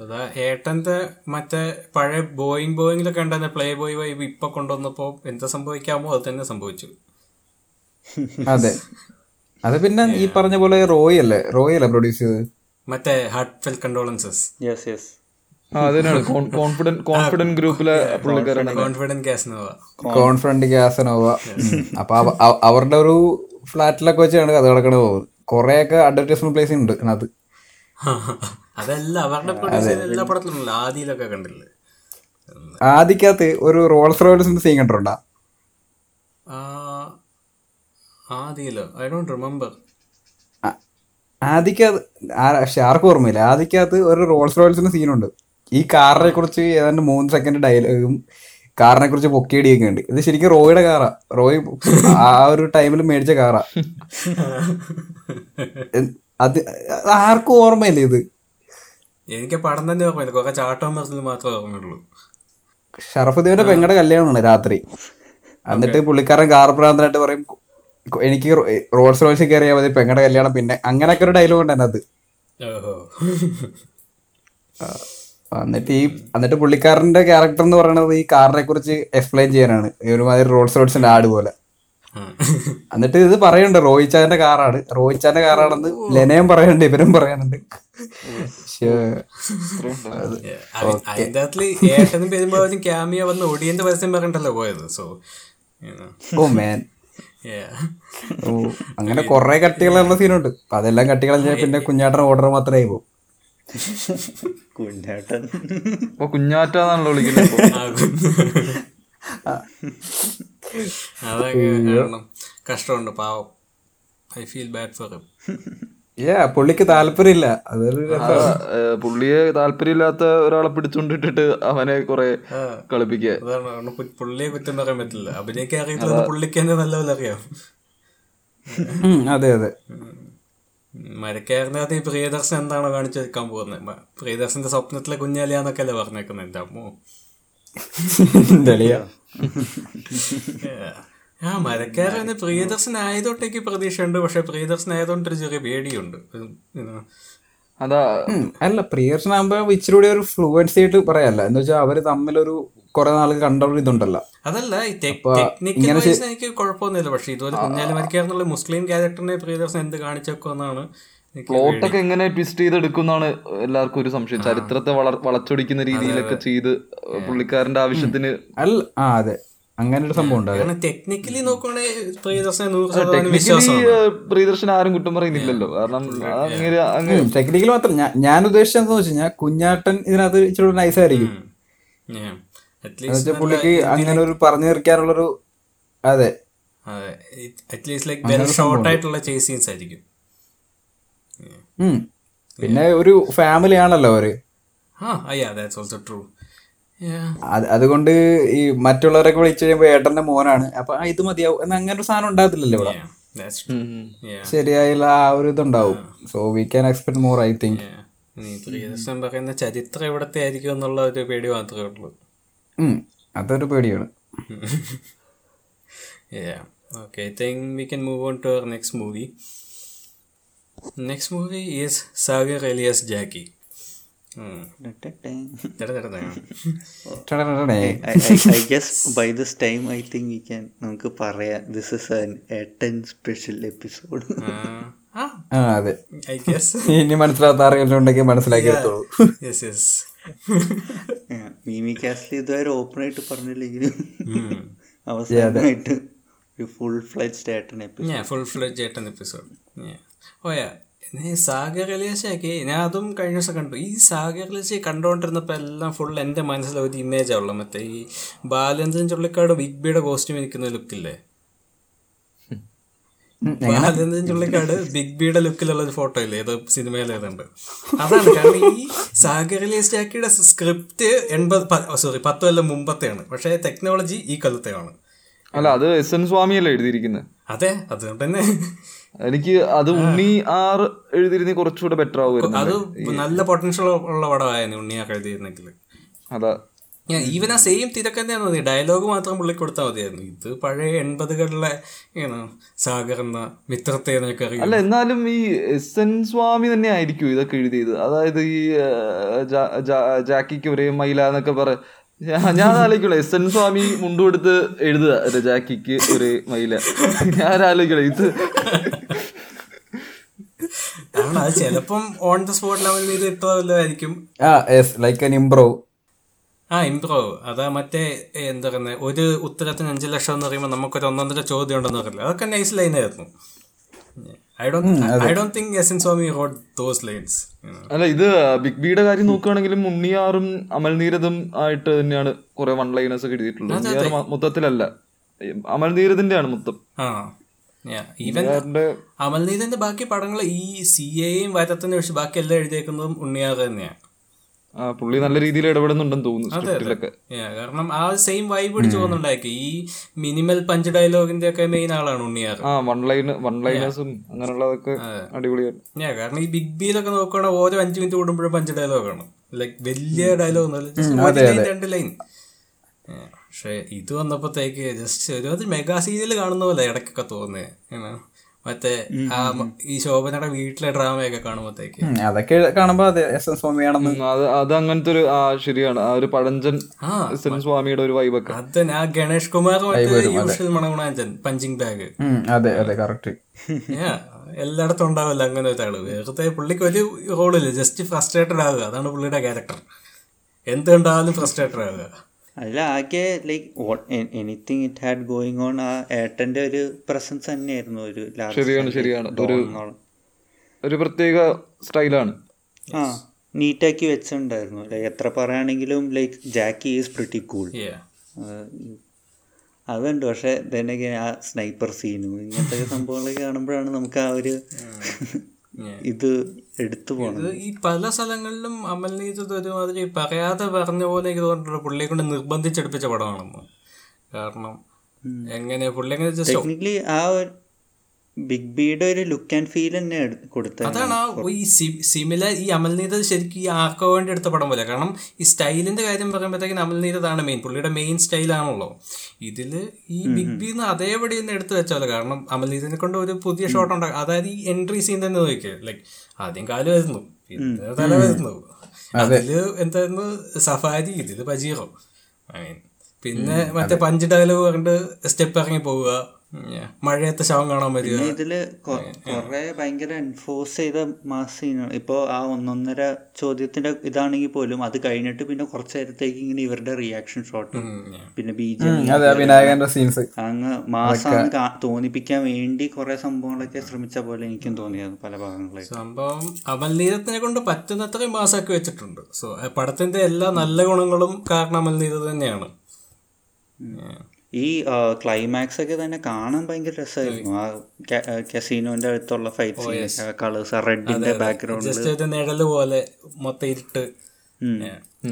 അതാ ഏട്ടന്റെ മറ്റേ പഴയ ബോയിങ് ബോയിങ്ങിലൊക്കെ ഉണ്ടായിരുന്ന പ്ലേ ബോയ് വൈബ് ഇപ്പൊ കൊണ്ടുവന്നപ്പോ എന്താ സംഭവിക്കാമോ അത് തന്നെ സംഭവിച്ചു അതെ അത് പിന്നെ ഈ പറഞ്ഞ പോലെ റോയ് അല്ലേ റോയ് അല്ലേ പ്രൊഡ്യൂസ് ചെയ്തത് മറ്റേ heart fell condolences yes yes അതിനാണ് കോൺഫിഡന്റ് കോൺഫിഡന്റ് ഗ്രൂപ്പിലെ പുള്ളിക്കാരാണ് കോൺഫിഡൻറ്റ് കാസ്നോവ കോൺഫിഡന്റ് ഗ്യാസനോവ അപ്പൊ അവ- അവ- അവരുടെ ഒരു ഫ്ലാറ്റിലൊക്കെ വെച്ചാണ് കഥ കിടക്കണ പോകുന്നത് കുറെയൊക്കെ അഡ്വർടൈസ്മെന്റ് പ്ലേസ് ഉണ്ട് അതിനകത്ത് അതെല്ലാം അവരുടെ പ്രൊഡ്യൂസർ എല്ലാ പടത്തിലുണ്ടല്ലോ ആദിയിലൊക്കെ കണ്ടില്ലേ ആദ്യക്കകത്ത് ഒരു റോൾസ് റോയിൽസിന്റെ സീൻ കണ്ടിട്ടുണ്ടോ ആ, ആദിയിലോ ഐ ഡോണ്ട് റിമെമ്പർ ആ- ആദിക്കകത്ത് ആ- പക്ഷെ ആർക്കും ഓർമ്മയില്ല ആദിക്കകത്ത് ഒരു റോൾസ് റോയൽസിന്റെ സീനുണ്ട് ഈ കാറിനെ കുറിച്ച് ഏതാണ്ട് മൂന്ന് സെക്കൻഡ് ഡയലോഗും കാറിനെ കുറിച്ച് പൊക്കിയടിയൊക്കെ ഉണ്ട് ഇത് ശരിക്കും റോയുടെ കാറാ റോയ് ആ ഒരു ടൈമിൽ മേടിച്ച കാറാ എൻ- അത് അത് ആർക്കും ഓർമ്മയില്ല ഇത് എനിക്ക് പടം തന്നെ ഓർമ്മയില്ല കുറെ ചാട്ടവും മറസിൽ മാത്രമേ ഓർമ്മയുള്ളൂ ഷറഫുദ്ദീന്റെ പെങ്ങളുടെ കല്യാണമാണ് രാത്രി എന്നിട്ട് പുള്ളിക്കാരൻ കാർ പ്രാന്തനായിട്ട് പറയും "കു- എനിക്ക് റോ- റോൾസ് റോയ്സിൽ കയറിയാൽ മതി പെങ്ങളുടെ കല്യാണം പിന്നെ അങ്ങനെയൊക്കെ ഒരു ഡയലോഗ് ഉണ്ട് അതിനകത്ത് ഓഹോ എന്നിട്ട് ഈ എന്നിട്ട് പുള്ളിക്കാരന്റെ ക്യാരക്ടർ എന്ന് പറയുന്നത് ഈ കാറിനെ കുറിച്ച് എക്സ്പ്ലെയിൻ ചെയ്യാനാണ് ഈ ഒരുമാതിരി റോൾസ് റോയ്സിന്റെ ആട് പോലെ ആ. എന്നിട്ട് ഇത് പറയുന്നുണ്ട് റോഹിത് ചാന്റെ കാറാണ് റോഹിത് ചാന്റെ കാറാണെന്ന് ലെനയും പറയുന്നുണ്ട് ഇവരും പറയുന്നുണ്ട് ശ്ശേ. അത് അത് അതിന്റെ അകത്തില് ഏട്ടനും പെരുമ്പാവനും ക്യാമിയ വന്ന് ഒടിയന്റെ പരസ്യം പറഞ്ഞിട്ടല്ലോ പോയത് സോ ഓ മാൻ ഓ അങ്ങനെ കുറെ കട്ടികളുള്ള സീനുണ്ട് അപ്പൊ അതെല്ലാം കട്ടികളെ പിന്നെ കുഞ്ഞാട്ടൻ ഓർഡർ മാത്രമേ പോകും കുഞ്ഞേട്ടൻ അപ്പൊ കുഞ്ഞാറ്റാന്നാണല്ലോ വിളിക്കുന്നത് ഇപ്പൊ. അതൊക്കെ കാരണം കഷ്ടമുണ്ട് പാവം I feel bad for uh പുള്ളിക്ക് താല്പര്യമില്ല അതൊരു ആ, ഏ, പുള്ളിയെ താല്പര്യമില്ലാത്ത ഒരാളെ പിടിച്ചോണ്ടിട്ടിട്ട് അവനെ കുറെ കളിപ്പിക്കുക അതാണ് കാരണം പു- പുള്ളിയെ കുറ്റം പറയാൻ പറ്റില്ല അഭിനയിക്കാൻ അറിയത്തില്ല പുള്ളിക്ക് തന്നെ നല്ലപോലെ അറിയാം ഉം, അതെ അതെ മരക്കാരനകത്ത് ഈ പ്രിയദർശൻ എന്താണോ കാണിച്ചു വെക്കാൻ പോകുന്നത് മ- പ്രിയദർശന്റെ സ്വപ്നത്തിലെ കുഞ്ഞാലിയാന്നൊക്കെ അല്ലേ പറഞ്ഞേക്കുന്നത് എന്റെ അമ്മോ ദളിയ. Yeah. ആ മരക്കാരന് പ്രിയദർശൻ ആയതോട്ടേക്ക് പ്രതീക്ഷയുണ്ട് പക്ഷെ പ്രിയദർശൻ ആയതുകൊണ്ട് ഒരു ചെറിയ പേടിയുണ്ട് ഉം, you know. അതാ ഉം, അല്ല പ്രിയർഷനാകുമ്പോ ഇച്ചിരി കൂടി ഒരു ഫ്ലുവൻസി ആയിട്ട് പറയാല്ല എന്ന് വെച്ചാൽ അവര് തമ്മിലൊരു കുറെ നാൾ കണ്ട ഒരു ഇതുണ്ടല്ലോ അതല്ല ഈ ടെക്നിക്കൽ വൈസ് എനിക്ക് കുഴപ്പമൊന്നുമില്ല പക്ഷെ ഇതുപോലെ കുഞ്ഞാലി മരക്കാരെന്നുള്ള മുസ്ലിം ക്യാരക്ടറിനെ പ്രിയദർശൻ എന്ത് കാണിച്ചേക്കുമെന്നാണ് എനിക്ക് പ്ലോട്ടൊക്കെ എങ്ങനെ ട്വിസ്റ്റ് ചെയ്തെടുക്കുന്നാണ് എല്ലാവർക്കും ഒരു സംശയം ചരിത്രത്തെ വളർ വളച്ചൊടിക്കുന്ന രീതിയിലൊക്കെ ചെയ്ത് പുള്ളിക്കാരന്റെ ആവശ്യത്തിന് അല്ല ആ അതെ അങ്ങനെ ഒരു സംഭവം ഉണ്ട് അതെ കാരണം ടെക്നിക്കലി നോക്കുവാണെങ്കിൽ പ്രിയദർശനെ നൂറ് ശതമാനം വിശ്വാസമാണ് ഏ, പ്രിയദർശൻ ആരും കുറ്റം പറയുന്നില്ലല്ലോ കാരണം അങ്ങനെ അങ്ങനെ ടെക്നിക്കൽ മാത്രം ഞാൻ- ഞാൻ ഉദ്ദേശിച്ചത് എന്താന്ന് വെച്ച് കഴിഞ്ഞാൽ കുഞ്ഞാട്ടൻ ഇതിനകത്ത് ഇച്ചിരി കൂടി nice ആയിരിക്കും അറ്റ്ലീസ്റ്റ് പക്ഷെ പുള്ളിക്ക് അങ്ങനെ ഒരു പറഞ്ഞു തീർക്കാനുള്ളൊരു അതെ അറ്റ്ലീസ്റ്റ് ലൈക്ക് വെൽ ഷോർട്ട് ആയിട്ടുള്ള ചേസ് സീൻസ് ആയിരിക്കും ഉം. പിന്നെ ഒരു ഫാമിലി ആണല്ലോ അവര് ആ അയ്യാ ദാറ്റ്സ് ഓൾസോ ട്രൂ അത് അതുകൊണ്ട് ഈ മറ്റുള്ളവരൊക്കെ വിളിച്ചു കഴിയുമ്പോ ഏട്ടന്റെ മോനാണ് അപ്പൊ ആ, ഇത് മതിയാവും എന്ന് അങ്ങനെ ഒരു സാധനം ഉണ്ടാകത്തില്ലല്ലോ ഇവിടെ ഉം. ശരിയായില്ല ആ ഒരു ഇതുണ്ടാവും so we can expect more I think Priyadarshan പറയുന്ന ചരിത്രം എവിടത്തെ ആയിരിക്കും എന്നുള്ള ഒരു പേടി മാത്രമേ ഉള്ളൂ അതൊരു പേടിയാണ് okay I think we can move on to our next movie next movie is Sagar alias Jacky Hmm. I, I, I guess by this time I think we can നമുക്ക് പറയാം ദിസ് ഇസ് ആൻ എട്ടൻ special episode ആ ആ അതെ I guess ഇനി മനസ്സിലാത്ത ആരെങ്കിലും ഉണ്ടെങ്കിൽ മനസ്സിലാക്കി എടുത്തോളൂ യെസ് യെസ് മീമി കാസ്റ്റിൽ ഇതുവരെ ഓപ്പൺ ആയിട്ട് പറഞ്ഞില്ലെങ്കിലും അവസാനമായിട്ട് ഒരു ഫുൾ ഫ്ലെഡ്ജ് ഏട്ടൻ എപ്പിസോഡ് ഞാൻ ഫുൾ ഫ്ലെഡ്ജ് ആയിട്ടാണ് എപ്പിസോഡ് ഓയാ ഈ സാഗർ ലേശയൊക്കെ ഞാൻ അതും കഴിഞ്ഞ ദിവസം കണ്ടു ഈ സാഗർ ലേശ കണ്ടുകൊണ്ടിരുന്നപ്പോൾ എല്ലാം ഫുൾ എൻ്റെ മനസ്സിൽ ഒരു ഇമേജാണ് ഉള്ളത് മറ്റേ ഈ ബാലചന്ദ്രൻ ചുള്ളിക്കാട് ബിഗ് ബിയുടെ കോസ്റ്റ്യൂം ഇരിക്കുന്ന ലുക്കില്ലേ ബാലചന്ദ്രൻ ചുള്ളിക്കാട് ബിഗ് ബിയുടെ ലുക്കിലുള്ള ഒരു ഫോട്ടോ ഇല്ലേ ഏതോ സിനിമയിൽ ഏതുണ്ട് അതാണ് കാരണം ഈ സാഗർ ലേശാക്കിയുടെ സ്ക്രിപ്റ്റ് എൺപത് സോറി പത്ത് കൊല്ലം മുമ്പത്തെയാണ് പക്ഷേ ടെക്നോളജി ഈ കൊല്ലത്തെയാണ് അല്ല അത് എസ് എൻ സ്വാമിയല്ലേ എഴുതിയിരിക്കുന്നത് അതെ അതുകൊണ്ട് തന്നെ എനിക്ക് അത് ഉണ്ണി ആറ് എഴുതിയിരുന്നെങ്കിൽ കുറച്ചുകൂടെ ബെറ്റർ ആവുമായിരുന്നു അത് നല്ല പൊട്ടൻഷ്യൽ ഉള്ള പടമായിരുന്നു ഉണ്ണിയാ കഴുതിയിരുന്നെങ്കിൽ അതാ ഞാൻ ഈവൻ ആ സെയിം തിരക്ക് തന്നെയാണ് തോന്നി ഡയലോഗ് മാത്രം പുള്ളി കൊടുത്താൽ മതിയായിരുന്നു ഇത് പഴയ എൺപതുകളിലെ ഏതാണ് സാഗർ എന്ന മിത്രത്തെ എന്നൊക്കെ അല്ല അറിയാം എന്നാലും ഈ എസ് എൻ സ്വാമി തന്നെ ആയിരിക്കും ഇതൊക്കെ എഴുതിയത് അതായത് ഈ ആ, ജാ- ജാ- ജാക്കിക്ക് ഒരേ മൈല എന്നൊക്കെ പറ ഞാൻ- ഞാൻ ആലോചിക്കണേ എസ് എൻ സ്വാമി മുണ്ടു കൊടുത്ത് എഴുതുക ഒരു ജാക്കിക്ക് ഒരേ മൈല ഞാൻ ആലോചിക്കണേ ഇത് കാരണം അത് ചിലപ്പം ഓൺ ദ സ്പോട്ട് ലെവലിൽ ഇത് ഇത്ര വല്ലതായിരിക്കും ആ യെസ് ലൈക്ക് അൻ ഇംപ്രൂവ് ആ ഇംപ്രൂവ് അതാ മറ്റേ ഏ, എന്താ പറയുന്നത് ഒരു ഉത്തരത്തിന് അഞ്ച് ലക്ഷം എന്ന് പറയുമ്പോൾ നമുക്കൊരു ഒന്നൊന്നര ചോദ്യം ഉണ്ടെന്ന് അറിയില്ല അതൊക്കെ നൈസ് ലൈൻ ആയിരുന്നു I don't I don't think S N Swami wrote those lines അല്ല ഇത് ബിഗ് ബിയുടെ കാര്യം നോക്കുകയാണെങ്കിലും ഉണ്ണിയാറും അമൽനീരതും ആയിട്ട് തന്നെയാണ് കുറെ വൺ ലൈനേഴ്സ് ഒക്കെ എഴുതിയിട്ടുള്ളത് ഉണ്ണിയാർ മ- മൊത്തത്തിലല്ല അമൽനീരതിന്റെ ആണ് മൊത്തം ആ ഈവൻ ഉണ്ണിയാറിന്റെ അമൽനീതിന്റെ ബാക്കി പടങ്ങൾ ഈ സി എയും വരത്തിനെ വെച്ച് ബാക്കി എല്ലാം എഴുതിയേക്കുന്നതും ഉണ്ണിയാറ് തന്നെയാണ് ആ, പുള്ളി നല്ല രീതിയിൽ ഇടപെടുന്നുണ്ടെന്ന് തോന്നുന്നു സ്ക്രിപ്റ്റിലൊക്കെ Yeah, കാരണം ആ സെയിം വൈബ് പിടിച്ചു പോകുന്നുണ്ടാക്കി ഈ മിനിമൽ പഞ്ച് ഡയലോഗിന്റെ ഒക്കെ മെയിൻ ആളാണ് ഉണ്ണിയാറ് ആ വൺ ലൈൻ വൺ ലൈനേഴ്സും അങ്ങനെയുള്ളതൊക്കെ അടിപൊളിയാണ് ഞാൻ കാരണം ഈ ബിഗ് ബിയിലൊക്കെ നോക്കുകയാണെങ്കിൽ ഓരോ അഞ്ച് മിനിറ്റ് കൂടുമ്പോഴും പഞ്ച് ഡയലോഗാണ് ലൈക്ക് വലിയ ഡയലോഗ് രണ്ട് ലൈൻ പക്ഷെ ഇത് വന്നപ്പോഴത്തേക്ക് ജസ്റ്റ് ഒരു അത് മെഗാ സീരിയൽ കാണുന്ന പോലെ ഇടയ്ക്കൊക്കെ തോന്നുന്നത് മറ്റേ ആ മ- ഈ ശോഭനയുടെ വീട്ടിലെ ഡ്രാമയൊക്കെ കാണുമ്പോഴത്തേക്ക് ഉം, അതൊക്കെ കാണുമ്പോ അതെ എസ് എൻ സ്വാമിയാണെന്ന് ഉം, അത് അത് അങ്ങനത്തെ ഒരു ആ ശരിയാണ് ആ ഒരു പഴഞ്ചൻ ആ സെൻ സ്വാമിയുടെ ഒരു വൈബൊക്കെ അത് ആ ഗണേഷ് കുമാർ മറ്റേ യൂഷ്വൽ മണകുണാഞ്ചൻ പഞ്ചിങ് ബാഗ് ഉം, അതെ അതെ കറക്റ്റ് Yeah, എല്ലായിടത്തും ഉണ്ടാവില്ല അങ്ങനെ ഒരാള് വെറുതെ പുള്ളിക്ക് ഒരു റോളില്ല ജസ്റ്റ് ഫ്രസ്ട്രേറ്റഡ് ആവുക അതാണ് പുള്ളിയുടെ ക്യാരക്ടർ എന്തുണ്ടാവാലും ഫ്രസ്ട്രേറ്റഡ് ആവുക അതിൽ ആകെ like what anything it had going on ആ ഏട്ടന്റെ ഒരു പ്രസൻസ് തന്നെയായിരുന്നു ഒരു large ശരിയാണ്, scale ശരിയാണ്. don ഒരു- എന്നുള്ള- ഒരു പ്രത്യേക സ്റ്റൈലാണ് ആ നീറ്റാക്കി വെച്ചിട്ടുണ്ടായിരുന്നു ലൈക്ക് എത്ര പറയുകയാണെങ്കിലും like Jackie is pretty cool Yeah. അതുണ്ട് പക്ഷെ തന്നെ ആ സ്നൈപ്പർ സീനും ഇങ്ങനത്തെ സംഭവങ്ങളൊക്കെ കാണുമ്പോഴാണ് നമുക്ക് ആ ഒരു ഇത് എടുത്തു പോകണം ഇത് ഈ പല സ്ഥലങ്ങളിലും അമൽനീത് ഒരുമാതിരി പറയാതെ പറഞ്ഞ പോലെ എനിക്ക് തോന്നിയിട്ടുണ്ട് പുള്ളിയെ കൊണ്ട് നിർബന്ധിച്ചെടുപ്പിച്ച പടമാണെന്ന് കാരണം എങ്ങനെ പുള്ളി എങ്ങനെ ജസ്റ്റ് ടെക്നിക്കലി ആ ഒരു ബിഗ് ബിയുടെ ഒരു ലുക്ക് ആൻഡ് ഫീൽ തന്നെ എടു- കൊടുത്തത് അതാണ് ആ ഈ സിമിലർ ഈ അമൽനീത ശരിക്കും ഈ ആർക്കോ വേണ്ടി എടുത്ത പടം പോലെ കാരണം ഈ സ്റ്റൈലിന്റെ കാര്യം പറയുമ്പോഴത്തേക്കും അമൽനീതാണ് മെയിൻ പുള്ളിയുടെ മെയിൻ സ്റ്റൈലാണല്ലോ ഇതില് ഈ ബിഗ് ബി എന്ന് അതേപടി ഒന്ന് എടുത്തു വെച്ചാലോ കാരണം അമൽനീതിനെ കൊണ്ട് ഒരു പുതിയ ഷോട്ട് ഉണ്ടാക്കും അതായത് ഈ എൻട്രി സീൻ തന്നെ നോക്കിയത് ലൈക്ക് ആദ്യം കാല് വരുന്നു പിന്നെ തല വരുന്നു അതില് എന്തായിരുന്നു സഫാരി ഇതില് പജീറോ ഐ മീൻ പിന്നെ മറ്റേ പഞ്ച് ഡയലോഗ് കണ്ട് സ്റ്റെപ്പ് ഇറങ്ങി പോവുക ഉം, മഴയത്തെ ശവം കാണാൻ വരിക പിന്നെ ഇതില് കൊ- കൊറേ ഭയങ്കര എൻഫോഴ്സ് ചെയ്ത മാസ് സീനാണ് ഇപ്പോൾ ആ ഒന്നൊന്നര ചോദ്യത്തിന്റെ ഇതാണെങ്കിൽ പോലും അത് കഴിഞ്ഞിട്ട് പിന്നെ കുറച്ച് നേരത്തേക്ക് ഇങ്ങനെ ഇവരുടെ റിയാക്ഷൻ ഷോട്ടും ഉം, yeah. പിന്നെ ബി ജെ അതെ ആ വിനായകന്റെ സീൻസ് അങ്ങ് മാസാന്ന് കാ- തോന്നിപ്പിക്കാൻ വേണ്ടി കുറെ സംഭവങ്ങളൊക്കെ ശ്രമിച്ച പോലെ എനിക്കും തോന്നിയത് പല ഭാഗങ്ങളെ സംഭവം അമൽനീതത്തിനെ കൊണ്ട് പറ്റുന്നത്രയും പാസ്സാക്കി വെച്ചിട്ടുണ്ട് സോ പടത്തിന്റെ എല്ലാ നല്ല ഗുണങ്ങളും കാരണം അമൽനീതത് തന്നെയാണ് ഈ ക്ലൈമാക്സ് ഒക്കെ തന്നെ കാണാൻ ഭയങ്കര രസമായിരുന്നു ആ കസീനോന്റെ അടുത്തുള്ള ഫൈറ്റ് കളേഴ്സ് ആ റെഡിന്റെ ബാക്ക്ഗ്രൗണ്ടിൽ ജസ്റ്റ് ഒരു നിഴല് പോലെ മൊത്തം ഇരുട്ട്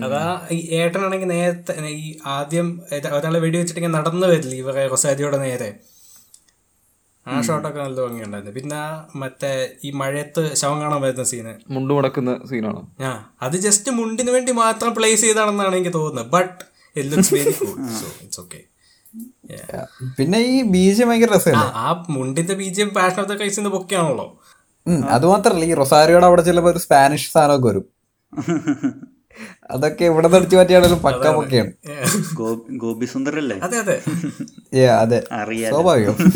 അതാ ഈ ഏട്ടനാണെങ്കിൽ നേരത്തെ ഈ ആദ്യം ഏത- ഒരാളെ വെടി വെച്ചിട്ടിങ്ങനെ നടന്നു വരില്ല ഇവരെ റൊസാരിയുടെ നേരെ ആ ഷോട്ടൊക്കെ നല്ല ഭംഗിയുണ്ടായിരുന്നു പിന്നെ ആ മറ്റേ ഈ മഴയത്ത് ശവം കാണാൻ വരുന്ന സീന് മുണ്ടു മുടക്കുന്ന സീനാണ് ആ അത് ജസ്റ്റ് മുണ്ടിന് വേണ്ടി മാത്രം പ്ലേസ് ചെയ്താണെന്നാണ് എനിക്ക് തോന്നുന്നത് but it looks very cool so it's okay പിന്നെ ഈ ബീജം ഭയങ്കര രസമാണ് ആ മുണ്ടിന്റെ ബീജിയം പാഷൻ ഓഫ് ദ കൈസിന്ന് പൊക്കെയാണല്ലോ അത് മാത്രല്ല ഈ റൊസാരിയോടെ അവിടെ ചെല്ലുമ്പോ ഒരു സ്പാനിഷ് സാധനമൊക്കെ വരും അതൊക്കെ ഇവിടെ നിർത്തി മാറ്റിയാണെങ്കിലും പക്ക പൊക്കെയാണ് ഗോപി സുന്ദർ അല്ലേ അതെ അതെ ഏ അതെ അറിയാലോ. സ്വാഭാവികം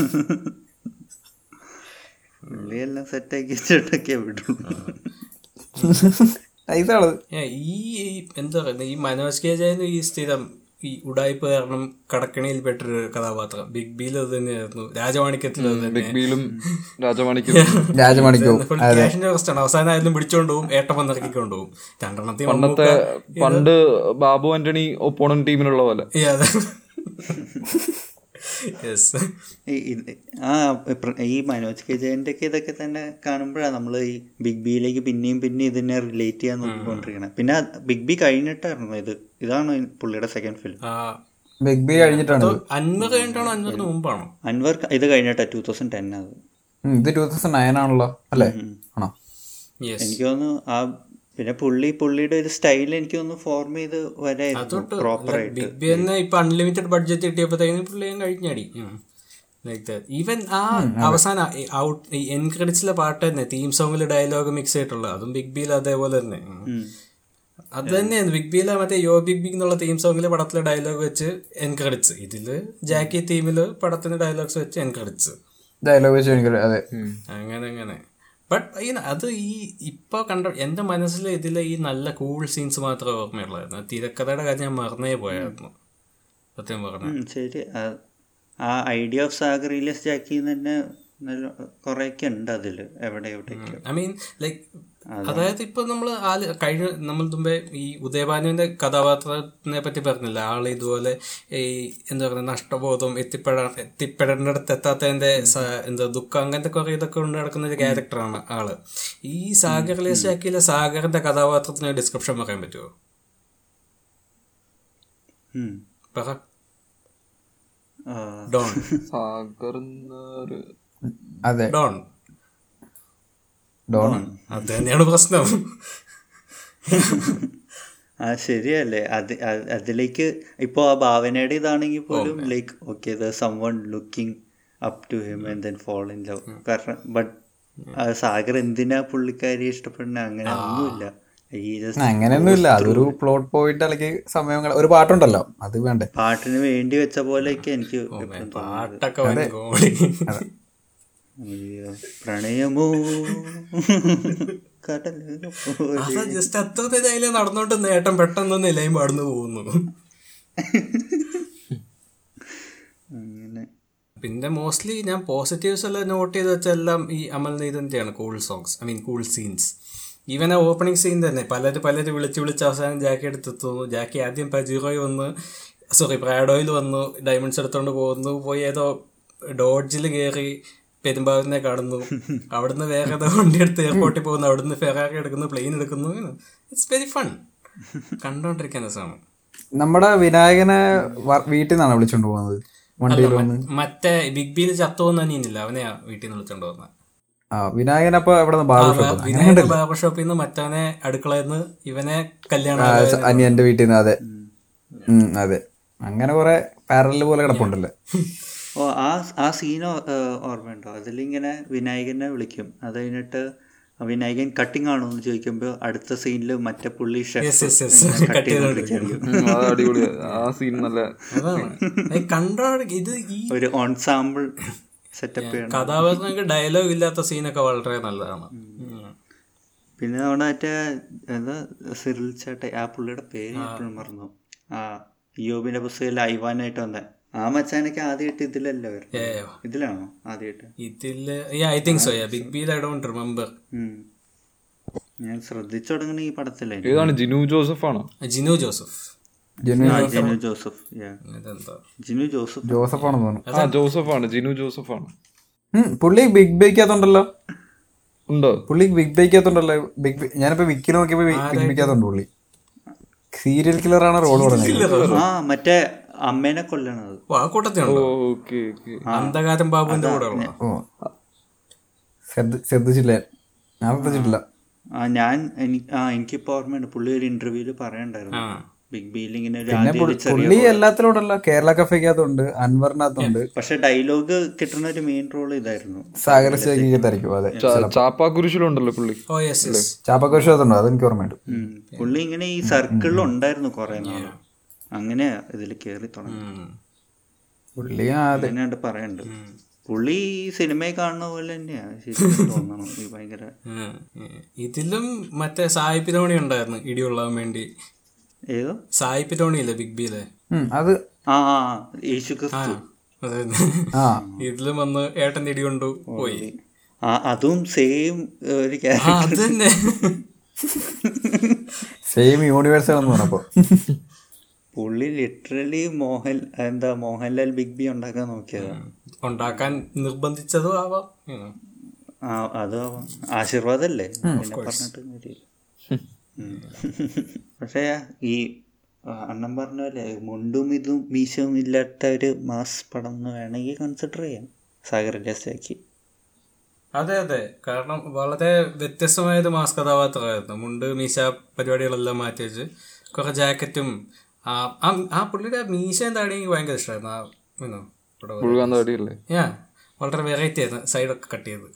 പുള്ളിയെല്ലാം സെറ്റാക്കി വെച്ചിട്ടൊക്കെ വിടുള്ളൂ നൈസാണത് ഏ, ഈ ഈ- എന്താ പറയുക ഈ മനോജ് കെ ജയന് ഈ സ്ഥിരം ഈ ഉടായ്പ കാരണം കടക്കണിയിൽ പെട്ടൊരു കഥാപാത്രം ബിഗ് ബിയിൽ അത് തന്നെയായിരുന്നു രാജമാണിക്യത്തിൽ അത് തന്നെ ബീലും രാജമാണിക്കും രാജമാണിക്കോ ഫുൾ ക്യാഷിന്റെ പ്രശ്നമാണ് അവസാനം ആയാലും പിടിച്ചോണ്ട് പോകും ഏട്ടം വന്നിറക്കിക്കൊണ്ട് പോകും രണ്ടെണ്ണത്തിൽ പണ്ടത്തെ പണ്ട് ബാബു ആന്റണി ഒപ്പോണന്റ് ടീമിലുള്ള പോലെ യെസ് ഈ- ഇത് ആ പ്ര- ഈ മനോജ് കെ ജയന്റെ ഒക്കെ ഇതൊക്കെ തന്നെ കാണുമ്പോഴാണ് നമ്മൾ ഈ ബിഗ് ബിയിലേക്ക് പിന്നെയും പിന്നെ ഇതിനെ റിലേറ്റ് ചെയ്യാൻ നോക്കിക്കൊണ്ടിരിക്കണം പിന്നെ അത് ബിഗ് ബി കഴിഞ്ഞിട്ടായിരുന്നു ഇത് ഇതാണ് പുള്ളിയുടെ സെക്കൻഡ് ഫിലിം ബിഗ് ബി കഴിഞ്ഞിട്ടാണ് ഇത്. അൻവർ കഴിഞ്ഞിട്ടാണോ അൻവറിന് മുമ്പാണോ അൻവർ ക- ഇത് കഴിഞ്ഞിട്ടാ ടൂ തൗസൻഡ് ടെൻ അത് ഉം, ഇത് ടൂ തൗസൻഡ് നയൻ ആണല്ലോ അല്ലേ ആണോ യെസ് എനിക്ക് തോന്നുന്നു ആ പിന്നെ പുള്ളി പുള്ളിയുടെ ഒരു സ്റ്റൈൽ എനിക്ക് ഒന്ന് ഫോം ചെയ്ത് വരായിരുന്നു പ്രോപ്പറായിട്ട് ബിഗ് ബി തന്നെ ഇപ്പൊ അൺലിമിറ്റഡ് ബഡ്ജറ്റ് കിട്ടിയപ്പോഴത്തേക്കും പുള്ളിയും കഴിഞ്ഞടി ലൈക്ക് ദാറ്റ് ഈവൻ ആ അവസാന ഔട്ട് എൻ ക്രെഡിറ്റ്സിലെ പാട്ട് തന്നെ തീം സോങ്ങിൽ ഡയലോഗ് മിക്സ് ആയിട്ടുള്ള അതും ബിഗ് ബിയിൽ അതേപോലെ തന്നെ അത് തന്നെയാണ് ബിഗ് ബിയിലെ മറ്റേ യോ ബിഗ് ബിഗ് എന്നുള്ള തീം സോങ്ങിൽ പടത്തിലെ ഡയലോഗ് വെച്ച് എൻ ക്രെഡിറ്റ്സ് ഇതില് ജാക്കി തീമില് പടത്തിന്റെ ഡയലോഗ്സ് വെച്ച് എൻ ക്രെഡിറ്റ്സ് ഡയലോഗ് വെച്ച് എനിക്ക് അതെ അങ്ങനെ അങ്ങനെ ബട്ട് ഈ അത് ഈ ഇപ്പോൾ കണ്ട എൻ്റെ മനസ്സിൽ ഇതിലെ ഈ നല്ല കൂൾ സീൻസ് മാത്രമേ ഓർമ്മയുള്ളായിരുന്നു ആ തിരക്കഥയുടെ കാര്യം ഞാൻ മറന്നേ പോയായിരുന്നു സത്യം പറഞ്ഞ ഉം, ശരി ആ- ആ ഐഡിയ ഓഫ് സാഗറിയിലെസ് ജാക്കി തന്നെ നല്ല കുറെയൊക്കെ ഉണ്ട് അതിൽ എവിടെ എവിടെയൊക്കെ ഐ മീൻ ലൈക്ക് അതായത് ഇപ്പൊ നമ്മൾ ആല് കഴിഞ്ഞ നമ്മൾ മുമ്പേ ഈ ഉദയഭാനുവിന്റെ കഥാപാത്രത്തിനെ പറ്റി പറഞ്ഞില്ല ആൾ ഇതുപോലെ ഈ എന്താ പറയുക നഷ്ടബോധം എത്തിപ്പെടാൻ എത്തിപ്പെടേണ്ടടുത്ത് എത്താത്തതിന്റെ സ- എന്താ ദുഃഖം അങ്ങനത്തെ കുറെ ഇതൊക്കെ കൊണ്ട് നടക്കുന്ന ഒരു ക്യാരക്ടറാണ് ആള് ഈ സാഗറിലെ ശാക്കിയിലെ സാഗറിന്റെ കഥാപാത്രത്തിന് ഒരു ഡിസ്ക്രിപ്ഷൻ പറയാൻ പറ്റുമോ ഉം. പറ ആ, ഡോൺ സാഗർ എന്നൊരു അതെ ഡോൺ ഡോൺ അത് തന്നെയാണ് പ്രശ്നം ആ ശരിയല്ലേ അത് അ- അതിലേക്ക് ഇപ്പോ ആ ഭാവനയുടെ ഇതാണെങ്കിൽ പോലും like okay the someone looking up to him and then fall in love കാരണം ബട്ട് സാഗർ എന്തിനാ പുള്ളിക്കാരിയെ ഇഷ്ടപ്പെടുന്ന അങ്ങനെ ഒന്നുമില്ല ഈ just അങ്ങനെയൊന്നുമില്ല അതൊരു പ്ലോട്ട് പോയിട്ട് അല്ലെങ്കിൽ സമയം കള- ഒരു പാട്ടുണ്ടല്ലോ അത് വേണ്ടേ പാട്ടിന് വേണ്ടി വെച്ച പോലെയൊക്കെ എനിക്ക് എപ്പോഴും പാട്ടൊക്കെ വൻ കോമഡി അയ്യോ, പ്രണയമോ കടലോ അത് ജസ്റ്റ് അത്രത്തെ അതിലെ നടന്നോണ്ട് നേട്ടം പെട്ടെന്ന് നിലയും പാടുന്നു പോകുന്നു അങ്ങനെ പിന്നെ മോസ്റ്റ്ലി ഞാൻ പോസിറ്റീവ്സ് എല്ലാം നോട്ട് ചെയ്ത് വെച്ച എല്ലാം ഈ അമൽ നീതന്റെയാണ് cool songs I mean cool scenes even ആ ഓപ്പണിംഗ് സീൻ തന്നെ പലര് പലര് വിളിച്ച് വിളിച്ച് അവസാനം ജാക്കി എടുത്തെത്തുന്നു ജാക്കി ആദ്യം പജീറോയിൽ വന്ന് സോറി പ്രാഡോയിൽ വന്നു ഡയമണ്ട്സ് എടുത്തോണ്ട് പോകുന്നു പോയി ഏതോ ഡോഡ്ജിൽ കയറി പെരുമ്പാവിനെ കാണുന്നു അവിടുന്ന് വേറെ ഏതോ വണ്ടി എടുത്ത് എയർപോർട്ടിൽ പോകുന്നു അവിടുന്ന് ഫെറാറി എടുക്കുന്നു പ്ലെയിൻ എടുക്കുന്നു ഇറ്റ്സ് വെരി ഫൺ കണ്ടോണ്ടിരിക്കാൻ രസമാണ് നമ്മുടെ വിനായകനെ വ- വീട്ടിൽ നിന്നാണ് വിളിച്ചോണ്ട് പോകുന്നത് വണ്ടിയിൽ വന്ന് മറ്റേ ബിഗ് ബിയിൽ ചത്തു പോകുന്നില്ല അവനെയാ വീട്ടിൽ നിന്ന് വിളിച്ചോണ്ട് പോകുന്നത് ആ വിനായകൻ അപ്പൊ എവിടെ നിന്ന് ബാർബർ ഷോപ്പ് വിനായക ബാർബർ ഷോപ്പിൽ നിന്ന് മറ്റവനെ അടുക്കളയിൽ നിന്ന് ഇവനെ കല്യാണം ആലോചന. അനിയന്റെ വീട്ടിൽ നിന്ന് അതെ ഉം, അതെ അങ്ങനെ കുറെ പാരലിൽ പോലെ കിടപ്പുണ്ടല്ലോ ഓ ആ ആ സീൻ ഓർമ്മയുണ്ടോ അതിലിങ്ങനെ വിനായകനെ വിളിക്കും അത് കഴിഞ്ഞിട്ട് വിനായകൻ കട്ടിങ് ആണോ എന്ന് ചോദിക്കുമ്പോൾ അടുത്ത സീനിൽ മറ്റേ പുള്ളി Yes, yes, yes. Cut cut ചെയ്തുകൊണ്ടിരിക്കുകയാണ്. ചെയ്തോണ്ടിരിക്കും ഉം, അത് അടിപൊളിയാ ആ സീൻ നല്ല അതാണ് ഏ, കണ്ടോ ഇത് ഈ ഒരു ഓൺസാമ്പിൾ സെറ്റപ്പ് ചെയ്യണം കഥാപാത്രങ്ങൾക്ക് ഡയലോഗ് ഇല്ലാത്ത സീനൊക്കെ വളരെ നല്ലതാണ് ഉം. പിന്നെ നമ്മുടെ മറ്റേ എന്താ സിറിൽ ചേട്ട ആ പുള്ളിയുടെ പേര് ഞാൻ ഇപ്പോഴും മറന്നു ആ യോബിന്റെ പുസ്തകത്തിൽ ഐവാനായിട്ട് വന്ന ആ മച്ചാനൊക്കെ ആദ്യമായിട്ട് ഇതിലല്ലേ ഏ, വരുന്നത് ഇതിലാണോ ആദ്യമായിട്ട് ഇതില് I think so big B I don't remember ഉം. ഞാൻ ശ്രദ്ധിച്ചു തുടങ്ങണ ഈ പടത്തിലെ ഏതാണ് ജിനു ജോസഫ് ആണോ ജിനു ജോസഫ് ജെനുവിൻ ആ, ജിനു ജോസഫ് yeah. ഇതെന്താ ജിനു ജോസഫ് ജോസഫ് ആണെന്ന് തോന്നുന്നു ആ ജോസഫ് ആണ് ജിനു ജോസഫ് ആണ് ഉം, പുള്ളി ബിഗ് ബേക്കകത്തുണ്ടല്ലോ ഉണ്ടോ പുള്ളി ബിഗ് ബേക്കകത്തുണ്ടല്ലോ ബിഗ് ബി ഞാനിപ്പോ വിക്കി നോക്കിയപ്പോ ബി- ബിഗ് ബേക്കകത്തുണ്ട് പുള്ളി സീരിയൽ കില്ലർ ആണ് റോൾ പറഞ്ഞത് ആ മറ്റേ അമ്മേനെ കൊല്ലണത് ഓ ആ കൂട്ടത്തിനുണ്ടോ ഓക്കെ ഓക്കെ അന്ധകാരം ബാബുവിന്റെ കൂടെ ഉള്ള ഓ ശ്രദ്ധ- ശ്രദ്ധിച്ചില്ല ഞാൻ ശ്രദ്ധിച്ചിട്ടില്ല ആ ഞാൻ എനിക്ക് ആ എനിക്കിപ്പോ ഓർമ്മയുണ്ട് പുള്ളി ഒരു ഇന്റർവ്യൂല് പറയണ്ടായിരുന്നു ആ ബിഗ് ബിയിൽ ഇങ്ങനെ ഒരു പിന്നെ ആദ്യം ഒരു പുള്ളി- ചെറിയ പുള്ളി എല്ലാത്തിലും ഉണ്ടല്ലോ കേരള കഫേക്കകത്തുണ്ട് അൻവറിനകത്തുണ്ട് പക്ഷെ ഡയലോഗ് കിട്ടുന്ന ഒരു മെയിൻ റോൾ ഇതായിരുന്നു സാഗർ ശേഖരിക്കത്തായിരിക്കും അതെ ചാപ്പാക്കുരിശിലുണ്ടല്ലോ പുള്ളി ഓ യെസ് യെസ് ചാപ്പക്കോശത്തുണ്ടോ അതെനിക്ക് ഓർമ്മയുണ്ട് ഉം. പുള്ളി ഇങ്ങനെ ഈ സർക്കിളിൽ ഉണ്ടായിരുന്നു കുറെ നാള് അങ്ങനെ ഇതിൽ കേറി തുടങ്ങി പുള്ളി ആ അതെ അങ്ങനെയാണ്ട് പറയണ്ട് പുള്ളി ഈ സിനിമയെ കാണുന്ന പോലെ തന്നെയാ ശരിക്കും തോന്നണം ഈ ഭയങ്കര ഉം. ഇതിലും മറ്റേ സായിപ്പ് ധോണി ഉണ്ടായിരുന്നു ഇടിയുള്ളാൻ വേണ്ടി ഏതോ സായിപ്പ് ധോണി ഇല്ലേ ബിഗ് ബിയിലെ ഉം, അത് ആ ആ, ആ, യേശു ക്രിസ്തു അത് ആ ഇതിലും വന്ന് ഏട്ടൻ ഇടി കൊണ്ടു പോയി ആ അതും സെയിം ഒരു ആ അത് തന്നെ സെയിം യൂണിവേഴ്സ് ആണെന്ന് പറഞ്ഞപ്പോ പുള്ളി ലിറ്ററലി മോഹൻ എന്താ മോഹൻലാൽ ബിഗ് ബി ഉണ്ടാക്കാൻ നോക്കിയതാണ് ഉണ്ടാക്കാൻ നിർബന്ധിച്ചതും ആവാം ഉം. ആ അത് ആശീർവാദല്ലേ പിന്നെ പറഞ്ഞിട്ട് കാര്യമില്ല പക്ഷേ ഈ ആ, അണ്ണൻ പറഞ്ഞ പോലെ മുണ്ടും ഇതും മീശവും ഇല്ലാത്ത ഒരു മാസ് പടം എന്ന് വേണമെങ്കിൽ കൺസിഡർ ചെയ്യാം സാഗർ ജാസ്റ്റാക്കി അതെ അതെ കാരണം വളരെ വ്യത്യസ്തമായത് മാസ് കഥാപാത്രമായിരുന്നു മുണ്ട് മീശ പരിപാടികളെല്ലാം മാറ്റി വെച്ച് കുറെ ജാക്കറ്റും ആ ആ- ആ പുള്ളിയുടെ മീശയും താടി എനിക്ക് ഭയങ്കര ഇഷ്ടമായിരുന്നു ആ ഇന്നോ, ഇവിടെ വന്ന്. മുഴുകാൻ താടിയല്ലേ Yeah, വളരെ വെറൈറ്റി ആയിരുന്നു സൈഡൊക്കെ കട്ട് ചെയ്ത്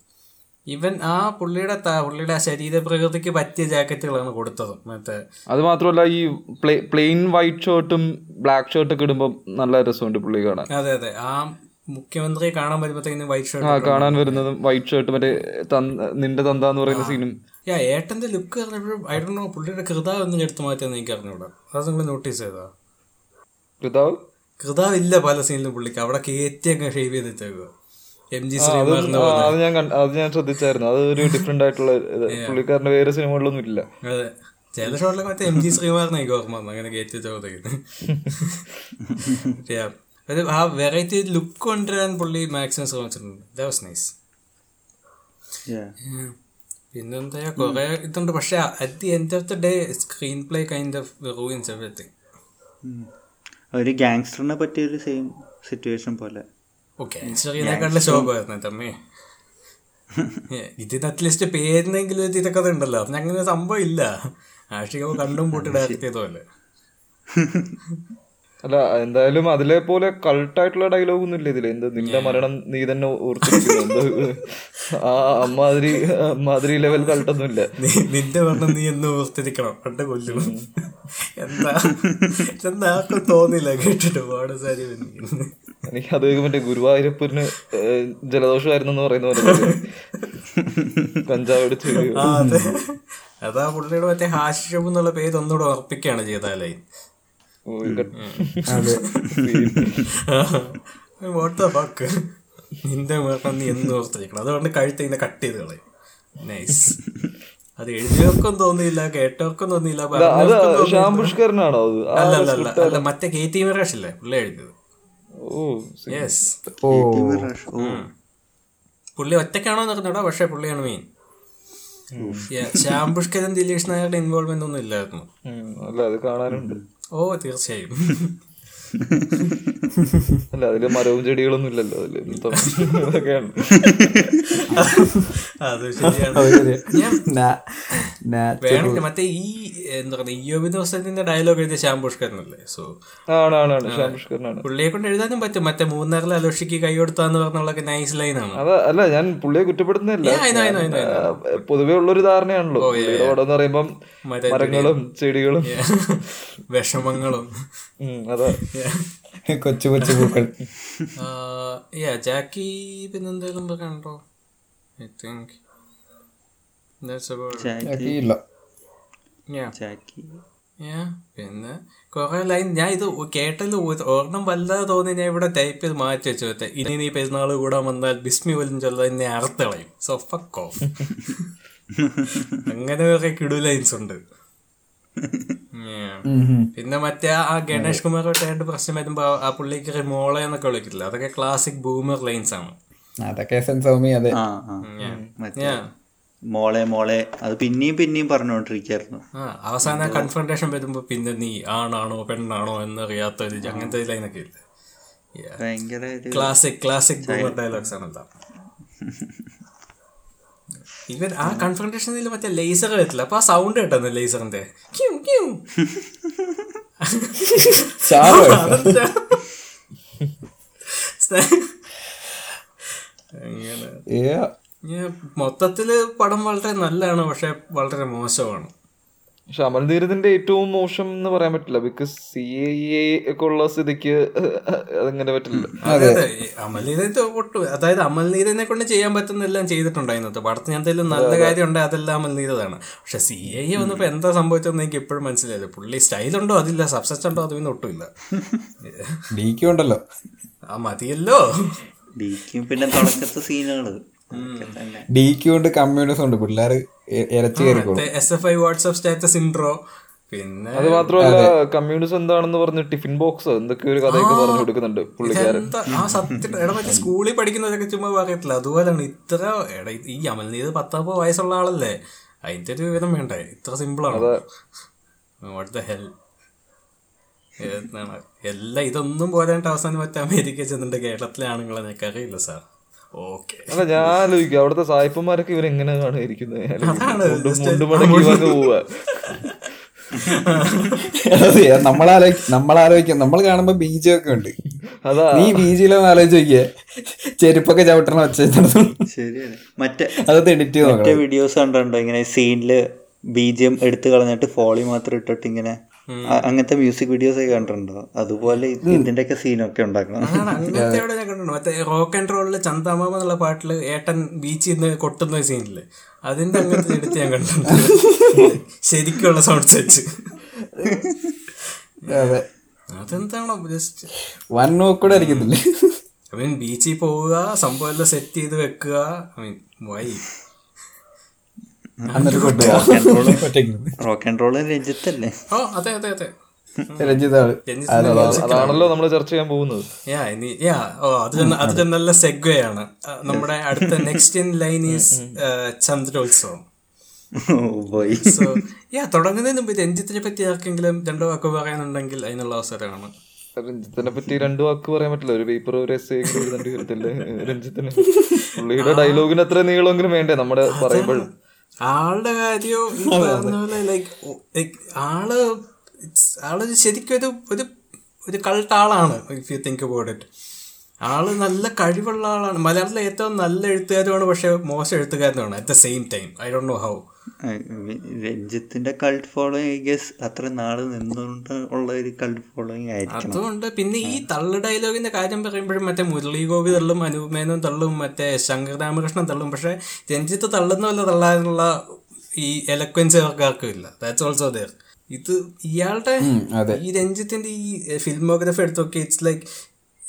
ഇവൻ ആ പുള്ളിയുടെ ത- പുള്ളിയുടെ ആ ശരീരപ്രകൃതിക്ക് പറ്റിയ ജാക്കറ്റുകളാണ് കൊടുത്തത് മറ്റേ അത് മാത്രമല്ല ഈ പ്ലെയിൻ വൈറ്റ് ഷർട്ടും ബ്ലാക്ക് ഷർട്ടൊക്കെ ഇടുമ്പോൾ നല്ല രസമുണ്ട് പുള്ളി കാണാൻ അതെ അതെ ആ മുഖ്യമന്ത്രിയെ കാണാൻ വരുമ്പോഴത്തേക്കും വൈറ്റ് ആ ഷർട്ട് കാണാൻ വരുന്നതും വൈറ്റ് ഷർട്ട് മറ്റേ തന്ത- നിന്റെ തന്ത എന്ന് പറയുന്ന സീനും യാ ഏട്ടന്റെ ലുക്ക് പറഞ്ഞപ്പോഴും ഐ ഡോ നോ പുള്ളിയുടെ കൃതാവ് ഒന്നും എടുത്തു മാറ്റിയെന്ന് എനിക്ക് അറിഞ്ഞൂടാ അത് നിങ്ങൾ നോട്ടീസ് ചെയ്താ കൃതാവ് കൃതാവ് ഇല്ല പല സീനിലും പുള്ളിക്ക് അവിടെ കയറ്റിയൊക്കെ ഷേവ് ചെയ്ത് വെച്ചേക്കുക എം ജി ആ, അത് ശ്രീകുമാറിന്റെ ആ, പോലെ അത് ഞാൻ കണ്ട- അത് ഞാൻ ശ്രദ്ധിച്ചായിരുന്നു അത് ഒരു ഡിഫറെന്റ് ആയിട്ടുള്ള ഇത്. പുള്ളിക്കാരന്റെ വേറെ സിനിമകളിലൊന്നും ഇല്ല അതെ ചില ഷോട്ടിലൊക്കെ മറ്റേ എം ജി ശ്രീകുമാറിനായി ഓർമ്മ വന്നു അങ്ങനെ കയറ്റി ചോദിക്കുന്നത് യാ അത് ആ വെറൈറ്റി ലുക്ക് കൊണ്ടുവരാൻ പുള്ളി മാക്സിമം ശ്രമിച്ചിട്ടുണ്ട് ദാറ്റ് വാസ് നൈസ് Yeah. പിന്നെന്താ കുറെ ഇതുണ്ട് പക്ഷെ at the end of the day screen play kind of ruins everything ഉം. ഒരു ഗാങ്സ്റ്ററിനെ പറ്റിയൊരു സെയിം സിറ്റുവേഷൻ പോലെ ഓക്കെ ചെറിയതിനെക്കാട്ടിലെ ശോഭമായിരുന്നു തമ്മി ഇതിന് അറ്റ്ലീസ്റ്റ് പേരിനെങ്കിലും ഒരു തിരക്കഥ ഉണ്ടല്ലോ അപ്പൊ അങ്ങനെ സംഭവം ഇല്ല ആഷിക കണ്ടും പൂട്ടി ഡയറക്ട് ചെയ്ത പോലെ അല്ല എന്തായാലും അതിലെ പോലെ കൾട്ടായിട്ടുള്ള ഡയലോഗ് ഒന്നും ഇല്ല ഇതില് എന്ത് നിന്റെ മരണം നീ തന്നെ ഓർത്തിരിക്കുന്നു എന്ത് ആ അമ്മാതിരി അമ്മാതിരി ലെവൽ കൾട്ടൊന്നും ഇല്ല നീ- നിന്റെ പറഞ്ഞ നീ എന്ന് ഓർത്തിരിക്കണം പണ്ട് കൊല്ലും എന്താ എന്താ ആർക്കും തോന്നില്ല കേട്ടിട്ട് പാട് സാരി എനിക്ക് അത് മറ്റേ ഗുരുവായൂരപ്പൂരിന് ഏഹ്, ജലദോഷമായിരുന്നെന്ന് പറയുന്ന പോലെ തോന്നി. കഞ്ചാവ് അടിച്ച് ആ അതെ അതാ പുള്ളിയുടെ മറ്റേ ഹാഷിഷബ് എന്നുള്ള പേര് ഒന്നുകൂടെ ഉറപ്പിക്കുകയാണ് ചെയ്താലേ ഒരു കട്ട്- വാട്ട് ദ ഫക്ക് നിന്റെ മരണം നീ എന്ന് ഓർത്തിരിക്കണം അതുകൊണ്ട് കഴുത്ത് ഇങ്ങനെ കട്ട് ചെയ്ത് കളയും നൈസ് അത് എഴുതിയവർക്കും തോന്നിയില്ല കേട്ടവർക്കും തോന്നിയില്ല അത് പറഞ്ഞവർക്കും തോന്നിയില്ല. ശ്യാം പുഷ്കറിനാണോ അത് ആ, അല്ല അല്ല അല്ല അല്ല മറ്റേ കെ ടി മീറാഷ് ഇല്ലേ പുള്ളി എഴുതിയത് oh yes oh Rush. Oh, oh പുള്ളി ഒറ്റയ്ക്കാണോ എന്നറിഞ്ഞൂടാ പക്ഷെ പുള്ളിയാണ് മെയിൻ ശ്യാം പുഷ്കരൻ ദിലീഷ് നായരുടെ ഇൻവോൾവ്മെന്റ് ഒന്നും ഇല്ലായിരുന്നു ഉം, അല്ല അത് കാണാനുണ്ട് ഓ തീർച്ചയായും അല്ല അതില് മരവും ചെടികളൊന്നും ഇല്ലല്ലോ അതില് മൊത്തം ഇതൊക്കെയാണ് അത് ശരിയാണ് നാ- നാ- വേണമെങ്കിൽ മറ്റേ ഈ എന്താ പറയുക ഇയോബി ദോസത്തിന്റെ ഡയലോഗ് എഴുതിയ ശ്യാം പുഷ്കരനല്ലേ സോ ആണാണാണ് ശ്യാം പുഷ്കറിനാണ് പുള്ളിയെ കൊണ്ട് എഴുതാനും പറ്റും മറ്റേ മൂന്നാറിൽ അലോഷിക്ക് കൈ കൊടുത്താന്ന് പറഞ്ഞുള്ളൊക്കെ നൈസ് ലൈനാണ് അത് അല്ല ഞാൻ പുള്ളിയെ കുറ്റപ്പെടുത്തുന്നില്ല Yeah, I know, I know, I know, I know. ആ, പൊതുവേ ഉള്ളൊരു ധാരണയാണല്ലോ പുള്ളിയുടെ പടം എന്ന് പറയുമ്പം മറ്റേ മരങ്ങളും ചെടികളും വിഷമങ്ങളും ഉം, അതാ കൊച്ചു കൊച്ചു പൂക്കൾ യാ ജാക്കി പിന്നെന്തേലും കണ്ടോ ഐ തിങ്ക് ജാക്കി ഇല്ല ജാക്കി പിന്നെ കുറെ ലൈൻ ഞാൻ ഇത് കേട്ടതിൽ ഒരു- ഒരെണ്ണം വല്ലാതെ തോന്നി ഞാൻ ഇവിടെ ടൈപ്പ് ചെയ്ത് മാറ്റി വെച്ചു മറ്റേ, ഇനി നീ പെരുന്നാൾ കൂടാൻ വന്നാൽ ബിസ്മി പോലും ചൊല്ല എന്നെ അറുത്തളയും സോ ഫക്കോ അങ്ങനെ കുറെ കിടു ലൈൻസ് ഉണ്ട് Yeah. പിന്നെ മറ്റേ ആ ഗണേഷ് കുമാറുമായിട്ട് പ്രശ്നം വരുമ്പോ ആ- ആ പുള്ളിക്ക് മോളെ എന്നൊക്കെ വിളിക്കില്ല അതൊക്കെ ക്ലാസിക് ബൂമർ ലൈൻസ് ആണ് അതൊക്കെ സെൻ സൗമി അതെ ആ ആ Yeah. മറ്റേ Yeah. മോളെ മോളെ അത് പിന്നെയും പിന്നെയും പറഞ്ഞുകൊണ്ടിരിക്കുകയായിരുന്നു ആ, അവസാന കൺഫ്രണ്ടേഷൻ വരുമ്പോ പിന്നെ നീ ആണാണോ പെണ്ണാണോ എന്നറിയാത്ത ഒരു അങ്ങനത്തെ ഒരു ലൈനൊക്കെ ഇല്ല ഭയങ്കര ഒരു ക്ലാസിക് ക്ലാസിക് ബൂമർ ഡയലോഗ്സ് ആണല്ലോ ഇവൻ ആ കൺഫ്രണ്ടേഷനിൽ മറ്റേ ലേസർ വരത്തില്ല അപ്പൊ ആ സൗണ്ട് കേട്ടോ ലേസറിന്റെ ക്യൂ ക്യൂ ചാറോ അതെന്താ? അങ്ങനെ ഞാൻ മൊത്തത്തില് പടം വളരെ നല്ലതാണ് പക്ഷെ വളരെ മോശമാണ് പക്ഷെ അമൽ ധീരത്തിന്റെ ഏറ്റവും മോശം എന്ന് പറയാൻ പറ്റില്ല ബിക്കോസ് സി എ ഒക്കെ ഉള്ള സ്ഥിതിക്ക് അതങ്ങനെ പറ്റില്ല അതെ അതെ അമൽനീതന്റെ ഒട്ടും അതായത് അമൽനീതനെ കൊണ്ട് ചെയ്യാൻ പറ്റുന്ന എല്ലാം ചെയ്തിട്ടുണ്ടായിരുന്നു പടത്തിന് എന്തെങ്കിലും നല്ല കാര്യം ഉണ്ട് അതെല്ലാം അമൽനീതാണ് പക്ഷെ സി ഐ E വന്നപ്പോ എന്താ സംഭവിച്ചതെന്ന് എനിക്ക് ഇപ്പോഴും മനസ്സിലായില്ല പുള്ളി സ്റ്റൈലുണ്ടോ അതില്ല സബ്സസ്റ്റ് ഉണ്ടോ അതിൽ നിന്ന് ഒട്ടുമില്ല ഡിക്കും ഉണ്ടല്ലോ ആ മതിയല്ലോ ഡിക്കും പിന്നെ തുടക്കത്തെ സീനുകള് തന്നെ ഡിക്കും ഉണ്ട് കമ്മ്യൂണിസം ഉണ്ട് പിള്ളേർ ഇരച്ചു കയറിക്കോളും S F I WhatsApp status intro പിന്നെ അത് മാത്രമല്ല കമ്മ്യൂണിസം എന്താണെന്ന് പറഞ്ഞ് ടിഫിൻ ബോക്സ് എന്തൊക്കെ ഒരു കഥയൊക്കെ പറഞ്ഞു കൊടുക്കുന്നുണ്ട് പുള്ളിക്കാരൻ എന്താ ആ സത്യം എടാ മറ്റേ സ്കൂളിൽ പഠിക്കുന്നവരൊക്കെ ചുമ്മാ പറയത്തില്ല അതുപോലെയാണ് ഇത്ര എടാ ഇത് ഈ അമൽനീത് പത്താപ്പോ വയസ്സുള്ള ആളല്ലേ അതിന്റെ ഒരു വിവരം വേണ്ടേ ഇത്ര സിമ്പിളാണ് വാട്ട് ദ ഹെൽ എന്താണ് എല്ലാം ഇതൊന്നും പോരാണ്ട് അവസാനം മറ്റേ അമേരിക്ക ചെന്നിട്ട് കേരളത്തിലെ ആണുങ്ങളെ നിനക്കറിയില്ല സാർ ഓക്കെ അല്ല ഞാൻ ആലോചിക്കും അവിടുത്തെ സായിപ്പന്മാരൊക്കെ ഇവരെങ്ങനെയാണ് ഇരിക്കുന്നത് അതാണ് മുണ്ട് മടക്കി വന്ന് പോവാ നമ്മളാലോ നമ്മളാലോചിക്കാം നമ്മൾ കാണുമ്പോ ബീജമൊക്കെ ഉണ്ട് അതാ നീ ബീജിലൊന്ന് ആലോചിച്ച് നോക്കിയേ ചെരുപ്പൊക്കെ ചവിട്ടണം വെച്ചു ശരിയാണ് മറ്റേ അതൊക്കെ എഡിറ്റ് ചെയ്ത് മറ്റേ നോക്കണം വീഡിയോസ് കണ്ടിട്ടുണ്ടോ ഇങ്ങനെ സീനില് ബീജിയം എടുത്തു കളഞ്ഞിട്ട് ഫോളി മാത്രം ഇട്ടിട്ട് ഇങ്ങനെ അ- അങ്ങനത്തെ മ്യൂസിക് വീഡിയോസ് ഒക്കെ കണ്ടിട്ടുണ്ടോ അതുപോലെ ഇത് ഇതിന്റെയൊക്കെ സീനൊക്കെ ഉണ്ടാക്കണം അതാണ് അങ്ങനത്തെ അവിടെ ഞാൻ കണ്ടിട്ടുണ്ട് മറ്റേ റോക്ക് ആൻഡ് റോളില് ചന്ദാമാമ എന്നുള്ള പാട്ടില് ഏട്ടൻ ബീച്ചിൽ നിന്ന് കൊട്ടുന്ന സീനില് അതിന്റെ അങ്ങനത്തെ എടുത്ത് ഞാൻ കണ്ടിട്ടുണ്ട് ശരിക്കുള്ള സൗണ്ട്സ് വെച്ച് അതെ അതെന്താണോ ജസ്റ്റ് വൺ നോക്കൂടെ ആയിരിക്കത്തില്ലേ ഐ മീൻ ബീച്ചിൽ പോവുക സംഭവം എല്ലാം സെറ്റ് ചെയ്ത് വെക്കുക ഐ മീൻ വൈ എന്നിട്ട് കൊണ്ടുപോകാം റോക്ക് ആൻഡ് റോള് രഞ്ജിത്തല്ലേ ഓ Oh, അതെ അതെ അതെ രഞ്ജിതാണ് അതാണല്ലോ നമ്മൾ ചർച്ച ചെയ്യാൻ പോകുന്നത് യാ ഇനി യാ ഓ അത് തന്നെ- അത് തന്നെ നല്ല സെഗ്വേ ആണ് ആ, നമ്മുടെ അടുത്ത next in line is uh, Chandrolsavam ഓ പോയി സോ യാ തുടങ്ങുന്നതിന് മുമ്പ് രഞ്ജിത്തിനെ പറ്റി ആർക്കെങ്കിലും രണ്ടോ വാക്ക് പറയാനുണ്ടെങ്കിൽ അതിനുള്ള അവസരമാണ് രഞ്ജിത്തിനെ പറ്റി രണ്ടു വാക്ക് പറയാൻ പറ്റില്ല ഒരു പേപ്പർ ഒരു എസ് എഴുതേണ്ടി വരത്തില്ലേ രഞ്ജിത്തിന് പുള്ളിയുടെ ഡയലോഗിന് അത്ര നീളമെങ്കിലും വേണ്ടേ നമ്മുടെ പറയുമ്പോഴും ആളുടെ കാര്യവും ഈ പറഞ്ഞ പോലെ ലൈക്ക് ആള് it's- ആള് ശരിക്കും ഒരു ഒരു ഒരു കൾട്ട് ആളാണ് if you think about it ആള് നല്ല കഴിവുള്ള ആളാണ് മലയാളത്തിലെ ഏറ്റവും നല്ല എഴുത്തുകാരുമാണ് പക്ഷെ മോശം എഴുത്തുകാരനുമാണ് at the same time I don't know how രഞ്ജിത്തിന്റെ കൾട്ട് ഫോളോയിങ് ഐ ഗസ് അത്ര നാള് നിന്നുകൊണ്ട് ഉള്ള ഒരു കൾട്ട് ഫോളോയിങ് ആയിരിക്കണം അതുകൊണ്ട് പിന്നെ ഈ തള്ളു ഡയലോഗിന്റെ കാര്യം പറയുമ്പോഴും മറ്റേ മുരളി ഗോപി തള്ളും അനുപമേനോൻ തള്ളും മറ്റേ ശങ്കർ രാമകൃഷ്ണൻ തള്ളും പക്ഷെ രഞ്ജിത്ത് തള്ളുന്ന പോലെ തള്ളാനുള്ള ഈ എലക്വൻസ് ഇവർക്കാർക്കും ഇല്ല ദാറ്റ്സ് ഓൾസോ ദർ ഇത് ഇയാളുടെ അതെ. ഈ രഞ്ജിത്തിന്റെ ഈ ഫിൽമോഗ്രഫി എടുത്ത് നോക്കി it's like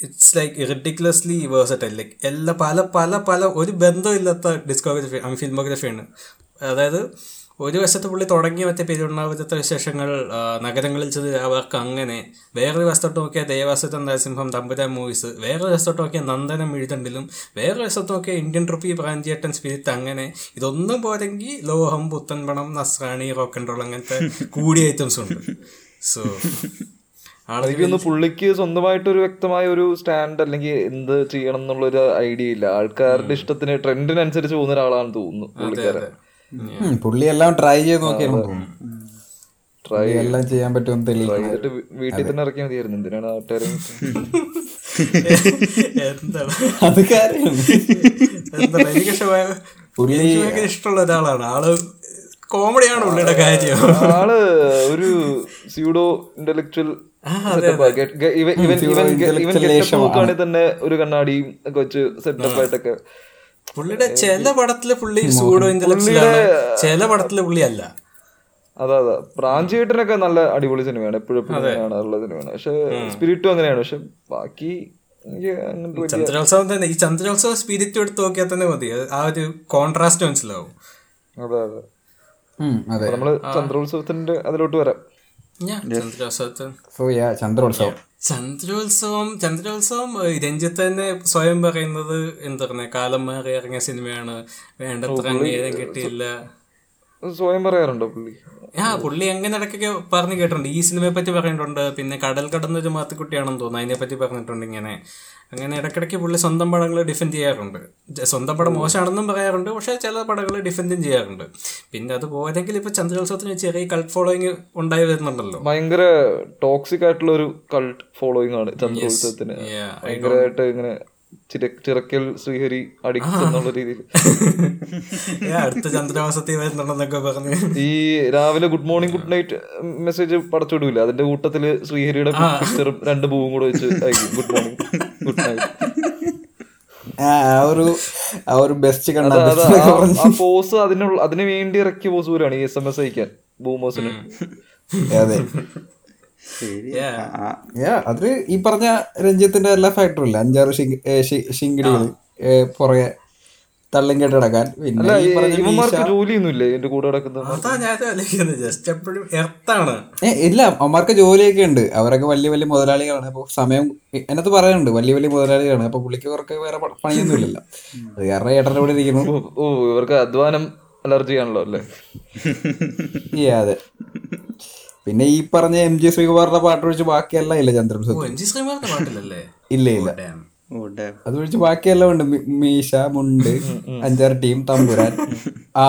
it's like ridiculously versatile like എല്ലാ പല പല പല ഒരു ബന്ധമില്ലാത്ത ഡിസ്കോഗ്രഫി ഐ ഫിൽമോഗ്രഫിയാണ് അതായത് ഒരു വശത്ത് പുള്ളി തുടങ്ങിയ മറ്റേ പെരുണ്ണാവിധത്തെ വിശേഷങ്ങൾ ആ, നഗരങ്ങളിൽ ചെന്ന് അവർക്ക് അങ്ങനെ വേറൊരു വശത്തോട്ട് നോക്കിയാൽ ദേവാസുരൻ നരസിംഹം തമ്പുരാൻ മൂവീസ് വേറൊരു വശത്തോട്ട് നോക്കിയാൽ നന്ദനം എഴുതണ്ടിലും വേറൊരു വശത്ത് നോക്കിയാൽ ഇന്ത്യൻ ട്രിപ്പി പ്രാഞ്ചിയേട്ടൻ സ്പിരിറ്റ് അങ്ങനെ ഇതൊന്നും പോരെങ്കിൽ Loham Puthanpanam Nasrani rock and roll അങ്ങനത്തെ കൂടിയ ഐറ്റംസ് ഉണ്ട് സോ ആളൊരു എനിക്കൊന്ന് പുള്ളിക്ക് സ്വന്തമായിട്ട് ഒരു വ്യക്തമായ ഒരു സ്റ്റാൻഡ് അല്ലെങ്കിൽ എന്ത് ചെയ്യണം എന്നുള്ള ഒരു ഐഡിയ ഇല്ല ആൾക്കാരുടെ ഇഷ്ടത്തിന് ട്രെൻഡിനനുസരിച്ച് പോകുന്ന ഒരാളാണെന്ന് തോന്നുന്നു പുള്ളിക്കാരൻ ഉം, പുള്ളി എല്ലാം ട്രൈ ചെയ്ത് നോക്കിയാണ് ട്രൈ എല്ലാം ചെയ്യാൻ പറ്റുമെന്ന് തെളിയിക്കണം എന്നിട്ട് വീ- വീട്ടിൽ തന്നെ ഇറക്കിയാൽ മതിയായിരുന്നു എന്തിനാണ് നാട്ടുകാരും എന്താണ് അത് കാര്യമാണ് എന്താണ് എനിക്ക് പക്ഷെ ഭയ- പുള്ളി എനിക്ക് ഭയങ്കര ഇഷ്ടമുള്ള ഒരാളാണ് ആള് കോമഡിയാണ് പുള്ളിയുടെ കാര്യം ആള് ഒരു സ്യൂഡോ ഇന്റലക്ച്വൽ നോക്കുകയാണെങ്കിൽ തന്നെ ഒരു കണ്ണാടിയും ഒക്കെ വെച്ച് സെറ്റപ്പ് ആയിട്ടൊക്കെ പുള്ളിയുടെ ചില പടത്തില് പുള്ളി സൂഡോ ഇന്റലക്ച്വൽ ആണ് ചില പടത്തില് പുള്ളി അല്ല അതാ അതാ പ്രാഞ്ചിയേട്ടനൊക്കെ നല്ല അടിപൊളി സിനിമയാണ് എപ്പോഴും എപ്പോഴും ഉള്ള സിനിമയാണ് പക്ഷെ സ്പിരിറ്റും അങ്ങനെയാണ് പക്ഷെ ബാക്കി എനിക്ക് അങ്ങനത്തെ വലിയ- ചന്ദ്രോത്സവം തന്നെ ഈ ചന്ദ്രോത്സവം സ്പിരിറ്റ് എടുത്ത് നോക്കിയാൽ തന്നെ മതി അത് ആ ഒരു കോൺട്രാസ്റ്റ് മനസ്സിലാവും അതാ അതാ ഉം, അതെ നമ്മള് ചന്ദ്രോത്സവത്തിന്റെ അതിലോട്ട് വരാം ഞാൻ ചന്ദ്രോത്സവത്തിന് സോ യാ ചന്ദ്രോത്സവം ചന്ദ്രോത്സവം ചന്ദ്രോത്സവം ഏഹ്, രഞ്ജിത്ത് തന്നെ സ്വയം പറയുന്നത് എന്താ പറയുക കാലം മാറി ഇറങ്ങിയ സിനിമയാണ് വേണ്ടത്ര അംഗീകാരം കിട്ടിയില്ല സ്വയം പറയാറുണ്ടോ പുള്ളി ആ പുള്ളി അങ്ങനെ ഇടയ്ക്കൊക്കെ പറഞ്ഞു കേട്ടിട്ടുണ്ട് ഈ സിനിമയെ പറ്റി പറഞ്ഞിട്ടുണ്ട് പിന്നെ കടൽ കടന്നൊരു മാത്തുക്കുട്ടിയാണെന്ന് തോന്നുന്നു അതിനെ പറ്റി പറഞ്ഞിട്ടുണ്ട് ഇങ്ങനെ അങ്ങനെ ഇടയ്ക്കിടയ്ക്ക് പുള്ളി സ്വന്തം പടങ്ങൾ ഡിഫെൻഡ് ചെയ്യാറുണ്ട് ജ- സ്വന്തം പടം മോശമാണെന്നും പറയാറുണ്ട് പക്ഷേ ചില പടങ്ങൾ ഡിഫെൻഡും ചെയ്യാറുണ്ട് പിന്നെ അത് പോരെങ്കിൽ ഇപ്പോൾ ചന്ദ്രോത്സവത്തിന് ചെറിയ കൾട്ട് ഫോളോയിങ് ഉണ്ടായി വരുന്നുണ്ടല്ലോ ഭയങ്കര ടോക്സിക് ആയിട്ടുള്ള ഒരു കൾട്ട് ഫോളോയിങ് ആണ് ചന്ദ്രോത്സവത്തിന് Yeah, I ഭയങ്കരമായിട്ട് ഇങ്ങനെ ചിര- ചിറക്കൽ ശ്രീഹരി അടിക്സ് എന്നുള്ള രീതിയിൽ ഏ, അടുത്ത ചന്ദ്രമാസത്തിൽ വരുന്നുണ്ടെന്നൊക്കെ പറഞ്ഞ് ഈ രാവിലെ good morning good night message പടച്ചുവിടൂല അതിന്റെ കൂട്ടത്തില് ശ്രീഹരിയുടെ പിക്ചറും രണ്ട് പൂവും കൂടെ വെച്ച് അയക്കും ഗുഡ് മോർണിംഗ് ഗുഡ് നൈറ്റ് ആ ആ ഒരു ആ ഒരു ബെസ്റ്റ് കണ്ട അതാ ആ പോസ് അതിനുള്ള അതിന് വേണ്ടി ഇറക്കിയ പോസ് പോലാണ് ഈ എസ് എം എസ് അയക്കാൻ ബൂമോസിന് അതെ ശരി ആ- യാ അത് ഈ പറഞ്ഞ രഞ്ജിത്തിന്റെ എല്ലാ ഫാക്ടറും ഇല്ല അഞ്ചാറ് ശിങ്കിടികൾ പുറകെ തള്ളും കേട്ട് കിടക്കാൻ പിന്നെ ഈ പറഞ്ഞ ഇവന്മാർക്ക് ജോലിയൊന്നുമില്ലേ എന്റെ കൂടെ കിടക്കുന്ന അതാ ഞാൻ ആലോചിക്കുന്നത് ജസ്റ്റ് എപ്പോഴും എർത്താണ് ഏ, ഇല്ല അമ്മമാർക്ക് ജോലിയൊക്കെ ഉണ്ട് അവരൊക്കെ വലിയ വലിയ മുതലാളികളാണ് അപ്പോൾ സമയം എ- എന്നത്ത് പറയാനുണ്ട് വലിയ വലിയ മുതലാളികളാണ് അപ്പോൾ പുള്ളിക്ക് കുറക്ക് വേറെ പ- പണിയൊന്നും ഇല്ലല്ലോ അത് കാരണം ഏട്ടൻ്റെ കൂടെ ഇരിക്കുന്നു ഓ ഇവർക്ക് അധ്വാനം അലർജി ആണല്ലോ അല്ലേ ഈ അതെ പിന്നെ ഈ പറഞ്ഞ എം ജി ശ്രീകുമാറിന്റെ പാട്ട് ഒഴിച്ച് ബാക്കിയെല്ലാം ഇല്ല ചന്ദ്രൻ ഓ എം ജി ശ്രീമാറിന്റെ പാട്ടിലല്ലേ ഇല്ല ഇല്ല Damn. അത് ഒഴിച്ച് ബാക്കിയെല്ലാം ഉണ്ട് മി- മീശ മുണ്ട് അഞ്ചാറ് ടീം തമ്പുരാൻ ആ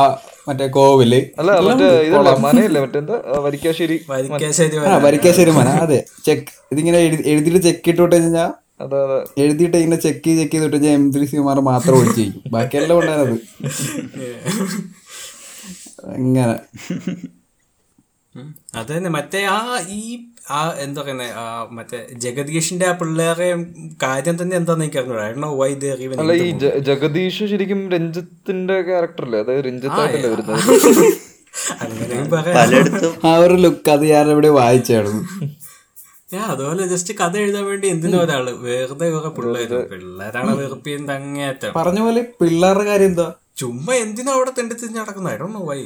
മറ്റേ കോവില് അല്ല മറ്റേ ഇതല്ല മനയല്ലേ മറ്റെന്താ ആ, വരിക്കാശ്ശേരി വരിക്കാശ്ശേരി ആ വരിക്കാശ്ശേരി മന അതെ ചെക്ക് ഇതിങ്ങനെ എഴുതി- എഴുതിയിട്ട് ചെക്ക് ഇട്ട് വിട്ട് കഴിഞ്ഞാൽ അതെ അതെ എഴുതിയിട്ട് ഇങ്ങനെ ചെക്ക് ചെയ്ത് ചെക്ക് ചെയ്ത് വിട്ട് കഴിഞ്ഞാൽ എം ത്രീ സിമാർ മാത്രം ഒഴിച്ച് വയ്ക്കും ബാക്കിയെല്ലാം ഉണ്ടായിരുന്നത് അങ്ങനെ അത് തന്നെ മറ്റേ ആ ഈ ആ എന്താ പറയുന്നത് ആ മറ്റേ ജഗദീഷിന്റെ ആ പിള്ളേരെ കാര്യം തന്നെ എന്താന്ന് എനിക്ക് അറിഞ്ഞൂടാ I don't know why they are even അല്ല into ഈ ജ- ജഗദീഷ് ശരിക്കും രഞ്ജിത്തിന്റെ ക്യാരക്ടറല്ലേ അതായത് രഞ്ജിത്തായിട്ടല്ലേ വരുന്നത് അങ്ങനെയും പറയാം പലയിടത്തും ആ ഒരു ലുക്ക് അത് ഞാൻ ഇവിടെ വായിച്ചായിരുന്നു ഞാൻ അതുപോലെ ജസ്റ്റ് കഥ എഴുതാൻ വേണ്ടി എന്തിനും ഒരാള് വെറുതെ കുറെ പിള്ളേര് പിള്ളേരാണ് വെറുപ്പിയെന്ന് അങ്ങേറ്റം പറഞ്ഞ പോലെ പിള്ളേരുടെ കാര്യം എന്താ ചുമ്മാ എന്തിനും അവിടെ തെണ്ടി തിരിഞ്ഞ് നടക്കുന്നത് I Dr know why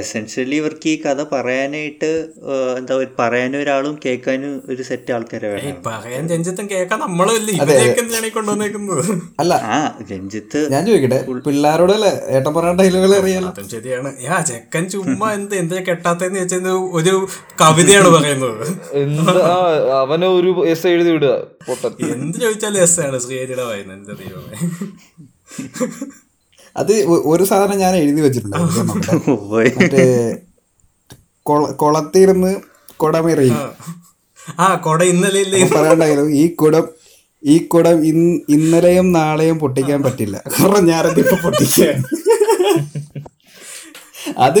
essentially ഇവർക്ക് ഈ കഥ പറയാനായിട്ട് ആ, എന്താ പറയുക, പറയാനും ഒരാളും കേൾക്കാനും ഒരു സെറ്റ് ആൾക്കാരെ വേണം പറയാൻ രഞ്ജിത്തും കേൾക്കാൻ നമ്മളുമല്ലേ ഇവരെയൊക്കെ എന്തിനാണ് ഈ കൊണ്ടുവന്നേക്കുന്നത് അല്ല ആ രഞ്ജിത്ത് ഞാൻ ചോദിക്കട്ടെ പിള്ളേരോട് അല്ലേ ഏട്ടൻ പറഞ്ഞ ഡയലോഗുകൾ അറിയാലോ അതും ശരിയാണ് ആ ചെക്കൻ ചുമ്മാ എന്ത് എന്തിനാ കെട്ടാത്തെന്ന് വെച്ചാൽ ഒരു കവിതയാണ് പറയുന്നത് എന്താ ആ, അവനെ ഒരു എസ് എഴുതി വിടുക പൊട്ടൻ എന്ത് ചോദിച്ചാലും എസ് ആണ് ശ്രീഹരിയുടെ വായന എന്റെ ദൈവമേ അത് ഒ- ഒരു സാധനം ഞാൻ എഴുതി വെച്ചിട്ടുണ്ടായിരുന്നു നമ്മുടെ പോയി. മറ്റേ കൊള- കുളത്തിരുന്ന് കുടമെറിയും ആ കൊട ഇന്നലെ ഇല്ലേ പറയാണ്ടായാലും ഈ കുടം ഈ കുടം ഇൻ- ഇന്നലെയും നാളെയും പൊട്ടിക്കാൻ പറ്റില്ല കാരണം ഞാനത് ഇപ്പൊ പൊട്ടിക്കാൻ അത്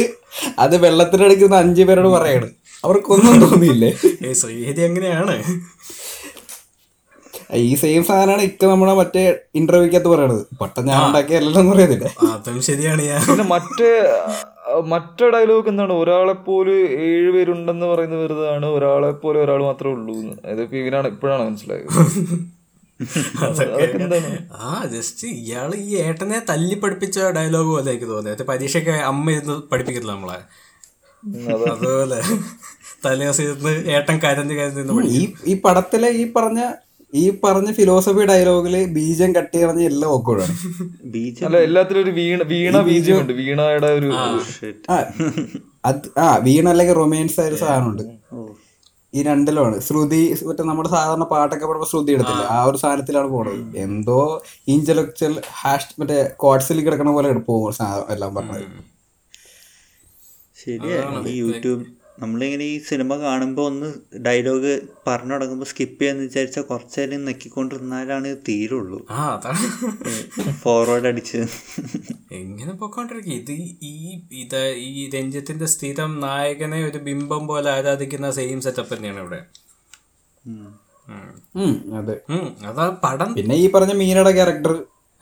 അത് വെള്ളത്തിനടുക്കുന്ന അഞ്ചു പേരോട് പറയാണ് അവർക്കൊന്നും തോന്നിയില്ലേ ഏ ശ്രീഹരി എങ്ങനെയാണ് ഈ സെയിം സാധനമാണ് ഇക്ക നമ്മുടെ മറ്റേ ഇന്റർവ്യൂക്കകത്ത് പറയണത് പട്ടം ഞാൻ ഉണ്ടാക്കിയല്ലോ എന്ന് പറയത്തില്ല അതും ശരിയാണ് ഞാൻ പിന്നെ മറ്റേ ആ, മറ്റേ ഡയലോഗ് എന്താണ് ഒരാളെ പോലെ ഏഴുപേരുണ്ടെന്ന് പറയുന്ന വെറുതാണ് ഒരാളെ പോലെ ഒരാൾ മാത്രമേ ഉള്ളൂ എന്ന് അതൊക്കെ ഇവനാണ് ഇപ്പോഴാണ് മനസ്സിലായത് അതൊക്കെ ആ ജസ്റ്റ് ഇയാള് ഈ ഏട്ടനെ തല്ലി പഠിപ്പിച്ച ഡയലോഗ് പോലെ എനിക്ക് തോന്നി മറ്റേ പരീക്ഷയ്ക്ക് അമ്മ ഇരുന്ന് പഠിപ്പിക്കില്ല നമ്മളെ അതുപോലെ തലേദിവസം ഇരുന്ന് ഏട്ടൻ കരഞ്ഞ് കരഞ്ഞ് ഇരുന്ന് പഠിക്കും ഈ ഈ പടത്തിലെ ഈ പറഞ്ഞ ഈ പറഞ്ഞ ഫിലോസഫി ഡയലോഗില് ബീജം കട്ടി കളഞ്ഞ എല്ലാം ഓക്കോടാണ് ബീജം അല്ല എല്ലാത്തിലും ഒരു വീണ വീണ ബീജമുണ്ട് വീണയുടെ ഒരു ആ അത് ആ വീണ അല്ലെങ്കിൽ റൊമാൻസ് ആയ ഒരു സാധനമുണ്ട് ഈ രണ്ടിലുമാണ് ശ്രുതി മറ്റേ നമ്മുടെ സാധാരണ പാട്ടൊക്കെ പാടുമ്പോൾ ശ്രുതി എടുത്തില്ല ആ ഒരു സാധനത്തിലാണ് പോണത് എന്തോ ഇൻറ്റലക്ച്വൽ ഹാഷ് മറ്റേ കോട്സിൽ കിടക്കണ പോലെ പോകും സാധനം എല്ലാം പറഞ്ഞത് ശരിയാണ് ഈ യൂട്യൂബ് നമ്മളിങ്ങനെ ഈ സിനിമ കാണുമ്പോൾ ഒന്ന് ഡയലോഗ് പറഞ്ഞു തുടങ്ങുമ്പോൾ സ്കിപ്പ് ചെയ്യാന്ന് വിചാരിച്ചാൽ കുറച്ചു നേരം നെക്കിക്കൊണ്ടിരുന്നാലാണ് ഇത് തീരുള്ളൂ ആ അതാണ് ഫോർവേഡ് അടിച്ച് എങ്ങനെ പൊക്കോണ്ടിരിക്കും ഇത് ഈ ഇത് ഈ രഞ്ജിത്തിന്റെ സ്ഥിരം നായകനെ ഒരു ബിംബം പോലെ ആരാധിക്കുന്ന സെയിം സെറ്റപ്പ് തന്നെയാണ് ഇവിടെ ഉം. ഉം, അതെ ഉം, അതാ പടം പിന്നെ ഈ പറഞ്ഞ മീനയുടെ ക്യാരക്ടർ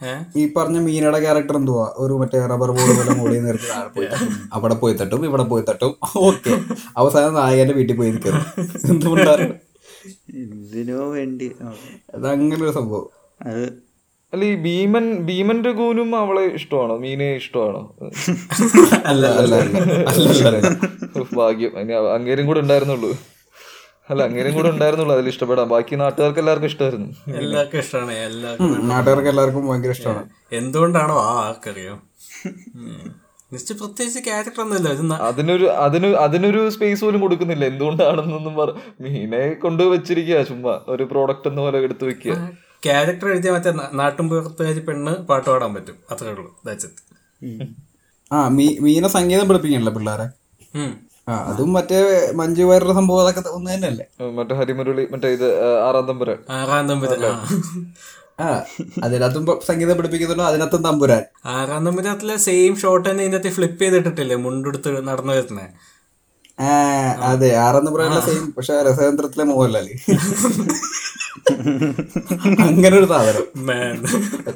ഏ ഈ പറഞ്ഞ മീനയുടെ ക്യാരക്ടർ എന്തുവാ ഒരു മറ്റേ റബ്ബർ ബോർഡ് പോലെ മൂടി നിർത്തി താഴെ പോയി തട്ടും. അവിടെ പോയി തട്ടും ഇവിടെ പോയി തട്ടും ഓക്കെ അവസാനം നായകന്റെ വീട്ടിൽ പോയി നിൽക്കുന്നു എന്തുകൊണ്ടാണ് ഇതിനോ വേണ്ടി ആ. അത് അങ്ങനെ ഒരു സംഭവം അത് അല്ല ഈ ഭീമൻ ഭീമൻ രഘുവിനും അവളെ ഇഷ്ടമാണോ മീനെ ഇഷ്ടമാണോ അല്ല അല്ല അല്ല അല്ല, അല്ല. ഉഫ്, ഭാഗ്യം ഇനി അവ- അങ്ങേരും കൂടെ ഉണ്ടായിരുന്നുള്ളൂ അല്ല അങ്ങേരും കൂടെ ഉണ്ടായിരുന്നുള്ളൂ അതിൽ ഇഷ്ടപ്പെടാം ബാക്കി നാട്ടുകാർക്ക് എല്ലാവർക്കും ഇഷ്ടമായിരുന്നു എല്ലാവർക്കും ഇഷ്ടമാണ് എല്ലാവർക്കും ഉം, നാട്ടുകാർക്ക് എല്ലാവർക്കും ഭയങ്കര ഇഷ്ടമാണ് എന്തുകൊണ്ടാണോ ആ ആർക്കറിയാം നിശ്ചയ പ്രത്യേകിച്ച് ക്യാരക്ടർ ഒന്നുമില്ല ഇത് ന- അതിനൊരു അതിന് അതിനൊരു സ്പേസ് പോലും കൊടുക്കുന്നില്ല എന്തുകൊണ്ടാണെന്നൊന്നും പറ മീനെ കൊണ്ട് വെച്ചിരിക്കുക ചുമ്മാ ഒരു പ്രോഡക്റ്റ് എന്ന പോലെ എടുത്തു വെക്കുക ക്യാരക്ടർ എഴുതിയ മറ്റേ നാട്ടുംപുറത്തുകാരി പെണ്ണ് പാട്ട് പാടാൻ പറ്റും അത്രേ ഉള്ളൂ ദാറ്റ്സ് ഇറ്റ് ആ മീ മീനെ സംഗീതം പഠിപ്പിക്കണല്ലോ പിള്ളേരെ ആ അതും മറ്റേ മഞ്ജു വാര്യരുടെ സംഭവം അതൊക്കെ ഒന്ന് തന്നെയല്ലേ മറ്റേ ഹരിമുരളി മറ്റേ ഇത് ആ, ആറാം തമ്പുരാൻ ആറാം തമ്പുരാൻ ആ. ആ അതിനകത്തും ഇപ്പൊ സംഗീതം പഠിപ്പിക്കുന്നുണ്ടോ അതിനകത്തും തമ്പുരാൻ ആറാം തമ്പുരാത്തിലെ സെയിം ഷോട്ട് തന്നെ ഇതിനകത്ത് ഫ്ലിപ്പ് ചെയ്തിട്ടിട്ടില്ലേ മുണ്ടെടുത്ത് നടന്നു വരുന്നേ ആ അതെ ആറെന്ന് പറയാനുള്ള സെയിം പക്ഷെ രസതന്ത്രത്തിലെ മോഹൻലാല് അങ്ങനെ ഒരു സാധനം Man.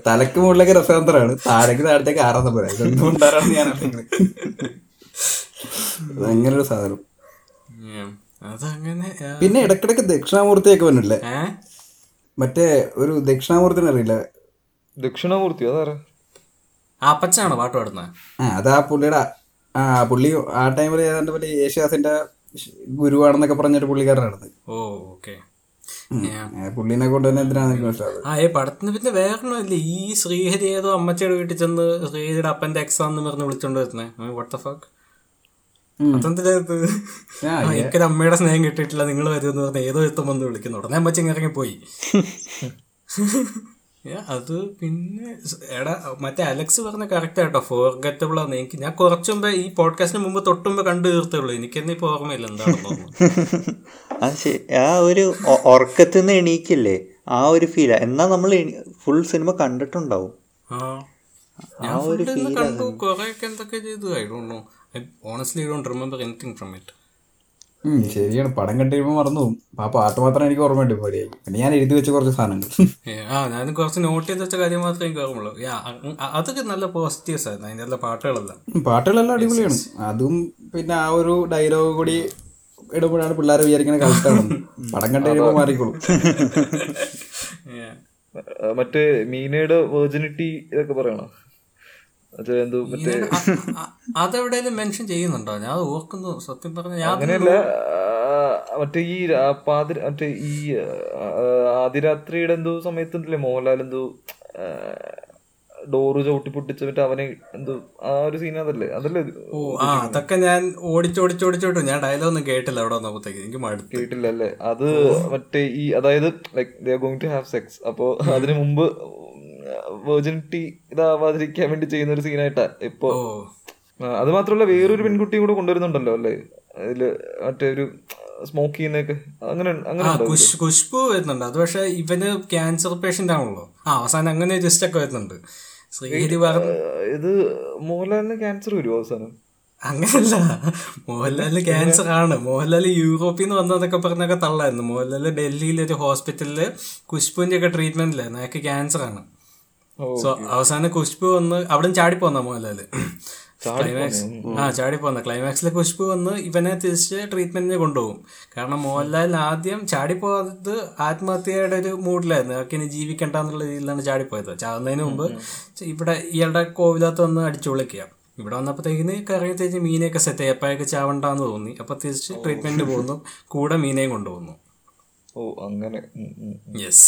തലക്ക് മുകളിലേക്ക് രസതന്ത്രമാണ് താഴേക്ക് താഴത്തേക്ക് ആറെന്ന് പറയാം ഇതെന്തുകൊണ്ടാണ് ഞാൻ അറിയുന്നത് അങ്ങനെ ഒരു സാധനം ഉം. അതങ്ങനെ ആ, പിന്നെ ഇടക്കിടക്ക് ദക്ഷിണാമൂർത്തിയൊക്കെ വന്നില്ലേ ഏ മറ്റേ ഒരു ദക്ഷിണാമൂർത്തിനെ അറിയില്ല ദക്ഷിണാമൂർത്തി അതാരാ ആ പച്ചാണോ പാട്ട് പാടുന്നത് ആ അതാ പുള്ളിയുടെ ആ- ആ പുള്ളി ആ ടൈമിൽ ഏതാണ്ട് പുള്ളി യേശുദാസിന്റെ ഗുരുവാണെന്നൊക്കെ പറഞ്ഞൊരു പുള്ളിക്കാരനാണത് ഓ ഓക്കെ ആ, പുള്ളിനെ കൊണ്ട് തന്നെ എന്തിനാണെന്ന് എനിക്ക് മനസ്സിലാവും ആ ഏ പടത്തിന് പിന്നെ വേറൊന്നുമില്ലേ ഈ ശ്രീഹരി ഏതോ അമ്മച്ചയുടെ വീട്ടിൽ ചെന്ന് ശ്രീഹരിയുടെ അപ്പന്റെ എക്സാം എന്ന് പറഞ്ഞ് വിളിച്ചോണ്ട് വരുന്നത് വട്ട ഫക്ക് അതെന്തിനകത്ത് ആ, എനിക്കൊരു അമ്മയുടെ സ്നേഹം കിട്ടിയിട്ടില്ല നിങ്ങൾ വരുമെന്ന് പറഞ്ഞ ഏതോ എത്തും വന്ന് വിളിക്കുന്നു ഉടനെ അമ്മച്ചി ഇറങ്ങി പോയി Yeah, അത് പിന്നെ സ് എടാ മറ്റേ അലക്സ് പറഞ്ഞ കറക്റ്റ് ആട്ടോ ഫോർഗറ്റബിൾ ആണ് എനിക്ക് ഞാൻ കുറച്ചു മുമ്പേ ഈ പോഡ്കാസ്റ്റിന് മുമ്പ് തൊട്ടുമ്പ് കണ്ടു തീർത്തേ ഉള്ളൂ എനിക്കെന്നെ ഇപ്പൊ ഓർമ്മയില്ല എന്താണെന്ന് തോന്നുന്നു ആ ശരി ആ ഒരു ഒ- ഉറക്കത്തിൽ നിന്ന് എണീക്കില്ലേ ആ ഒരു ഫീല എന്നാ നമ്മൾ ഫുൾ സിനിമ കണ്ടിട്ടുണ്ടാവും ആ ഞാൻ full ഇരുന്ന് കണ്ടു കൊറേയൊക്കെ എന്തൊക്കെ ചെയ്തു I don't know honestly I don't remember anything from it ഉം, ശരിയാണ് പടം കണ്ടിരുമ്പോൾ മറന്നു പോകും ആ പാട്ട് മാത്രം എനിക്ക് ഓർമ്മയുണ്ട് പോലെ പിന്നെ ഞാൻ എഴുതി വെച്ച കുറച്ച് സാധനങ്ങൾ ആ ഞാൻ കുറച്ച് നോട്ട് ചെയ്ത് വെച്ച കാര്യം മാത്രമേ എനിക്ക് ഓർമ്മയുള്ളൂ Yeah, അ- അ- അതൊക്കെ നല്ല പോസിറ്റീവ്സ് ആയിരുന്നു അതിന്റെ എല്ലാ പാട്ടുകളെല്ലാം ഉം, പാട്ടുകളെല്ലാം അടിപൊളിയാണ് അതും പിന്നെ ആ ഒരു ഡയലോഗ് കൂടി ഇടുമ്പോഴാണ് പിള്ളേർ വിചാരിക്കുന്ന കളിച്ചാണ് പടം കണ്ടു കഴിയുമ്പോൾ മാറിക്കോളും Yeah. ഏഹ് മറ്റേ മീനയുടെ വേർജിനിറ്റി ഇതൊക്കെ പറയണോ മറ്റേ എന്തോ മറ്റേ അ- അ- അതെവിടെയെങ്കിലും മെൻഷൻ ചെയ്യുന്നുണ്ടോ ഞാൻ അത് ഓർക്കുന്നു സത്യം പറഞ്ഞ ഞാൻ അങ്ങനെയല്ല ആ, മറ്റേ ഈ രാ- പാതി മറ്റേ ഈ ആ, ആദിരാത്രിയുടെ എന്തോ സമയത്തുണ്ടല്ലേ മോഹൻലാൽ എന്തോ ആ, ഡോറ് ചവിട്ടി പൊട്ടിച്ച് മറ്റേ അവനെ എന്തോ ആ ഒരു സീൻ അതല്ലേ അതല്ലേ ഇത്? ഓ ആ അതൊക്കെ ഞാൻ ഓടിച്ചോടിച്ചോടിച്ചോട്ടു ഞാൻ ഡയലോഗ് ഒന്നും കേട്ടില്ല അവിടെ വന്നപ്പോഴത്തേക്ക് എനിക്ക് മടുത്തു കേട്ടില്ല അല്ലേ അത് മറ്റേ ഈ അതായത് like they going to have sex അപ്പോ അതിനു മുമ്പ് വേർജിനിറ്റി ഇതാവാതിരിക്കാൻ വേണ്ടി ചെയ്യുന്ന ഒരു സീനായിട്ടാ ഇപ്പൊ ഓ ആ, അത് മാത്രമല്ല വേറൊരു പെൺകുട്ടിയും കൂടെ കൊണ്ടുവരുന്നുണ്ടല്ലോ അല്ലേ അതില് മറ്റേ ഒരു സ്മോക്ക് ചെയ്യുന്നൊക്കെ അങ്ങനെ അങ്ങനെ ആ ഉണ്ടോ? കുശ് കുഷ്പു വരുന്നുണ്ട് അത് പക്ഷെ ഇവന് ക്യാൻസർ പേഷ്യന്റ് ആണല്ലോ ആ അവസാനം അങ്ങനെ ജസ്റ്റ് ഒക്കെ വരുന്നുണ്ട് ശ്രീഹരി പറഞ്ഞു ആ, ഇത് മോഹൻലാലിന് ക്യാൻസർ വരുമോ അവസാനം അങ്ങനല്ല മോഹൻലാലിന് ക്യാൻസർ ആണ് മോഹൻലാൽ യൂറോപ്പിൽ നിന്ന് വന്നതെന്നൊക്കെ പറഞ്ഞൊക്കെ തള്ളായിരുന്നു മോഹൻലാൽ ഡൽഹിയിലെ ഒരു ഹോസ്പിറ്റലിൽ കുഷ്പുവിന്റെ ഒക്കെ ട്രീറ്റ്മെന്റിലായിരുന്നു അയാൾക്ക് ക്യാൻസർ ആണ് സോ അവസാനം കുഷ്പു വന്ന് അവിടെ ചാടി പോന്ന മോഹൻലാല് ക്ലൈമാക്സ് ആ ചാടി പോന്ന ക്ലൈമാക്സിലെ കുഷ്പു വന്ന് ഇവനെ തിരിച്ച് ട്രീറ്റ്മെന്റിന് കൊണ്ടുപോകും കാരണം മോഹൻലാൽ ആദ്യം ചാടി പോകാത്തത് ആത്മഹത്യയുടെ ഒരു മൂഡിലായിരുന്നു അയാൾക്ക് ഇനി ജീവിക്കണ്ട എന്നുള്ള രീതിയിലാണ് ചാടിപ്പോയത് ചാകുന്നതിന് മുമ്പ് ഇവിടെ ഇയാളുടെ കോവിലകത്ത് വന്ന് അടിച്ചു വിളിക്കുക ഇവിടെ വന്നപ്പോഴത്തേക്കിന് കറിയത്തേക്ക് മീനെയൊക്കെ സെറ്റ് ആയി അപ്പായൊക്കെ ചാവണ്ടെന്ന് തോന്നി അപ്പൊ തിരിച്ച് ട്രീറ്റ്മെന്റിന് പോകുന്നു കൂടെ മീനെയും കൊണ്ടുപോകുന്നു ഓ അങ്ങനെ ഉം, ഉം. യെസ്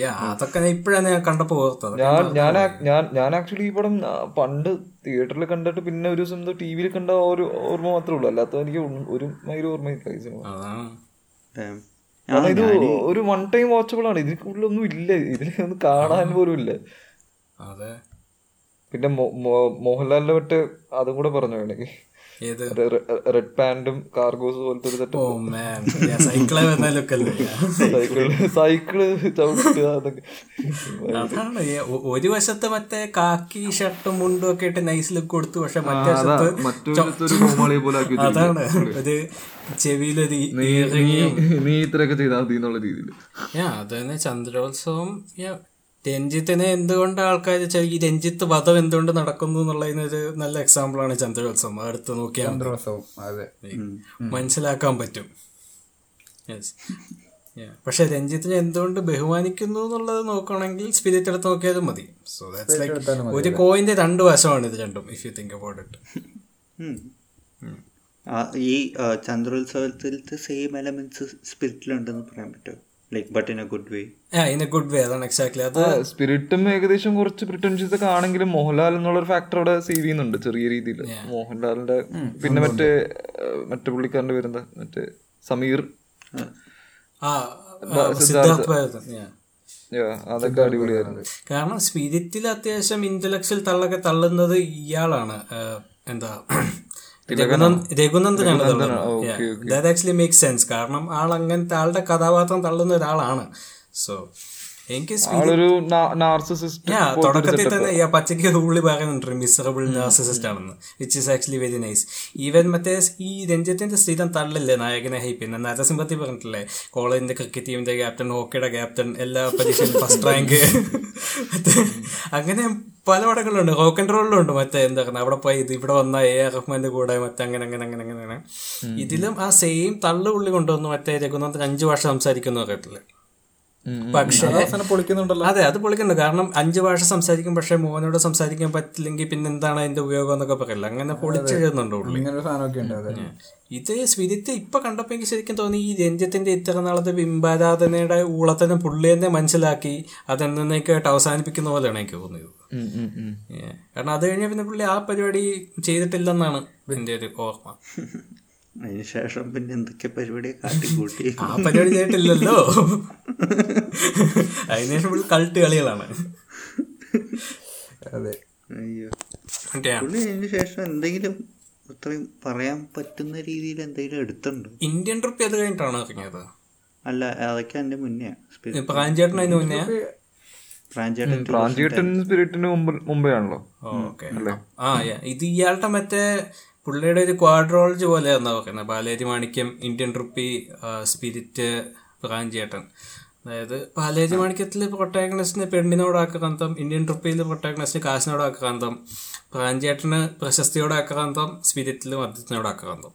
യാ അതൊക്കെ ഞാൻ ഇപ്പോഴാണ് ഞാൻ കണ്ടപ്പോൾ ഓർത്തത് ഞാൻ ഞാൻ ആ- ഞാൻ ഞാൻ ആക്ച്വലി ഈ പടം ആ, പണ്ട് തിയേറ്ററിൽ കണ്ടിട്ട് പിന്നെ ഒരു ദിവസം എന്തോ ടി വിയിൽ കണ്ട ആ ഒരു ഓർമ്മ മാത്രമേ ഉള്ളൂ അല്ലാത്ത എനിക്ക് ഒന്നും- ഒരു മൈൽ ഓർമ്മയില്ല ഈ സിനിമ അതാണ് ഏം. ആ, കാരണം ഇത് ഞാൻ- ഒരു വൺ ടൈം വാച്ചബിൾ ആണ് ഇതിൽ കൂടുതലൊന്നും ഇല്ല ഇതിൽ ഒന്ന് കാണാൻ പോലും ഇല്ല അതെ പിന്നെ മോ- മോ- മോഹൻലാലിന്റെ മറ്റേ അതും കൂടെ പറഞ്ഞു വേണമെങ്കിൽ ഏത് റെഡ് പാൻറ്റും കാർഗോസ് പോലത്തെ ഒരു ഓ സെറ്റ് മാൻ സൈക്കിളെ വന്നാലൊക്കെ അല്ലേ സൈക്കിള് സൈക്കിള് ചവിട്ടുക അതൊക്കെ അതാണ് ഏ- ഒ- ഒരു വശത്ത് മറ്റേ കാക്കി ഷർട്ടും മുണ്ടും ഒക്കെ ഇട്ട് നൈസ് ലുക്ക് കൊടുത്തു പക്ഷെ മറ്റേ വശത്ത് മറ്റൊരു കോമാളി പോലെ ആക്കി ചൊ- അതാണ് ഒരു ചെവിയിലൊരു ഈറിങ്ങും നീ ഇത്രയൊക്കെ ചെയ്താൽ മതി എന്നുള്ള രീതിയിൽ അത് തന്നെ ചന്ദ്രോത്സവം yeah. രഞ്ജിത്തിനെ എന്തുകൊണ്ട് ആൾക്കാർ ഈ രഞ്ജിത്ത് വധം എന്തുകൊണ്ട് നടക്കുന്നു എന്നുള്ളതിനൊരു നല്ല എക്സാമ്പിൾ ആണ് ചന്ദ്രോത്സവം അടുത്ത് നോക്കിയാൽ മതി. അതെ മനസ്സിലാക്കാൻ പറ്റും Yes. Yeah. പക്ഷെ രഞ്ജിത്തിനെ എന്തുകൊണ്ട് ബഹുമാനിക്കുന്നു എന്നുള്ളത് നോക്കുകയാണെങ്കിൽ സ്പിരിറ്റ് എടുത്ത് നോക്കിയാലും മതി സോ ദാറ്റ്സ് ലൈക്ക് ഒരു കോയിന്റെ രണ്ട് വശമാണ് ഇത് രണ്ടും if you think about it ഉം. ആ, ഈ ആ, ചന്ദ്രോത്സവത്തിലത്തെ സെയിം എലമെന്റ്സ് സ്പിരിറ്റിലുണ്ടെന്ന് പറയാൻ പറ്റുമോ like but in a good way ah in a good way അതാണ് എക്സാക്ട്ലി അത് സ്പിരിറ്റും ഏകദേശം കുറച്ച് പ്രിറ്റൻഷ്യസ് ഒക്കെ ആണെങ്കിലും മോഹൻലാൽ എന്നുള്ളൊരു ഫാക്ടർ അവിടെ സേവ് ചെയ്യുന്നുണ്ട് ചെറിയ രീതിയിൽ മോഹൻലാലിന്റെ പിന്നെ മറ്റേ ഏഹ്, മറ്റേ പുള്ളിക്കാരന്റെ പേരെന്താ മറ്റേ സമീർ ആ ആ, സിദ്ധാർത്ഥ് ഭരതൻ yeah. Yeah, അതൊക്കെ അടിപൊളിയായിരുന്നു കാരണം സ്പിരിറ്റിൽ അത്യാവശ്യം ഇന്റലക്ച്വൽ തള്ളൊക്കെ തള്ളുന്നത് ഇയാളാണ് ആ, എന്താ രഘുനന്ദ്- രഘുനന്ദനാണ് തള്ളുന്നത് ദാറ്റ് ആക്ച്വലി മേക്ക് സെൻസ് കാരണം ആൾ അങ്ങനത്തെ ആളുടെ കഥാപാത്രം തള്ളുന്ന ഒരാളാണ് സോ എനിക്ക് സ്പിരിറ്റ് ആളൊരു നാർസിസിസ്റ്റ് Yeah, തുടക്കത്തിൽ തന്നെ ഈ പച്ചയ്ക്ക് ഉള്ളി പറയുന്നുണ്ട് മിസറബിൾ നാർസിസിസ്റ്റ് ആണെന്ന് which is actually very nice even മറ്റേ ഈ രഞ്ജിത്തിന്റെ സ്ഥിരം തള്ളില്ലേ നായകനെ ഹൈപ്പ് ചെയ്യുന്ന നരസിംഹത്തിൽ പറഞ്ഞിട്ടില്ലേ കോളേജിന്റെ ക്രിക്കറ്റ് ടീമിന്റെ ക്യാപ്റ്റൻ ഹോക്കിയുടെ ക്യാപ്റ്റൻ എല്ലാ പരീക്ഷയിലും ഫസ്റ്റ് റാങ്ക് അങ്ങനെ പല പടങ്ങളുണ്ട് റോക്ക് ആൻഡ് റോളിലുണ്ട് മറ്റേ എന്താ പറയുക അവിടെ പോയി ഇത് ഇവിടെ വന്ന എ ആർ റഹ്മാന്റെ കൂടെ മറ്റേ അങ്ങനെ അങ്ങനെ അങ്ങനെ അങ്ങനെ അങ്ങനെ ഇതിലും ആ സെയിം തള്ളു ഉള്ളി കൊണ്ടുവന്ന് മറ്റേ രഘുനാഥൻ അഞ്ചു ഭാഷ സംസാരിക്കുന്ന കേട്ടില്ലേ പക്ഷേ അവസാനം പൊളിക്കുന്നുണ്ടല്ലോ അതെ അത് പൊളിക്കണ്ട കാരണം അഞ്ച് ഭാഷ സംസാരിക്കും പക്ഷെ മോനോട് സംസാരിക്കാൻ പറ്റില്ലെങ്കിൽ പിന്നെ എന്താണ് അതിന്റെ ഉപയോഗം എന്നൊക്കെ പറയില്ല അങ്ങനെ പൊളിച്ചെഴുതുന്നുണ്ട് ഉള്ളി ഇങ്ങനെ ഒരു സാധനമൊക്കെ ഉണ്ട് അതെ ഇത് സ്പിരിറ്റ് ഇപ്പൊ കണ്ടപ്പോ എനിക്ക് ശരിക്കും തോന്നി ഈ രഞ്ജത്തിന്റെ ഇത്ര നാളത്തെ ബിംബാരാധനയുടെ ഊളത്തന്നെ പുള്ളി തന്നെ മനസ്സിലാക്കി അതെന്നേക്കായിട്ട് അവസാനിപ്പിക്കുന്ന പോലെയാണ് എനിക്ക് തോന്നിയത് Yeah. കാരണം അത് കഴിഞ്ഞ പിന്നെ പുള്ളി ആ പരിപാടി ചെയ്തിട്ടില്ലെന്നാണ് എന്റെ ഒരു ഓർമ്മ അതിനുശേഷം പിന്നെ എന്തൊക്കെ പരിപാടിയെ കാട്ടിക്കൂട്ടി ആ പരിപാടി ചെയ്തിട്ടില്ലല്ലോ അതിനുശേഷം ഇവിടെ കൾട്ട് കളികളാണ് അതെ അയ്യോ മറ്റേ പുള്ളി അതിനുശേഷം എന്തെങ്കിലും അത്രയും പറയാൻ പറ്റുന്ന രീതിയിൽ എന്തെങ്കിലും എടുത്തുണ്ടോ ഇന്ത്യൻ ട്രിപ്പ് അത് കഴിഞ്ഞിട്ടാണ് ഇറങ്ങിയത് അല്ല അതൊക്കെ എൻ്റെ മുന്നെയാ സ്പിരി- പ്രാഞ്ചേട്ടൻ അതിന് മുന്നേ ഫ്രാഞ്ചേട്ടൻ two thousand പ്രാഞ്ചികട്ടൻ സ്പിരിറ്റിന് മുമ്പ് മുമ്പേ ആണല്ലോ ഓക്കെ ആ yeah. ഇത് ഇയാളുടെ മറ്റേ പുള്ളിയുടെ ഒരു ക്വാഡ്രോളജി പോലെ എന്നാ പറയുന്നത് Paleri Manikyam Indian Rupee Spirit Pranchettan അതായത് പാലേരി മാണിക്യത്തിൽ പ്രൊട്ടാഗണിസ്റ്റിന് പെണ്ണിനോടാക്രാന്തം ഇന്ത്യൻ ട്രിപ്പിയിൽ പ്രൊട്ടാഗണിസ്റ്റിന് കാശിനോടാക്രാന്തം പ്രാഞ്ചേട്ടന് പ്രശസ്തിയോടാക്രാന്തം സ്പിരിറ്റിൽ മദ്യത്തിനോടാക്രാന്തം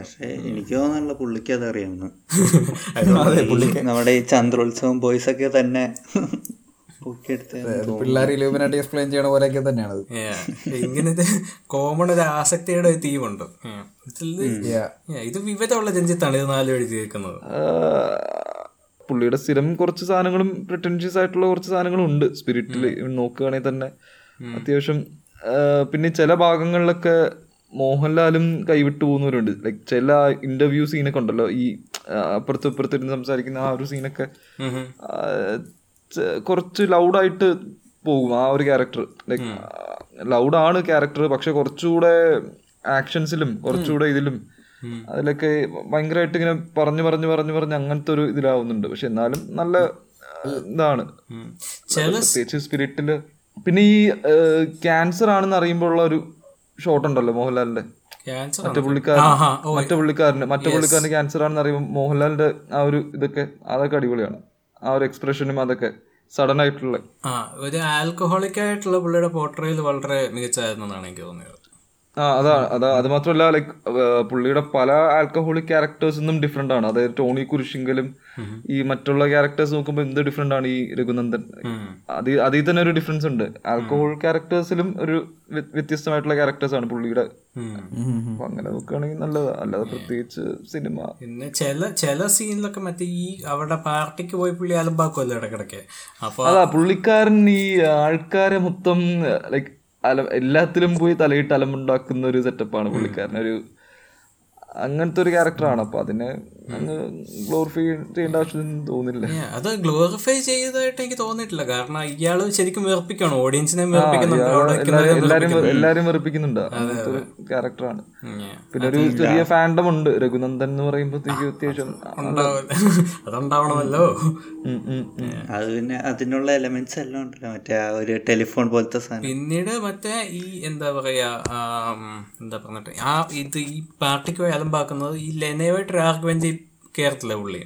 പക്ഷേ എനിക്ക് തോന്നുന്നുള്ള പുള്ളിക്ക് അതറിയാമെന്ന് അതെ നമ്മുടെ ഈ ചന്ദ്രോത്സവം ബോയ്സ് ഒക്കെ തന്നെ പൊക്കിയെടുത്ത പിള്ളേർ ഇലൂമിനായിട്ട് എക്സ്പ്ലെയിൻ ചെയ്യണ പോലെയൊക്കെ തന്നെയാണ് Yeah. ഇങ്ങനത്തെ കോമൺ ഒരു ആസക്തിയുടെ ഒരു തീമുണ്ട് Yeah. ഇതില് Yeah, ഇത് വിവരമുള്ള രഞ്ജിത്താണ് ഇത് നാലും എഴുതിയിരിക്കുന്നത് ആ, പുള്ളിയുടെ സ്ഥിരം കുറച്ച് സാധനങ്ങളും പ്രിറ്റൻഷ്യസ് ആയിട്ടുള്ള കുറച്ച് സാധനങ്ങളും ഉണ്ട് സ്പിരിറ്റിൽ നോക്കുകയാണെങ്കിൽ തന്നെ അത്യാവശ്യം ആ, പിന്നെ ചില ഭാഗങ്ങളിലൊക്കെ മോഹൻലാലും കൈവിട്ട് പോകുന്നവരുണ്ട് ലൈക്ക് ചില ഇന്റർവ്യൂ സീനൊക്കെ ഉണ്ടല്ലോ ഈ ആ, അപ്പുറത്തും ഇപ്പുറത്തും ഇരുന്ന് സംസാരിക്കുന്ന ആ ഒരു സീനൊക്കെ ആ, ച- കുറച്ച് ലൗഡായിട്ട് പോകും ആ ഒരു ക്യാരക്ടർ ലൈക്ക് ലൗഡാണ് ക്യാരക്ടർ പക്ഷെ കുറച്ചുകൂടെ ആക്ഷൻസിലും കുറച്ചുകൂടെ ഇതിലും അതിലൊക്കെ ഭയങ്കരമായിട്ട് ഇങ്ങനെ പറഞ്ഞു പറഞ്ഞു പറഞ്ഞു പറഞ്ഞ് അങ്ങനത്തെ ഒരു ഇതിലാവുന്നുണ്ട് പക്ഷെ എന്നാലും നല്ല ആ, ഇതാണ് ഉം. ചില പ്രത്യേകിച്ച് സ്പിരിറ്റില് പിന്നെ ഈ ക്യാൻസർ ആണെന്ന് അറിയുമ്പോഴുള്ള ഒരു ഷോട്ട് ഉണ്ടല്ലോ മോഹൻലാലിന്റെ ക്യാൻസർ മറ്റേ പുള്ളിക്കാരൻ ആഹാ, ഓ, മറ്റേ പുള്ളിക്കാരന് മറ്റേ പുള്ളിക്കാരന് ക്യാൻസർ ആണെന്ന് അറിയുമ്പോൾ മോഹൻലാലിന്റെ ആ ഒരു ഇതൊക്കെ അതൊക്കെ അടിപൊളിയാണ് ആ ഒരു എക്സ്പ്രഷനും അതൊക്കെ സഡൻ ആയിട്ടുള്ള ആ ഒരു ആൽക്കഹോളിക് ആയിട്ടുള്ള പുള്ളിയുടെ പോർട്രയിൽ വളരെ മികച്ചായിരുന്നു എന്നാണ് എനിക്ക് തോന്നിയത് ആ അതാണ് അതാ അത് മാത്രമല്ല ലൈക്ക് പുള്ളിയുടെ പല ആൽക്കഹോളിക് ക്യാരക്ടേഴ്സ് നിന്നും ഡിഫറെന്റ് ആണ് അതായത് ടോണി കുരിശിങ്കലും ഈ മറ്റുള്ള ക്യാരക്ടേഴ്സ് നോക്കുമ്പോൾ എന്ത് ഡിഫറെന്റ് ആണ് ഈ രഘുനന്ദൻ അത് അതിൽ തന്നെ ഒരു ഡിഫറൻസ് ഉണ്ട് ആൽക്കഹോൾ ക്യാരക്ടേഴ്സിലും ഒരു വ്യ- വ്യത്യസ്തമായിട്ടുള്ള ക്യാരക്ടേഴ്സ് ആണ് പുള്ളിയുടെ അപ്പൊ അങ്ങനെ നോക്കുകയാണെങ്കിൽ നല്ലതാ അല്ലാതെ പ്രത്യേകിച്ച് സിനിമ പിന്നെ ചില ചില സീനിലൊക്കെ മറ്റേ ഈ അവിടെ പാർട്ടിക്ക് പോയി പുള്ളി അലമ്പാക്കുമല്ലോ ഇടക്കിടക്ക് അപ്പൊ അതാ പുള്ളിക്കാരൻ ഈ ആൾക്കാരെ മൊത്തം ലൈക്ക് അല എല്ലാത്തിലും പോയി തലയിട്ട് അലമുണ്ടാക്കുന്ന ഒരു സെറ്റപ്പാണ് പുള്ളിക്കാരൻ ഒരു അങ്ങനത്തെ ഒരു ക്യാരക്ടറാണ് അപ്പൊ അതിനെ അങ്ങ് ഗ്ലോറിഫൈ ചെയ്യേണ്ട ആവശ്യമൊന്നും തോന്നില്ല ഏ, അത് ഗ്ലോറിഫൈ ചെയ്തതായിട്ട് എനിക്ക് തോന്നിയിട്ടില്ല കാരണം ഇയാള് ശരിക്കും വേർപ്പിക്കണം ഓഡിയൻസിനെ വേർപ്പിക്കുന്നുണ്ട് അവിടെ എല്ലാരും നിൽക്കുന്നവരെ എല്ലാരും എല്ലാരും വെറുപ്പിക്കുന്നുണ്ട് അങ്ങനത്തെ ഒരു ക്യാരക്ടറാണ് ഉം, ഏ. പിന്നെ ഒരു ചെറിയ ഫാൻഡം ഉണ്ട് രഘുനന്ദൻ എന്ന് പറയുമ്പോഴത്തേക്ക് അത്യാവശ്യം ഉണ്ടാവും. അതുണ്ടാവണമല്ലോ ഉം, ഉം, ഉം. അത് പിന്നെ അതിനുള്ള എലമെന്റ്സ് എല്ലാം ഉണ്ടല്ലോ മറ്റേ ആ ഒരു ടെലിഫോൺ പോലത്തെ സാധനം പിന്നീട് മറ്റേ ഈ എന്താ പറയാ ആം, എന്താ പറഞ്ഞിട്ട് ആ ഇത് ഈ പാർട്ടിക്ക് പോയി അലമ്പാക്കുന്നത് ഈ ലെനേവായിട്ട് രാഘവഞ്ചി കേരളത്തിലെ പുള്ളി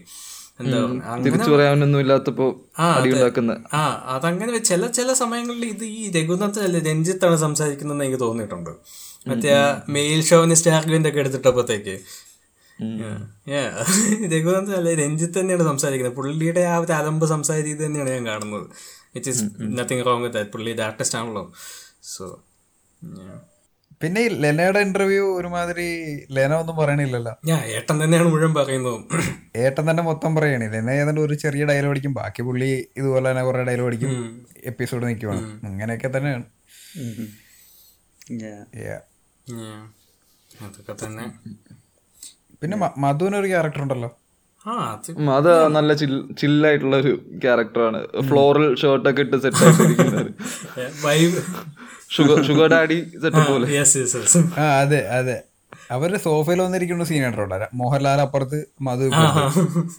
എന്താ പറഞ്ഞ തിരിച്ചു പറയാനൊന്നും ഇല്ലാത്തപ്പോ അടിയുണ്ടാക്കുന്ന ആ അതങ്ങനെ വെ- ചില ചില സമയങ്ങളിൽ ഇത് ഈ രഘുനാഥനല്ല രഞ്ജിത്താണ് സംസാരിക്കുന്നതെന്ന് എനിക്ക് തോന്നിയിട്ടുണ്ട് മറ്റേ ആ മെയിൽ ഷോവിനിസ്റ്റ് ആർഗ്യുമെന്റ് ഒക്കെ എടുത്തിട്ടപ്പോഴത്തേക്ക് രഘുനാഥൻ അല്ല രഞ്ജിത്ത് തന്നെയാണ് സംസാരിക്കുന്നത് പുള്ളിയുടെ ആ ഒരു അലമ്പ് സംസാര രീതി തന്നെയാണ് ഞാൻ കാണുന്നത് it is nothing wrong with that പുള്ളി ആർട്ടിസ്റ്റ് ആണല്ലോ സോ പിന്നെ ഈ ലെനയുടെ ഇന്റർവ്യൂ ഒരുമാതിരി ലെന ഒന്നും പറയണില്ലല്ലോ ഞാൻ ഏട്ടൻ തന്നെയാണ് മുഴുവൻ പറയുന്നതും ഏട്ടൻ തന്നെ മൊത്തം പറയണേ ലെന ഏതാണ്ട് ഒരു ചെറിയ ഡയലോഗ് അടിക്കും ബാക്കി പുള്ളി ഇതുപോലെ തന്നെ കുറെ ഡയലോഗ് അടിക്കും എപ്പിസോഡ് നിൽക്കുവാണ് അങ്ങനെയൊക്കെ തന്നെയാണ് Yeah. Yeah. Yeah. അതൊക്കെ തന്നെ പിന്നെ മ- മധുവിനൊരു ക്യാരക്ടർ ഉണ്ടല്ലോ ആ അത് ഉം, അത് നല്ല ചില്ലായിട്ടുള്ള ഒരു ക്യാരക്ടറാണ് ഫ്ലോറൽ ഷർട്ടൊക്കെ ഇട്ട് സെറ്റ് ആയിട്ടിരിക്കുന്നത് vibe sugar sugar daddy setup പോലെ യെസ് യെസ് യെസ് ആ അതെ അതെ അവരുടെ സോഫയിൽ വന്നിരിക്കുന്ന സീൻ കണ്ടോ മോഹൻലാൽ അപ്പുറത്ത് മധു ഇപ്പുറത്ത്.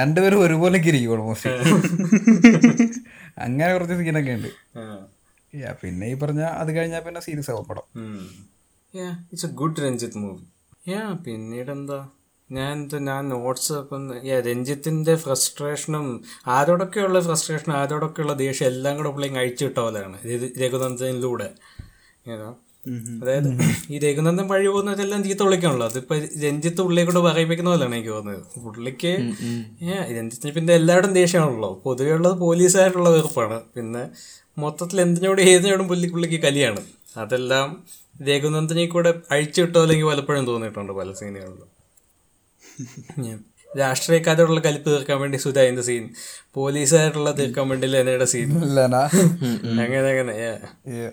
രണ്ടുപേരും ഒരുപോലെ ഇരിക്കും ഓൾമോസ്റ്റ് അങ്ങനെ കുറച്ച് സീനൊക്കെ ഉണ്ട് Yeah, പിന്നെ ഈ പറഞ്ഞ അത് കഴിഞ്ഞാൽ പിന്നെ സീരിയസ് ആവും പടം it's a good Ranjith movie yeah പിന്നീട് എന്താ ഞാൻ എന്ത് ഞാൻ നോട്ട്സ് യാ രഞ്ജിത്തിന്റെ ഫ്രസ്ട്രേഷനും ആരോടൊക്കെയുള്ള ഫ്രസ്ട്രേഷൻ ആരോടൊക്കെയുള്ള ദേഷ്യം എല്ലാം കൂടെ പുള്ളിയും അഴിച്ചു വിട്ട പോലെയാണ് രഘു- രഘുനന്ദനിലൂടെ You know? അതായത് ഈ രഘുനന്ദൻ പഴി പോകുന്നവരെല്ലാം ചീത്ത വിളിക്കാണല്ലോ അതിപ്പോ രഞ്ജിത്ത് പുള്ളിയെ കൂടെ പറയിപ്പിക്കുന്ന പോലെയാണ് എനിക്ക് തോന്നുന്നത് പുള്ളിക്ക് yeah, രഞ്ജിത്തിന് പിന്നെ എല്ലാവരും ദേഷ്യമാണല്ലോ പൊതുവെ ഉള്ളത് പോലീസായിട്ടുള്ള വെറുപ്പാണ് പിന്നെ മൊത്തത്തിൽ എന്തിനോടും ഏതിനോടും പുള്ളി പുള്ളിക്ക് കലിയാണ് അതെല്ലാം രഘുനന്ദനെ കൂടെ അഴിച്ചുവിട്ടോ അല്ലെങ്കിൽ പലപ്പോഴും തോന്നിയിട്ടുണ്ട് പല സീനുകളിലും ഞാൻ രാഷ്ട്രീയക്കാരോടുള്ള കലിപ്പ് തീർക്കാൻ വേണ്ടി സുധായിന്റെ സീൻ പോലീസുകാരുള്ള തീർക്കാൻ വേണ്ടി ലെനയുടെ സീൻ ലെന അങ്ങനെ അങ്ങനെ yeah.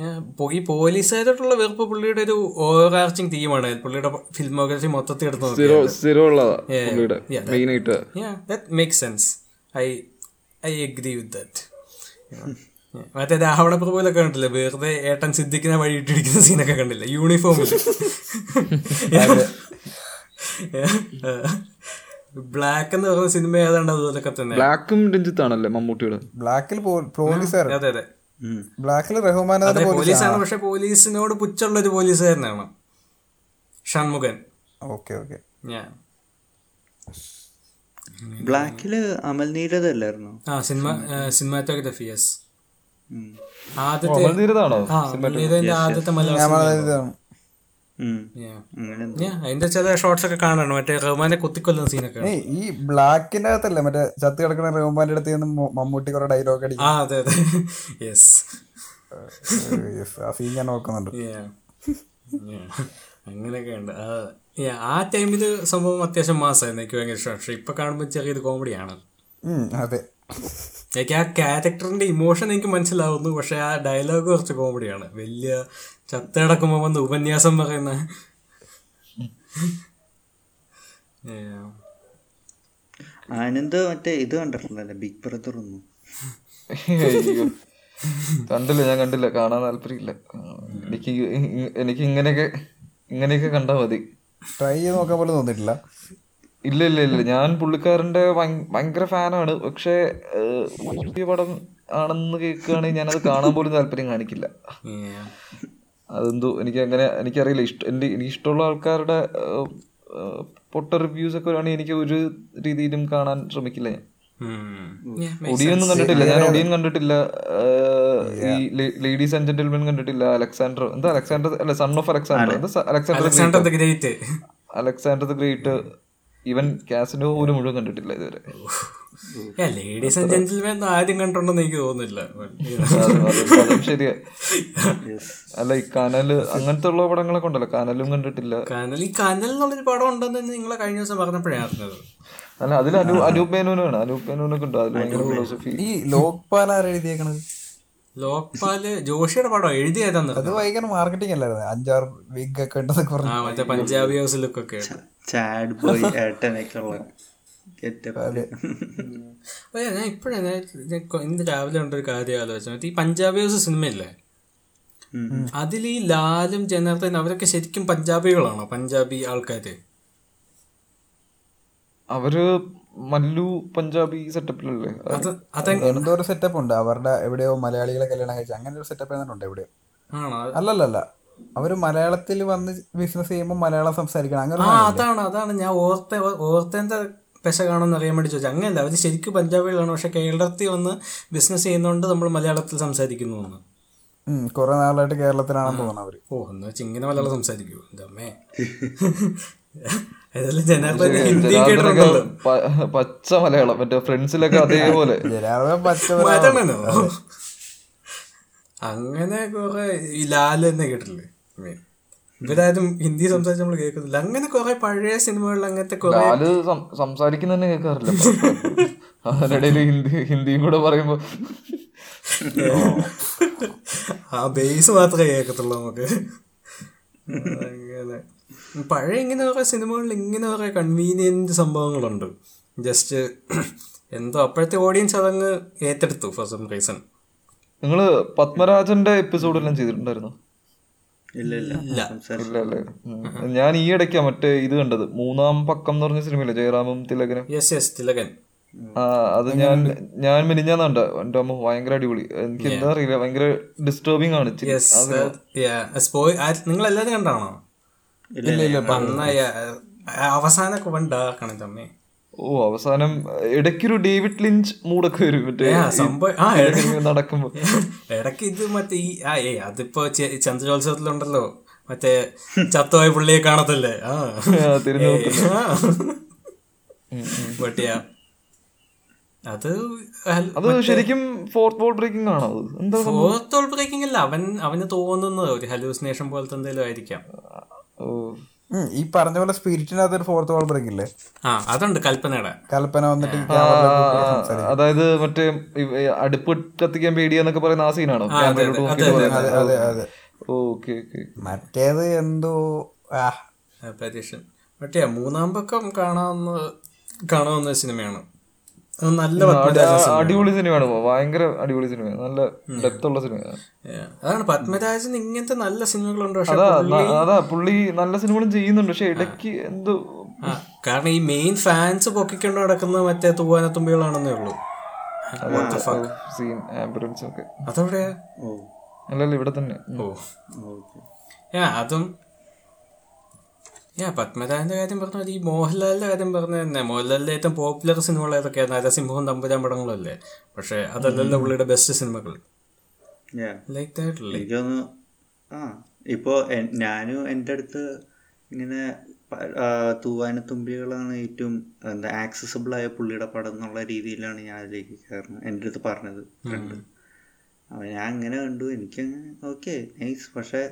ഞാൻ പോ- ഈ പോലീസുകാരോട്ടുള്ള വെറുപ്പ് പുള്ളിയുടെ ഒരു ഓവർആർച്ചിങ് തീമാണ് പുള്ളിയുടെ ഫിൽമോഗ്രഫി മൊത്തത്തിൽ എടുത്ത് നോക്കിയാൽ സ്ഥിരം സ്ഥിരമുള്ളതാ പുള്ളിയുടെ yeah, that- മെയിനായിട്ട് yeah that makes sense i i agree with that Yeah. Yeah. മറ്റേ രാവണ പ്രഭുവിലൊക്കെ കണ്ടില്ലേ വെറുതെ ഏട്ടൻ സിദ്ധിക്കുന്ന വഴി ഇട്ടിരിക്കുന്ന സീനൊക്കെ കണ്ടില്ലേ യൂണിഫോമിൽ ബ്ലാക്ക് എന്ന് പറയുന്ന സിനിമ ഏതാണ്ട് അതുപോലൊക്കെ തന്നെ ബ്ലാക്കും രഞ്ജിത്താണല്ലേ മമ്മൂട്ടിയുടെ ബ്ലാക്കിൽ പോലീസുകാരൻ അതെ അതെ ബ്ലാക്കിൽ റഹ്മാൻ അതെ പോലീസാണ് പക്ഷെ പോലീസിനോട് പുച്ഛമുള്ള ഒരു പോലീസുകാരനാണ് ഷൺമുഖൻ ഓക്കെ ഓക്കെ ഞാൻ ബ്ലാക്കില് അമൽ നീരദ് അല്ലായിരുന്നോ ആ സിനിമ സിനിമാറ്റോഗ്രഫി യെസ് ഉം. ആദ്യത്തെ ധീരതാണോ ആ, മലയാളത്തിന്റെ ആദ്യത്തെ മലയാള സിനിമ. ഉം. Yeah. അങ്ങനെ എന്തോ. Yeah, അതിന്റെ ചില ഷോർട്സ് ഒക്കെ കാണാണ് മറ്റേ റഹ്മാനെ കുത്തിക്കൊല്ലുന്ന സീനൊക്കെ ഏയ് ഈ ബ്ലാക്കിന്റെ അകത്തല്ലേ മറ്റേ ചത്ത് കിടക്കുന്ന റഹ്മാന്റെ അടുത്ത് നിന്ന് മ- മമ്മൂട്ടി കുറെ ഡയലോഗ് അടിക്കും ആ അതെ അതെ യെസ് Yes, ആ സീൻ ഞാൻ നോക്കുന്നുണ്ട് അങ്ങനെയൊക്കെ ഉണ്ട് ആ, yeah, ആ ടൈമിൽ സംഭവം അത്യാവശ്യം മാസമായിരുന്നു എനിക്ക് ഭയങ്കര ഇഷ്ടമാണ് പക്ഷെ ഇപ്പൊ കാണുമ്പോൾ ചെറിയൊരു കോമഡിയാണ് ഉം, അതെ എനിക്ക് ആ ക്യാരക്ടറിന്റെ ഇമോഷൻ എനിക്ക് മനസ്സിലാവുന്നു പക്ഷെ ആ ഡയലോഗ് കുറച്ച് കോമഡിയാണ് വലിയ ചത്തടക്കുമ്പോൾ വന്ന് ഉപന്യാസം പറയുന്ന Yeah. ആനന്ദ് മറ്റേ ഇത് കണ്ടിട്ടുണ്ടല്ലേ ബിഗ് ബ്രദർ ഒന്നും അയ്യോ. കണ്ടില്ല ഞാൻ കണ്ടില്ല കാണാൻ താല്പര്യമില്ല ആ, എനിക്ക് ഇ- എനിക്ക് ഇങ്ങനെയൊക്കെ ഇങ്ങനെയൊക്കെ കണ്ടാ മതി ട്രൈ ചെയ്ത് നോക്കാൻ പോലും തോന്നിയിട്ടില്ല ഇല്ല ഇല്ല ഇല്ല ഞാൻ പുള്ളിക്കാരന്റെ ഭയ- ഭയങ്കര ഫാനാണ് പക്ഷേ ഏഹ്, പുതിയ പടം ആണെന്ന് കേൾക്കുകയാണെങ്കിൽ ഞാനത് കാണാൻ പോലും താല്പര്യം കാണിക്കില്ല Yeah. അതെന്തോ എനിക്ക് അങ്ങനെ എനിക്കറിയില്ല ഇഷ്ടം എൻ്റെ എനിക്ക് ഇഷ്ടമുള്ള ആൾക്കാരുടെ ഏഹ്, ഏഹ്, പൊട്ട റിവ്യൂസ് ഒക്കെ ആണെങ്കിൽ എനിക്ക് ഒരു രീതിയിലും കാണാൻ ശ്രമിക്കില്ല ഞാൻ Hmm. Yeah, ഒടിയൊന്നും കണ്ടിട്ടില്ല ഞാൻ ഒടിയൻ കണ്ടിട്ടില്ല ഏഹ്, ഈ ലേഡീസ് ആൻഡ് ജെന്റിൽമെൻ കണ്ടിട്ടില്ല അലക്സാണ്ടർ എന്താ അലക്സാണ്ടർ അല്ല സൺ ഓഫ് അലക്സാണ്ടർ എന്താ സ- Alexander the Alexander the Great Great? Alexander the Great ഇവൻ കാസിനോ പോലും മുഴുവൻ കണ്ടിട്ടില്ല ഇതുവരെ ലേഡീസ് ആൻഡ് ജെന്റിൽമാൻ ആദ്യം കണ്ടിട്ടുണ്ടെന്ന് എനിക്ക് തോന്നുന്നില്ല അത് അത് അതും ശരിയാ അല്ല ഈ കനല് അങ്ങനത്തെ ഉള്ള പടങ്ങളൊക്കെ ഉണ്ടല്ലോ കനലും കണ്ടിട്ടില്ല കനൽ ഈ കനൽ എന്നുള്ളൊരു പടം ഉണ്ടെന്ന് നിങ്ങളെ കഴിഞ്ഞ ദിവസം പറഞ്ഞപ്പോഴാണ് അറിഞ്ഞത് അല്ല അതിൽ അനു അനൂപ് മേനോനാണ് അനൂപ് മേനോനൊക്കെ ഉണ്ട് അതിൽ ഭയങ്കര ഫിലോസഫി ഈ ലോക്പാൽ ആരാ എഴുതിയേക്കണത് ലോക്പാല് ജോഷിയുടെ പടം എഴുതിയതാന്ന് അത് അറിഞ്ഞത്. ഭയങ്കര മാർക്കറ്റിംഗ് അല്ലായിരുന്നു അഞ്ചാറ് വിഗ് ഒക്കെ ഉണ്ടെന്നൊക്കെ ആ പറഞ്ഞു മറ്റേ പഞ്ചാബി ഹൗസ് ലുക്കൊക്കെ ചാഡ് ബോയ് ഏട്ടനൊക്കെ ഉള്ള ഗെറ്റപ്പ് അപ്പൊ ഞാൻ ഇപ്പോഴാണ് ഞാൻ ഞാൻ കൊ- ഇന്ന് രാവിലെ ഉണ്ടൊരു കാര്യം ആലോചിച്ചു മറ്റേ ഈ പഞ്ചാബി ഹൗസ് സിനിമയില്ലേ അതിൽ ഈ ലാലും ജനാർദ്ദൻ അവരൊക്കെ ശരിക്കും പഞ്ചാബികളാണോ പഞ്ചാബി ആൾക്കാര് അവര് മല്ലു പഞ്ചാബി സെറ്റപ്പിലല്ലേ അത് അതെങ്ങ എന്തോ ഒരു സെറ്റപ്പ് ഉണ്ട് അവരുടെ എവിടെയോ മലയാളികളെ കല്യാണം കഴിച്ചു അങ്ങനെ ഒരു സെറ്റപ്പ് എന്നുണ്ട് എവിടെയോ ആണോ അത് അല്ലല്ലല്ല അവര് മലയാളത്തിൽ വന്ന് ബിസിനസ് ചെയ്യുമ്പോൾ മലയാളം സംസാരിക്കണം അങ്ങനെ ആ അതാണ് അതാണ് ഞാൻ ഓർത്ത ഓർത്തേന്റെ പെശ കാണുമെന്ന് അറിയാൻ വേണ്ടി ചോദിച്ചു അങ്ങനെയല്ല അവർ ശരിക്കും പഞ്ചാബികളാണ് പക്ഷെ കേരളത്തിൽ വന്ന് ബിസിനസ് ചെയ്യുന്നതുകൊണ്ട് നമ്മൾ മലയാളത്തിൽ സംസാരിക്കുന്നു എന്ന് ഉം, കുറെ നാളായിട്ട് കേരളത്തിലാണെന്ന് തോന്നുന്നു അവര് ഓ എന്ന് വെച്ച് ഇങ്ങനെ മലയാളം സംസാരിക്കൂ എൻ്റെ അമ്മേ ഏതായാലും ജനാർദ്ദൻ ഹിന്ദി കേട്ടിട്ടുണ്ടല്ലോ പ- പച്ച മലയാളം മറ്റേ ഫ്രണ്ട്സിലൊക്കെ അതേപോലെ ജനാർദ്ദൻ പറ്റവരാ മാറ്റണല്ലോ അങ്ങനെ കുറെ ഈ ലാൽ തന്നെ കേട്ടില്ലേ I mean, ഇവരാരും ഹിന്ദി സംസാരിച്ച് നമ്മൾ കേൾക്കുന്നില്ല അങ്ങനെ കുറെ പഴയ സിനിമകളിൽ അങ്ങനത്തെ കുറെ അത് സംസാരിക്കുന്ന തന്നെ കേൾക്കാറില്ല അതിനിടയിൽ ഹിന്ദി ഹിന്ദിയും കൂടെ പറയുമ്പോ ആ ബേസ് മാത്രമേ കേൾക്കത്തുള്ളൂ നമുക്ക് അങ്ങനെ പഴയ ഇങ്ങനെ കുറെ സിനിമകളിൽ ഇങ്ങനെ കുറെ കൺവീനിയൻറ്റ് സംഭവങ്ങളുണ്ട് ജസ്റ്റ് എന്തോ അപ്പോഴത്തെ ഓഡിയൻസ് അതങ്ങ് ഏറ്റെടുത്തു ഫോർ സം റീസൺ നിങ്ങള് പത്മരാജന്റെ എപ്പിസോഡ് എല്ലാം ചെയ്തിട്ടുണ്ടായിരുന്നു ഇല്ല ഇല്ല സംസാരിച്ചു ഇല്ല അല്ലേ ഉം. ഞാൻ ഈ ഇടയ്ക്കാ മറ്റേ ഇത് കണ്ടത് മൂന്നാം പക്കം എന്ന് പറഞ്ഞ സിനിമയില്ലേ ജയറാമും തിലകനും യെസ് യെസ് തിലകൻ ആ അത് ഞാൻ ഞാൻ മിനിഞ്ഞാന്നുണ്ട് എന്റെ അമ്മ ഭയങ്കര അടിപൊളി എനിക്ക് എന്താ അറിയില്ല ഭയങ്കര ഡിസ്റ്റർബിങ് ആണ് ഇച്ചിരി. യെസ് uh, നിങ്ങൾ എല്ലാവരും കണ്ടാണോ ഇല്ല ഇല്ല അന്ന അവസാന വൺ ഡാർക്കാണ് തമ്മേ ഓ അവസാനം ഇടയ്ക്കൊരു ഡേവിഡ് ലിഞ്ച് മൂടൊക്കെ വരും മറ്റേ ആ സംഭവം ആ ഇട- ഇങ്ങനെ നടക്കുമ്പോ ഇടയ്ക്ക് ഇത് മറ്റേ ഈ ആ ഏ അതിപ്പോ ചെ- ചന്ദ്രോത്സവത്തിലുണ്ടല്ലോ മറ്റേ ചത്തുവായ പുള്ളിയെ കാണത്തല്ലേ ആ ആ, തിരിഞ്ഞു നോക്കും. പട്ടിയ അത് അത് ശരിക്കും ഫോർത്ത് വോൾ ബ്രേക്കിംഗ് ആണോ അത് എന്താ ഫോർത്തോൾ ബ്രേക്കിംഗ് അല്ല അവൻ അവന് തോന്നുന്നത് ഒരു ഹലൂസിനേഷൻ പോലത്തെ എന്തെങ്കിലും ആയിരിക്കാം ഓ ഉം, ഈ പറഞ്ഞ പോലെ സ്പിരിറ്റിനകത്ത് ഒരു ഫോർത്ത് വാൾ ബ്രേക്ക് ഇല്ലേ ആ അതുണ്ട് കൽപ്പനയുടെ കൽപ്പന വന്നിട്ട് ഈ ആ, camera യിലോട്ട് ആ, നോക്കി സംസാരിക്കും. അതായത് മറ്റേ ഇവ- ഈ അടുപ്പ് കത്തിക്കാൻ പേടിയെന്നൊക്കെ പറയുന്ന ആ സീനാണോ ആ, അതെ, അതെ, അതെ, അതെ അതെ അതെ ഓക്കെ ഓക്കെ മറ്റേത് എന്തോ ആ പരീക്ഷൻ മറ്റേ മൂന്നാം പക്കം കാണാവുന്ന കാണാവുന്ന സിനിമയാണ് അത് നല്ല പത്മജ അടിപൊളി സിനിമയാണ് ഭയങ്കര അടിപൊളി സിനിമയാണ് നല്ല ഡെപ്ത് ഉള്ള സിനിമയാണ് Yeah. അതാണ് പത്മരാജൻ ഇങ്ങനത്തെ നല്ല സിനിമകളുണ്ട് പക്ഷെ അതാ ന- അതാ പുള്ളി നല്ല സിനിമകളും ചെയ്യുന്നുണ്ട് പക്ഷെ ഇടയ്ക്ക് എന്തോ ആ, കാരണം ഈ മെയിൻ ഫാൻസ് പൊക്കിക്കൊണ്ട് നടക്കുന്ന മറ്റേ തൂവാനത്തുമ്പികളാണെന്നേ ഉള്ളൂ What the fuck? Scene ambulance ഒക്കെ അതെവിടെയാ ഓ അല്ലല്ല ഇവിടെ തന്നെ ഓ ഓക്കെ ഏ അതും ഞാൻ പത്മരാജന്റെ കാര്യം പറഞ്ഞ ഈ മോഹൻലാലിന്റെ കാര്യം പറഞ്ഞ തന്നെ മോഹൻലാലിന്റെ ഏറ്റവും പോപ്പുലർ സിനിമകൾ ഏതൊക്കെയാണ് നരസിംഹവും തമ്പുരാൻ പടങ്ങളല്ലേ പക്ഷെ അതല്ലല്ലോ പുള്ളിയുടെ ബെസ്റ്റ് സിനിമകൾ ഞാൻ ലൈക്ക് ദാറ്റ് അല്ലേ എനിക്കൊന്ന് ആ ഇപ്പോൾ ഞാനും എൻ്റെ അടുത്ത് ഇങ്ങനെ പ- ആ, തൂവാനത്തുമ്പികളാണ് ഏറ്റവും എന്താ ആക്സസിബിൾ ആയ പുള്ളിയുടെ പടം എന്നുള്ള രീതിയിലാണ് ഞാൻ അതിലേക്ക് കയറുന്നത് എൻ്റെ അടുത്ത് പറഞ്ഞത് കണ്ട് അപ്പം ഞാൻ അങ്ങനെ കണ്ടു എനിക്കങ്ങനെ ഓക്കെ നൈസ് പക്ഷേ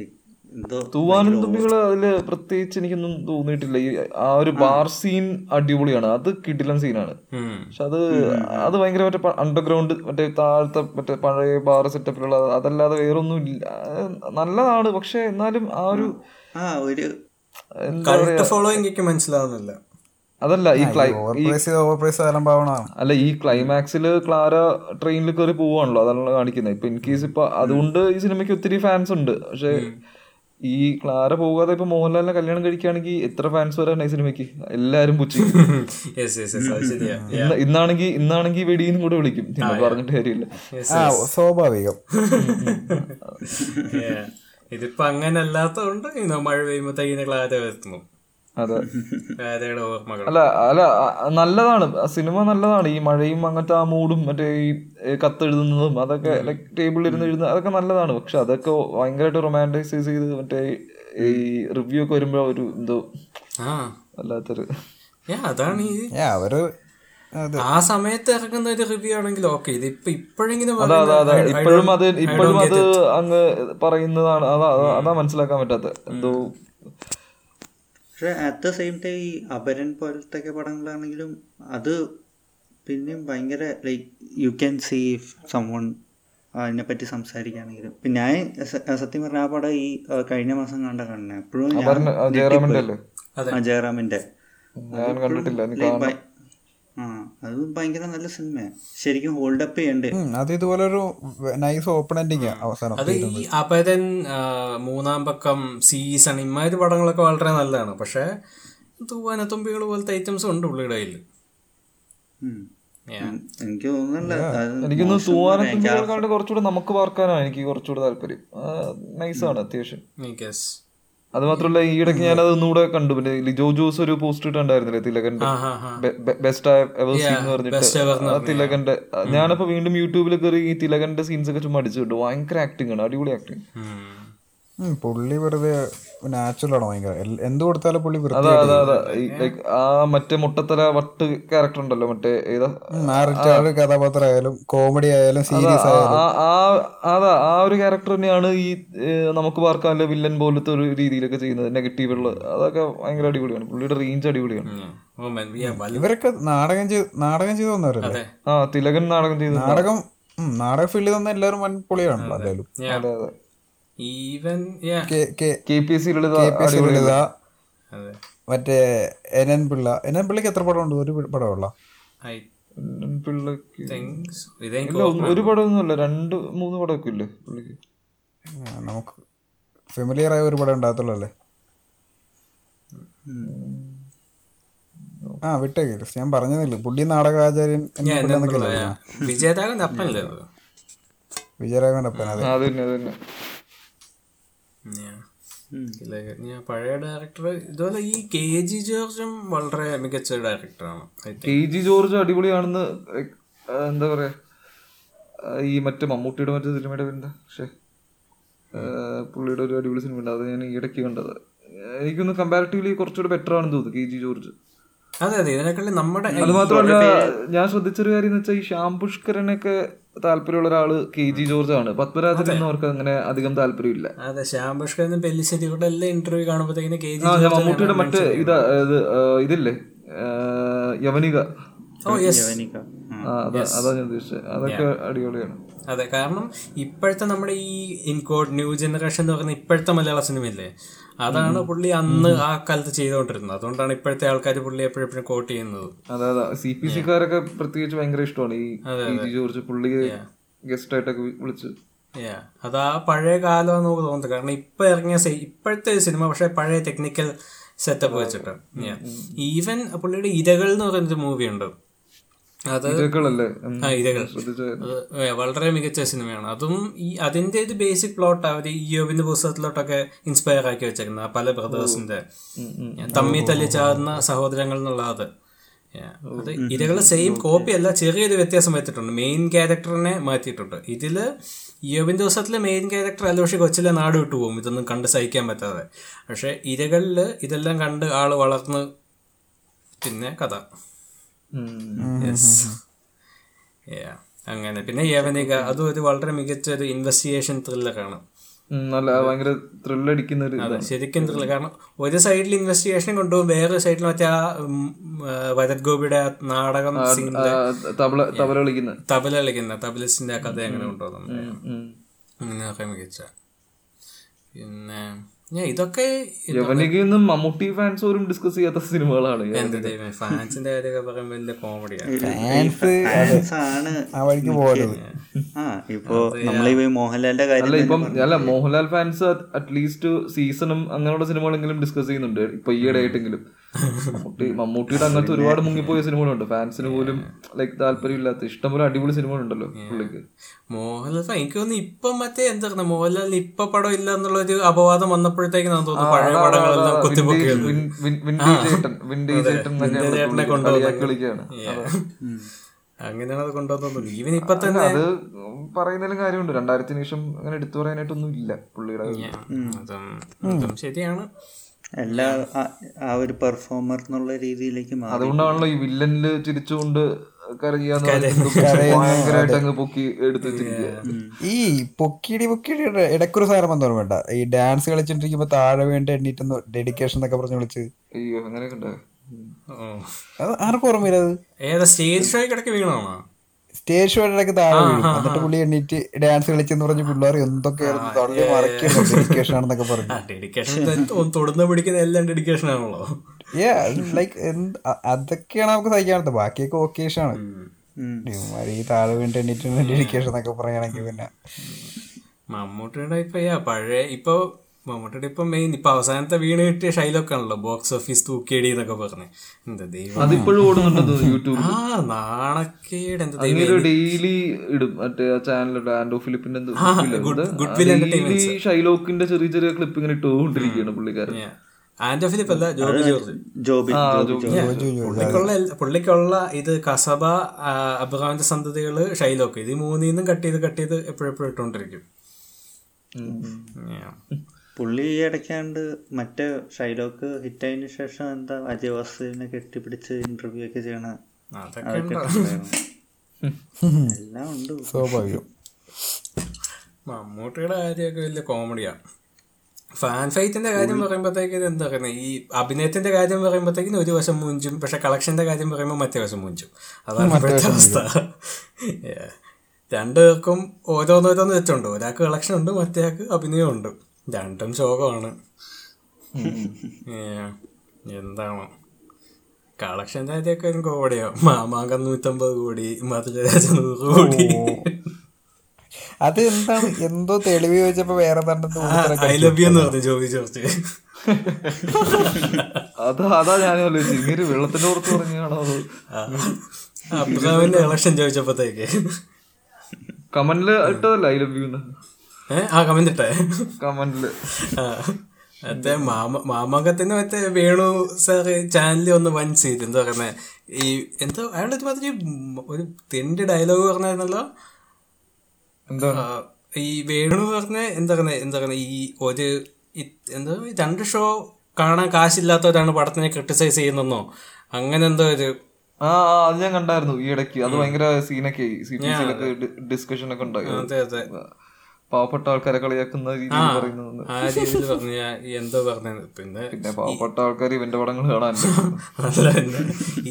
എ- എന്തോ തൂവാനും തുമ്പികള് അതില് പ്രത്യേകിച്ച് എനിക്കൊന്നും തോന്നിയിട്ടില്ല ഈ ആ ഒരു ബാർ സീൻ അടിപൊളിയാണ് അത് കിടിലൻ സീനാണ് ഉം. പക്ഷെ അത് അത് ഭയങ്കര മറ്റേ അണ്ടർഗ്രൗണ്ട് മറ്റേ താഴത്തെ മറ്റേ പഴയ ബാർ സെറ്റപ്പിലുള്ള അതല്ലാതെ വേറൊന്നും ഇല്ല അത് നല്ലതാണ് പക്ഷെ എന്നാലും ആ ഒരു ആ ഒരു എന്താ കൾട്ട് ഫോളോയിങ് ഒക്കെ മനസ്സിലാവുന്നില്ല അതല്ല ഈ ക്ലൈ ഈ ഓവർപ്രൈസ് ഓവർപ്രൈസ് അലമ്പാവണതാണ് അല്ല ഈ ക്ലൈമാക്സിൽ ക്ലാര ട്രെയിനിൽ കയറി പോവാണല്ലോ അതാണല്ലോ കാണിക്കുന്നത് ഇപ്പൊ ഇൻ കേസ് ഇപ്പൊ അതുകൊണ്ട് ഈ സിനിമയ്ക്ക് ഒത്തിരി ഫാൻസ് ഉണ്ട് പക്ഷെ ഈ ക്ലാര പോകാതെ ഇപ്പൊ മോഹൻലാലിനെ കല്യാണം കഴിക്കുകയാണെങ്കിൽ എത്ര ഫാൻസ് വരാൻ ഈ സിനിമയ്ക്ക് എല്ലാരും പുച്ചി യെസ് യെസ് യെസ് അത് ശരിയാ ഇന്ന് ഇന്നാണെങ്കിൽ ഇന്നാണെങ്കിൽ വെടിയും കൂടെ വിളിക്കും പിന്നെ പറഞ്ഞിട്ട് കാര്യമില്ല Yes, ആ സ്വാഭാവികം Yeah. ഇതിപ്പോ അങ്ങനെ അല്ലാത്തതുകൊണ്ട് ഇന്ന് മഴ പെയ്യുമ്പോഴത്തേക്കിന് ക്ലാര വരുത്തുന്നു അതെ ക്ലാരയുടെ ഓർമ്മകൾ അല്ല അല്ല അ- നല്ലതാണ് ആ സിനിമ നല്ലതാണ് ഈ മഴയും അങ്ങനത്തെ ആ മൂടും മറ്റേ ഈ ഏ, കത്തെഴുതുന്നതും അതൊക്കെ ലൈക് ടേബിളിൽ ഇരുന്ന് എഴുതുന്ന അതൊക്കെ നല്ലതാണ് പക്ഷെ അതൊക്കെ ഭയങ്കരമായിട്ട് റൊമാൻറ്റൈസൈസ് ചെയ്ത് മറ്റേ ഈ റിവ്യൂ ഒക്കെ വരുമ്പോ ഒരു എന്തോ ആ അല്ലാത്തൊരു Yeah, അതാണ് ഈ ഏ അവര് അതെ ആ സമയത്ത് ഇറങ്ങുന്ന ഒരു റിവ്യൂ ആണെങ്കിൽ ഓക്കെ ഇതിപ്പോ ഇപ്പോഴെങ്കിലും അതാ അതാ അതാ പറയുന്ന, I- I ഇപ്പോഴും don't- അത് I ഇപ്പോഴും don't get അത് it. അങ്ങ് പറയുന്നതാണ് അതാ അതാ- അതാ മനസ്സിലാക്കാൻ പറ്റാത്ത എന്തോ പക്ഷെ അറ്റ് ദ സെയിം ടൈം ഈ അപരൻ പോലത്തെ ഒക്കെ പടങ്ങളാണെങ്കിലും അത് പിന്നെയും ഭയങ്കര like you can see if someone അതിനെപ്പറ്റി സംസാരിക്കുകയാണെങ്കിലും ഇപ്പം ഞാൻ സ- സത്യം പറഞ്ഞ ആ പടം ഈ ആ, കഴിഞ്ഞ മാസം കണ്ട കണ്ടേ അപ്പോഴും അപർണ- ആ, ജയറാമിന്റെ അല്ലേ അതെ. ജയറാമിൻ്റെ ഞാൻ കണ്ടിട്ടില്ല നീ ലൈക്ക് കാണണം ഭയ- ആ അത് ഭയങ്കര നല്ല സിനിമയാണ് ശരിക്കും ഹോൾഡപ്പ് ചെയ്യണ്ടേ ഉം, അത് ഇതുപോലെ ഒരു നൈസ് ഓപ്പൺ എൻഡിങ് അവസാനം അത് ഈ അപരൻ ആ, മൂന്നാം പക്കം സീസൺ ഇമാതിരി പടങ്ങളൊക്കെ വളരെ നല്ലതാണ് പക്ഷെ തൂവാനത്തുമ്പികൾ പോലത്തെ ഐറ്റംസ് ഉണ്ട് പുള്ളിയുടെ കയ്യിൽ ഉം. എനിക്ക് തോന്നുന്നില്ല അത് എനിക്കൊന്ന് മോശം എന്ന് പറയാൻ. എനിക്ക് ആ- തൂവാനത്തുമ്പികളെക്കാണ്ട് കുറച്ചുകൂടെ നമുക്ക് വാർക്കാനാണ് എനിക്ക് കുറച്ചുകൂടെ താല്പര്യം നൈസാണ് അത്യാവശ്യം അത് മാത്രമല്ല ഈ ഇടയ്ക്ക് ഞാൻ അത് ഒന്നുകൂടെ കണ്ടു പിന്നെ ലിജോ ജോസ് ഒരു പോസ്റ്റ് ഇട്ടുണ്ടായിരുന്നില്ലേ തിലകന്റെ ബെസ്റ്റ് ഐ എവർ സീൻ എന്ന് best ever പറഞ്ഞിട്ട് ആ തിലകന്റെ ആ, ഞാനപ്പോ വീണ്ടും യൂട്യൂബിൽ കയറി ഈ തിലകന്റെ സീൻസ് ഒക്കെ ചുമ്മാ അടിച്ചു കിട്ടും ഭയങ്കര ആക്ടിങ് ആണ് അടിപൊളി ആക്ടിങ് പുള്ളി വെറുതെ നാച്ചുറൽ ആണ് ഭയങ്കര എൽ- എന്ത് കൊടുത്താലും പുള്ളി അതാ വൃത്തി അതാ അതാ ഈ, like, ആ മറ്റേ മുട്ടത്തല വട്ട് ക്യാരക്ടർ ഉണ്ടല്ലോ മറ്റേ ഏതാ ആ റിട്ടയർഡ് കഥാപാത്രം ആയാലും കോമഡി ആയാലും സീരീസ് ആ- ആയാലും ആ- ആ- അതാ ആ ഒരു ക്യാരക്ടർ തന്നെയാണ് ഈ ഏ, നമുക്ക് പാർക്കാനിലെ വില്ലൻ പോലത്തെ ഒരു രീതിയിലൊക്കെ ചെയ്യുന്നത് നെഗറ്റീവ് ഉള്ള അതൊക്കെ ഭയങ്കര അടിപൊളിയാണ് പുള്ളിയുടെ റേഞ്ച് അടിപൊളിയാണ് ഇവരൊക്കെ നാടകം ചെയ്ത് നാടകം ചെയ്ത് വന്നവരല്ലേ ആ തിലകൻ നാടകം ചെയ്ത് നാടകം ഉം, നാടക ഫീൽഡിൽ വന്ന എല്ലാവരും വൻ പൊളിയാണല്ലോ എന്തായാലും even K- K- K P S C Lalitha K P S Lalitha അതെ മറ്റേ N N Pillai N N പിള്ളക്ക് എത്ര പടമുണ്ട് ഒരു പടമുള്ള ഐ പിള്ളക്ക് തിങ്ക് ഇതെനിക്ക് ഇല്ല ഒന്ന്- ഒരു പടമൊന്നുമല്ല രണ്ട് മൂന്ന് പടമൊക്കെ ഇല്ലേ പുള്ളിക്ക് നമുക്ക് ഫെമിലിയർ ആയ ഒരു പടം ഉണ്ടാകത്തുള്ളൂ അല്ലേ ആ വിട്ടേക്ക് ലിസ്. ഞാൻ പറഞ്ഞതല്ലേ പുള്ളി നാടകാചാര്യൻ എന്ന പുള്ളി എന്നൊക്കെ അല്ലേ പറഞ്ഞത്? വിജയതാകൻ അപ്പനല്ലേ അത്? വിജയരാഘവന്റെ അപ്പൻ അതെ ആ, അത് തന്നെ അത് തന്നെ Yeah. ഇതിലേക്ക് ഞാൻ പഴയ ഡയറക്ടർ ഇതുപോലെ ഈ കെ ജി ജോർജും വളരെ മികച്ച ഡയറക്ടറാണ് I think. K G George അടിപൊളിയാണെന്ന് like, ആ, എന്താ പറയാ ആ, ഈ മറ്റേ മമ്മൂട്ടിയുടെ മറ്റേ സിനിമയുടെ പേരെന്താ പക്ഷേ ആ, പുള്ളിയുടെ ഒരു അടിപൊളി സിനിമ ഉണ്ട് അത് ഞാൻ ഈ ഇടയ്ക്ക് കണ്ടത് എനിക്കൊന്ന് കമ്പാരിറ്റീവ്ലി കുറച്ചുകൂടെ ബെറ്റർ ആണെന്ന് തോന്നുന്നു കെ ജി ജോർജ് അതെ അതെ ഇതിനെക്കാളും നമ്മുടെ അത് മാത്രമല്ല ഞാൻ ശ്രദ്ധിച്ചൊരു കാര്യം എന്ന് വെച്ചാൽ ഈ ശ്യാം പുഷ്കരനൊക്കെ താല്പര്യമുള്ള ഒരാള് കെ ജി ജോർജ് ആണ് പത്മരാജൻ എന്നവർക്ക് അങ്ങനെ അധികം താല്പര്യമില്ല അതെ ശ്യാം പുഷ്കർ പെല്ലിശ്ശേരിയുടെ എല്ലാ ഇന്റർവ്യൂ കാണുമ്പോഴത്തേക്കിന് കെ ആ, ഞാൻ മമ്മൂട്ടിയുടെ മറ്റ് ഇതാ ഇത്, ആ, ഇതില്ലേ ആ, യവനിക ഓ യെസ് എനിക്ക് ആ, അതാ അതാ ഞാൻ ഉദ്ദേശിച്ചത് അതൊക്കെ അടിപൊളിയാണ് അതെ കാരണം ഇപ്പോഴത്തെ നമ്മുടെ ഈ ഇൻകോഡ് ന്യൂ ജനറേഷൻ എന്ന് പറയുന്ന ഇപ്പോഴത്തെ മലയാള സിനിമയില്ലേ അതാണ് പുള്ളി അന്ന് ആ കാലത്ത് ചെയ്തുകൊണ്ടിരുന്നത് അതുകൊണ്ടാണ് ഇപ്പോഴത്തെ ആൾക്കാർ പുള്ളി എപ്പോഴെപ്പോഴും കോട്ട് ചെയ്യുന്നത് അതെ അതെ സി പി സിക്കാരൊക്കെ പ്രത്യേകിച്ച് ഭയങ്കര ഇഷ്ടമാണ് ഈ പി ജി ജോർജ് പുള്ളിയെ ഗസ്റ്റ് ആയിട്ടൊക്കെ വി- വിളിച്ച് Yeah. അതാ പഴയ കാലം നമുക്ക് തോന്നുന്നത് കാരണം ഇപ്പൊ ഇറങ്ങിയ സി- ഇപ്പോഴത്തെ ഒരു സിനിമ പക്ഷെ പഴയ ടെക്നിക്കൽ സെറ്റപ്പ് വെച്ചിട്ട് ഈവൻ പുള്ളിയുടെ ഇരകൾ എന്ന് പറയുന്നൊരു മൂവി ഉണ്ട് അത് ഇതൊക്കെയല്ലേ ആ ഇരകൾ അത് ഏ, വളരെ മികച്ച സിനിമയാണ് അതും ഈ അതിന്റെ ഒരു ബേസിക് പ്ലോട്ട് അവർ ഈ യോബിന്റെ പുസ്തകത്തിലോട്ടൊക്കെ ഇൻസ്പയർ ആക്കി വെച്ചേക്കുന്ന ആ പല ബ്രദേഴ്സിന്റെ തമ്മി തല്ലിച്ചാകുന്ന സഹോദരങ്ങൾ എന്നുള്ളത് Yeah. അത് ഇരകള് സെയിം കോപ്പി അല്ല ചെറിയൊരു വ്യത്യാസം വരുത്തിയിട്ടുണ്ട് മെയിൻ ക്യാരക്ടറിനെ മാറ്റിയിട്ടുണ്ട് ഇതില് യോബിന്റെ ദിവസത്തിലെ മെയിൻ ക്യാരക്ടർ അലോഷി കൊച്ചിലെ നാട് വിട്ടു പോകും ഇതൊന്നും കണ്ട് സഹിക്കാൻ പറ്റാതെ പക്ഷെ ഇരകളില് ഇതെല്ലാം കണ്ട് ആള് വളർന്ന് പിന്നെ കഥ യെസ് Mm-hmm. Yeah. അങ്ങനെ പിന്നെ യവനിക അതും ഒരു വളരെ മികച്ച ഒരു ഇൻവെസ്റ്റിഗേഷൻ ത്രില്ലറാണ് നല്ല ആ, ഭയങ്കര ത്രില്ലടിക്കുന്ന ഒരു അത് ശരിക്കും ത്രില്ലർ കാരണം ഒരു സൈഡിൽ ഇൻവെസ്റ്റിഗേഷൻ കൊണ്ടുപോകും വേറൊരു സൈഡിൽ മറ്റേ ആ ഉം, ആ, ഭരത് ഗോപിയുടെ ആ നാടകം scene, ആ, തബല തബല കളിക്കുന്ന തബല കളിക്കുന്ന തബലിസ്റ്റിന്റെ ആ കഥ എങ്ങനെ കൊണ്ടുപോകും ഉം. അങ്ങനെയൊക്കെ മികച്ച പിന്നെ ഞാൻ ഇതൊക്കെ യവനികയൊന്നും മമ്മൂട്ടി ഫാൻസ് പോലും ഡിസ്കസ് ചെയ്യാത്ത സിനിമകളാണ് എന്റെ ദൈവം ഫാൻസിന്റെ കാര്യമൊക്കെ പറയുമ്പോൾ വലിയ കോമഡിയാണ് ഫാൻസ് ആണ് ആ വഴിക്ക് പോകരുത് ആ ഇപ്പോ നമ്മളീ ഈ മോഹൻലാലിന്റെ കാര്യം അല്ല ഇപ്പം അല്ല മോഹൻലാൽ ഫാൻസ് അറ്റ്ലീസ്റ്റ് സീസണും അങ്ങനെയുള്ള സിനിമകളെങ്കിലും ഡിസ്കസ് ചെയ്യുന്നുണ്ട് ഇപ്പൊ ഈയിടെ ആയിട്ടെങ്കിലും മമ്മൂട്ടി മമ്മൂട്ടിയുടെ അങ്ങനത്തെ ഒരുപാട് മുങ്ങിപ്പോയ സിനിമകളുണ്ട് ഫാൻസിന് പോലും ലൈക്ക് താല്പര്യമില്ലാത്ത ഇഷ്ടംപോലെ അടിപൊളി സിനിമകളുണ്ടല്ലോ പുള്ളിക്ക് മോഹൻലാൽ ഫാൻ- എനിക്ക് തോന്നുന്നു ഇപ്പം മറ്റേ എന്താണ് മോഹൻലാലിന് ഇപ്പൊ പടം ഇല്ല എന്നുള്ള ഒരു അപവാദം വന്നപ്പോഴത്തേക്ക് ഞാൻ തോന്നുന്നു പഴയ പടങ്ങളെല്ലാം കുത്തിപ്പൊക്കിയത് വിൻ- വിൻ- വിൻഡേജ് ചേട്ടൻ വിൻഡേജ് ചേട്ടൻ എന്നൊക്കെയാണ് വിൻഡേജ് ചേട്ടനെ പുള്ളിക്ക് കൊണ്ടുവന്ന് കളിയാക്കി വിളിക്കുകയാണ് Yeah. അങ്ങനെയാണ് അത് കൊണ്ടുവന്നത് ഈവൻ ഇപ്പൊ തന്നെ അത് പറയുന്നതിലും കാര്യമുണ്ട് രണ്ടായിരത്തിന് ശേഷം അങ്ങനെ എടുത്തു പറയാനായിട്ടൊന്നും ഇല്ല പുള്ളിയുടെ കയ്യിൽ. അതും അതും ശരിയാണ് എല്ലാ ആ- ആ ഒരു പെർഫോമർ എന്നുള്ള രീതിയിലേക്ക് മാറി അതുകൊണ്ടാണല്ലോ ഈ വില്ലനില് ചിരിച്ചുകൊണ്ട് കരയാന്ന് ഭയങ്കരമായിട്ട് അങ്ങ് പൊക്കി എടുത്ത് വെച്ചിരിക്കുക ഈ പൊക്കിടി പൊക്കിടി ഇട- ഇടയ്ക്കൊരു സാധനം വന്നു വേണ്ട ഈ ഡാൻസ് കളിച്ചോണ്ടിരിക്കുമ്പോ താഴെ വേണ്ട എണ്ണീറ്റെന്ന് ഡെഡിക്കേഷൻ എന്നൊക്കെ പറഞ്ഞ് വിളിച്ച് അയ്യോ അങ്ങനെയൊക്കെ ഉണ്ടാവും ഓ. അത് ആർക്കും ഓർമ്മയില്ല അത് ഏതാ സ്റ്റേജ് ഷോയ്ക്ക് ഇടയ്ക്ക് വീണാണോ സ്റ്റേജ് ഷോ ഇടയ്ക്ക് താഴെ വീഴും എന്നിട്ട് പുള്ളി എണ്ണീറ്റ് ഡാൻസ് കളിച്ചെന്ന് പറഞ്ഞ് പിള്ളേർ എന്തൊക്കെയായിരുന്നു തള്ളി മറക്കുന്നു ഡെഡിക്കേഷൻ ആണെന്നൊക്കെ പറഞ്ഞു ഡെഡിക്കേഷൻ തൊടുന്ന പിടിക്കുന്ന എല്ലാം ഡെഡിക്കേഷൻ ആണല്ലോ ഏ ലൈക്ക് അതൊക്കെയാണ് നമുക്ക് സഹിക്കാറുണ്ട് ബാക്കിയൊക്കെ occasion ആണ് ഇവന്മാര് ഈ താഴെ വീണ്ട എണ്ണീറ്റ് ഡെഡിക്കേഷൻ എന്നൊക്കെ പറയുകയാണെങ്കിൽ പിന്നെ മമ്മൂട്ടിയുടെ ഇപ്പൊ yeah, പഴയ ഇപ്പൊ മമ്മൂട്ടിയുടെ ഇപ്പൊ മെയിൻ ഇപ്പൊ അവസാനത്തെ വീണ് കിട്ടിയ ഷൈലൊക്കെ ആണല്ലോ ബോക്സ് ഓഫീസ് തൂക്കിയടി എന്നൊക്കെ പറഞ്ഞ് എന്താ ദൈവം അതിപ്പോഴും ഓടുന്നുണ്ടെന്ന് തോന്നുന്നു യൂട്യൂബിൽ ആ നാണക്കേട് എന്താ ദൈവം അങ്ങനെ ഡെയിലി ഇടും മറ്റേ ആ ചാനലുണ്ട് ആൻഡോ ഫിലിപ്പിന്റെ എന്തോ ഇല്ലേ? good- അത് good will daily entertainments. ഷൈലോക്കിന്റെ ചെറിയ ചെറിയ ക്ലിപ്പ് ഇങ്ങനെ ഇട്ടുകൊണ്ടിരിക്കുകയാണ് പുള്ളിക്കാരൻ ആൻഡ് ഫിലിപ്പ് അല്ല ജോബി ജോർജ് ജോബി ജോബി ജോബി പുള്ളിക്കുള്ള എൽ- പുള്ളിക്കുള്ള ഇത് കസബ ആ, അബ്രഹാമിന്റെ സന്തതികള് ഷൈലോക്ക് ഇത് മൂന്നിൽ നിന്നും കട്ട് ചെയ്ത് കട്ട് ചെയ്ത് എപ്പോഴെപ്പോഴും ഇട്ടോണ്ടിരിക്കും Yeah. പുള്ളി ഈ ഇടയ്ക്കാണ്ട് മറ്റേ ഷൈലോക്ക് ഹിറ്റായതിനു ശേഷം എന്താ അജയ് വാസുവിനെ കെട്ടിപ്പിടിച്ച് ഇന്റർവ്യൂ ഒക്കെ ചെയ്യണ അതൊക്കെ ഉണ്ടോ? ഉണ്ടായിരുന്നു. എല്ലാം ഉണ്ട് സ്വാഭാവികം മമ്മൂട്ടിയുടെ കാര്യമൊക്കെ വലിയ കോമഡിയാണ് ഫാൻ ഫൈറ്റിന്റെ കാര്യം പറയുമ്പോഴത്തേക്ക് എന്താ പറയുന്നത് ഈ അഭിനയത്തിന്റെ കാര്യം പറയുമ്പോഴത്തേക്കും ഒരു വശം മൂഞ്ചും പക്ഷെ കളക്ഷന്റെ കാര്യം പറയുമ്പോൾ മറ്റേ വശം മൂഞ്ചും അതാണ് ഇപ്പോഴത്തെ അവസ്ഥ Yeah. രണ്ടുപേർക്കും ഓരോന്നോരോന്ന് വെച്ചുണ്ട് ഒരാൾക്ക് കളക്ഷൻ ഉണ്ട് മറ്റേയാൾക്ക് അഭിനയം ഉണ്ട് രണ്ടും ശോകമാണ് Yeah. എന്താണോ കളക്ഷൻ്റെ കാര്യമൊക്കെ ഒരു കോടിയോ മാമാങ്കം നൂറ്റമ്പത് കോടി മധുരരാജ നൂറ് കോടി അത് എന്താണ് എന്തോ തെളിവ് ചോദിച്ചപ്പോ വേറെ തണ്ടെന്ന് ഐ ലവ് യു എന്ന് പറഞ്ഞു ജോബി ജോർജ് അതാ അതാ ഞാൻ ആലോചിച്ചത് ഇങ്ങനെ വെള്ളത്തിന്റെ പുറത്ത് പറഞ്ഞാണോ അത് അബ്രഹാമിന്റെ ഇലക്ഷൻ ചോദിച്ചപ്പോഴത്തേക്ക് കമന്റില് ഇട്ടതല്ല ഐ ലവ് യു ഏഹ് ആ കമന്റ് ഇട്ടേ കമന്റില് ആ. മറ്റേ മാമ മാമകത്തിന് മറ്റേ വേണു സാറ് ചാനലിൽ ഒന്ന് വൻ ചെയ്ത് എന്താ പറയുന്നത് ഈ എന്തോ അയാളുടെ ഒരു മാതിരി ഒരു തെണ്ടി ഡയലോഗ് പറഞ്ഞായിരുന്നല്ലോ എന്താ ആ, ഈ വേണു പറഞ്ഞ എന്താ പറയുക എന്താ പറയുക ഈ ഒരു ഇ- എന്താ രണ്ട് ഷോ കാണാൻ കാശില്ലാത്തവരാണ് പടത്തിനെ ക്രിട്ടിസൈസ് ചെയ്യുന്നെന്നോ അങ്ങനെ എന്തോ ഒരു ആ ആ, അത് ഞാൻ കണ്ടായിരുന്നു ഈ ഇടയ്ക്ക് അത് ഭയങ്കര സീനൊക്കെ ആയി സി പി സിയിലൊക്കെ ഡിസ്കഷൻ ഒക്കെ ഉണ്ടായി അതെ അതെ പാവപ്പെട്ട ആൾക്കാരെ കളിയാക്കുന്ന രീതിയിൽ പറയുന്നത് ആ രീതിയിൽ പറഞ്ഞ എന്തോ പറഞ്ഞത് പിന്നെ പിന്നെ പാവപ്പെട്ട ആൾക്കാർ ഇവന്റെ പടങ്ങൾ കാണാൻ അല്ല എന്നെ.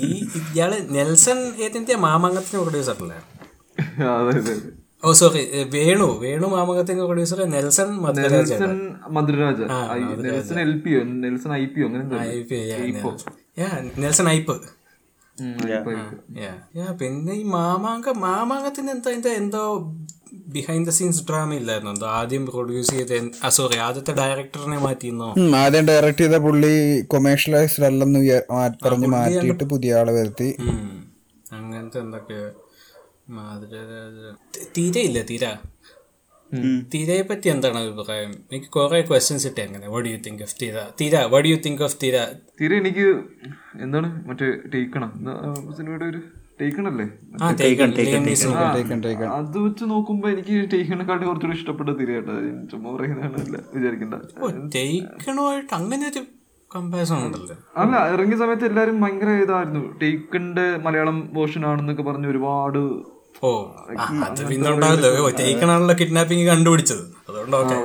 ഈ ഇയാള് നെൽസൺ ഏതിന്റെ മാമംഗത്തിന് പ്രൊഡ്യൂസർ അല്ലേ അതെ അതെ അതെ. ഓ സോറി വേണു വേണു മാമംഗത്തിന്റെ പ്രൊഡ്യൂസർ നെൽസൺ മദ്രാജ് Nelson Madhuraraja I- Nelson L P O Nelson I P O അങ്ങനെ എന്തോ ഉണ്ട്. നെൽസൺ ഐപ്പ് ഉം, ഐപ്പ്, ഐപ്പ്. Yeah. Yeah, പിന്നെ ഈ മാമാങ്ക മാമാങ്കത്തിന് എന്താ ഇതിന്റെ എന്തോ ബിഹൈൻഡ് ദ സീൻസ് ഡ്രാമ ഇല്ലായിരുന്നു എന്തോ ആദ്യം പ്രൊഡ്യൂസ് ചെയ്ത സോറി ആദ്യത്തെ ഡയറക്ടറിനെ മാറ്റിയെന്നോ ഉം, ആദ്യം ഡയറക്ട് ചെയ്ത പുള്ളി കൊമേഴ്ഷ്യലൈസ്ഡ് അല്ലെന്ന് വിചാ- മാ- പറഞ്ഞ് മാറ്റിയിട്ട് പുതിയ ആളെ വരുത്തി ഉം. അങ്ങനത്തെ എന്തൊക്കെ മാതൃരാജ തീരെ ഇല്ല തീര തീരയെ പറ്റി എന്താണ് അഭിപ്രായം എനിക്ക് കുറെ ക്വസ്റ്റ്യൻസ് ഇട്ടേ അങ്ങനെ വട് യു തിങ്ക് ഓഫ് തീര തീര വട് യു തിങ്ക് ഓഫ് തീര തീരെ എനിക്ക് എന്താണ് മറ്റേ ടേക്കണം സിനിമയുടെ ഒരു ടേക്കൺ അല്ലേ ആ തേക്കൺ തേക്കൺ ടീച്ചർ അത് വെച്ച് നോക്കുമ്പോ എനിക്ക് ടേക്കണെക്കാട്ടി കുറച്ചുകൂടി ഇഷ്ടപ്പെട്ട തീരെ കേട്ടോ ഞാൻ ചുമ്മാ പറയുന്നതാണല്ല വിചാരിക്കണ്ട ഓ, ജയിക്കണുമായിട്ട് അങ്ങനെ ഒരു കമ്പാരിസൺ ഉണ്ടല്ലോ അല്ല ഇറങ്ങിയ സമയത്ത് എല്ലാരും ഭയങ്കര ഇതായിരുന്നു ടേക്കന്റെ മലയാളം വേർഷൻ ആണെന്നൊക്കെ പറഞ്ഞ് ഒരുപാട് ഓ ആ, അത് പിന്നെ ഉണ്ടാവില്ല ഓ ജയിക്കണാണല്ലോ കിഡ്നാപ്പിംഗ് കണ്ടുപിടിച്ചത് അതുകൊണ്ട് ഓക്കെ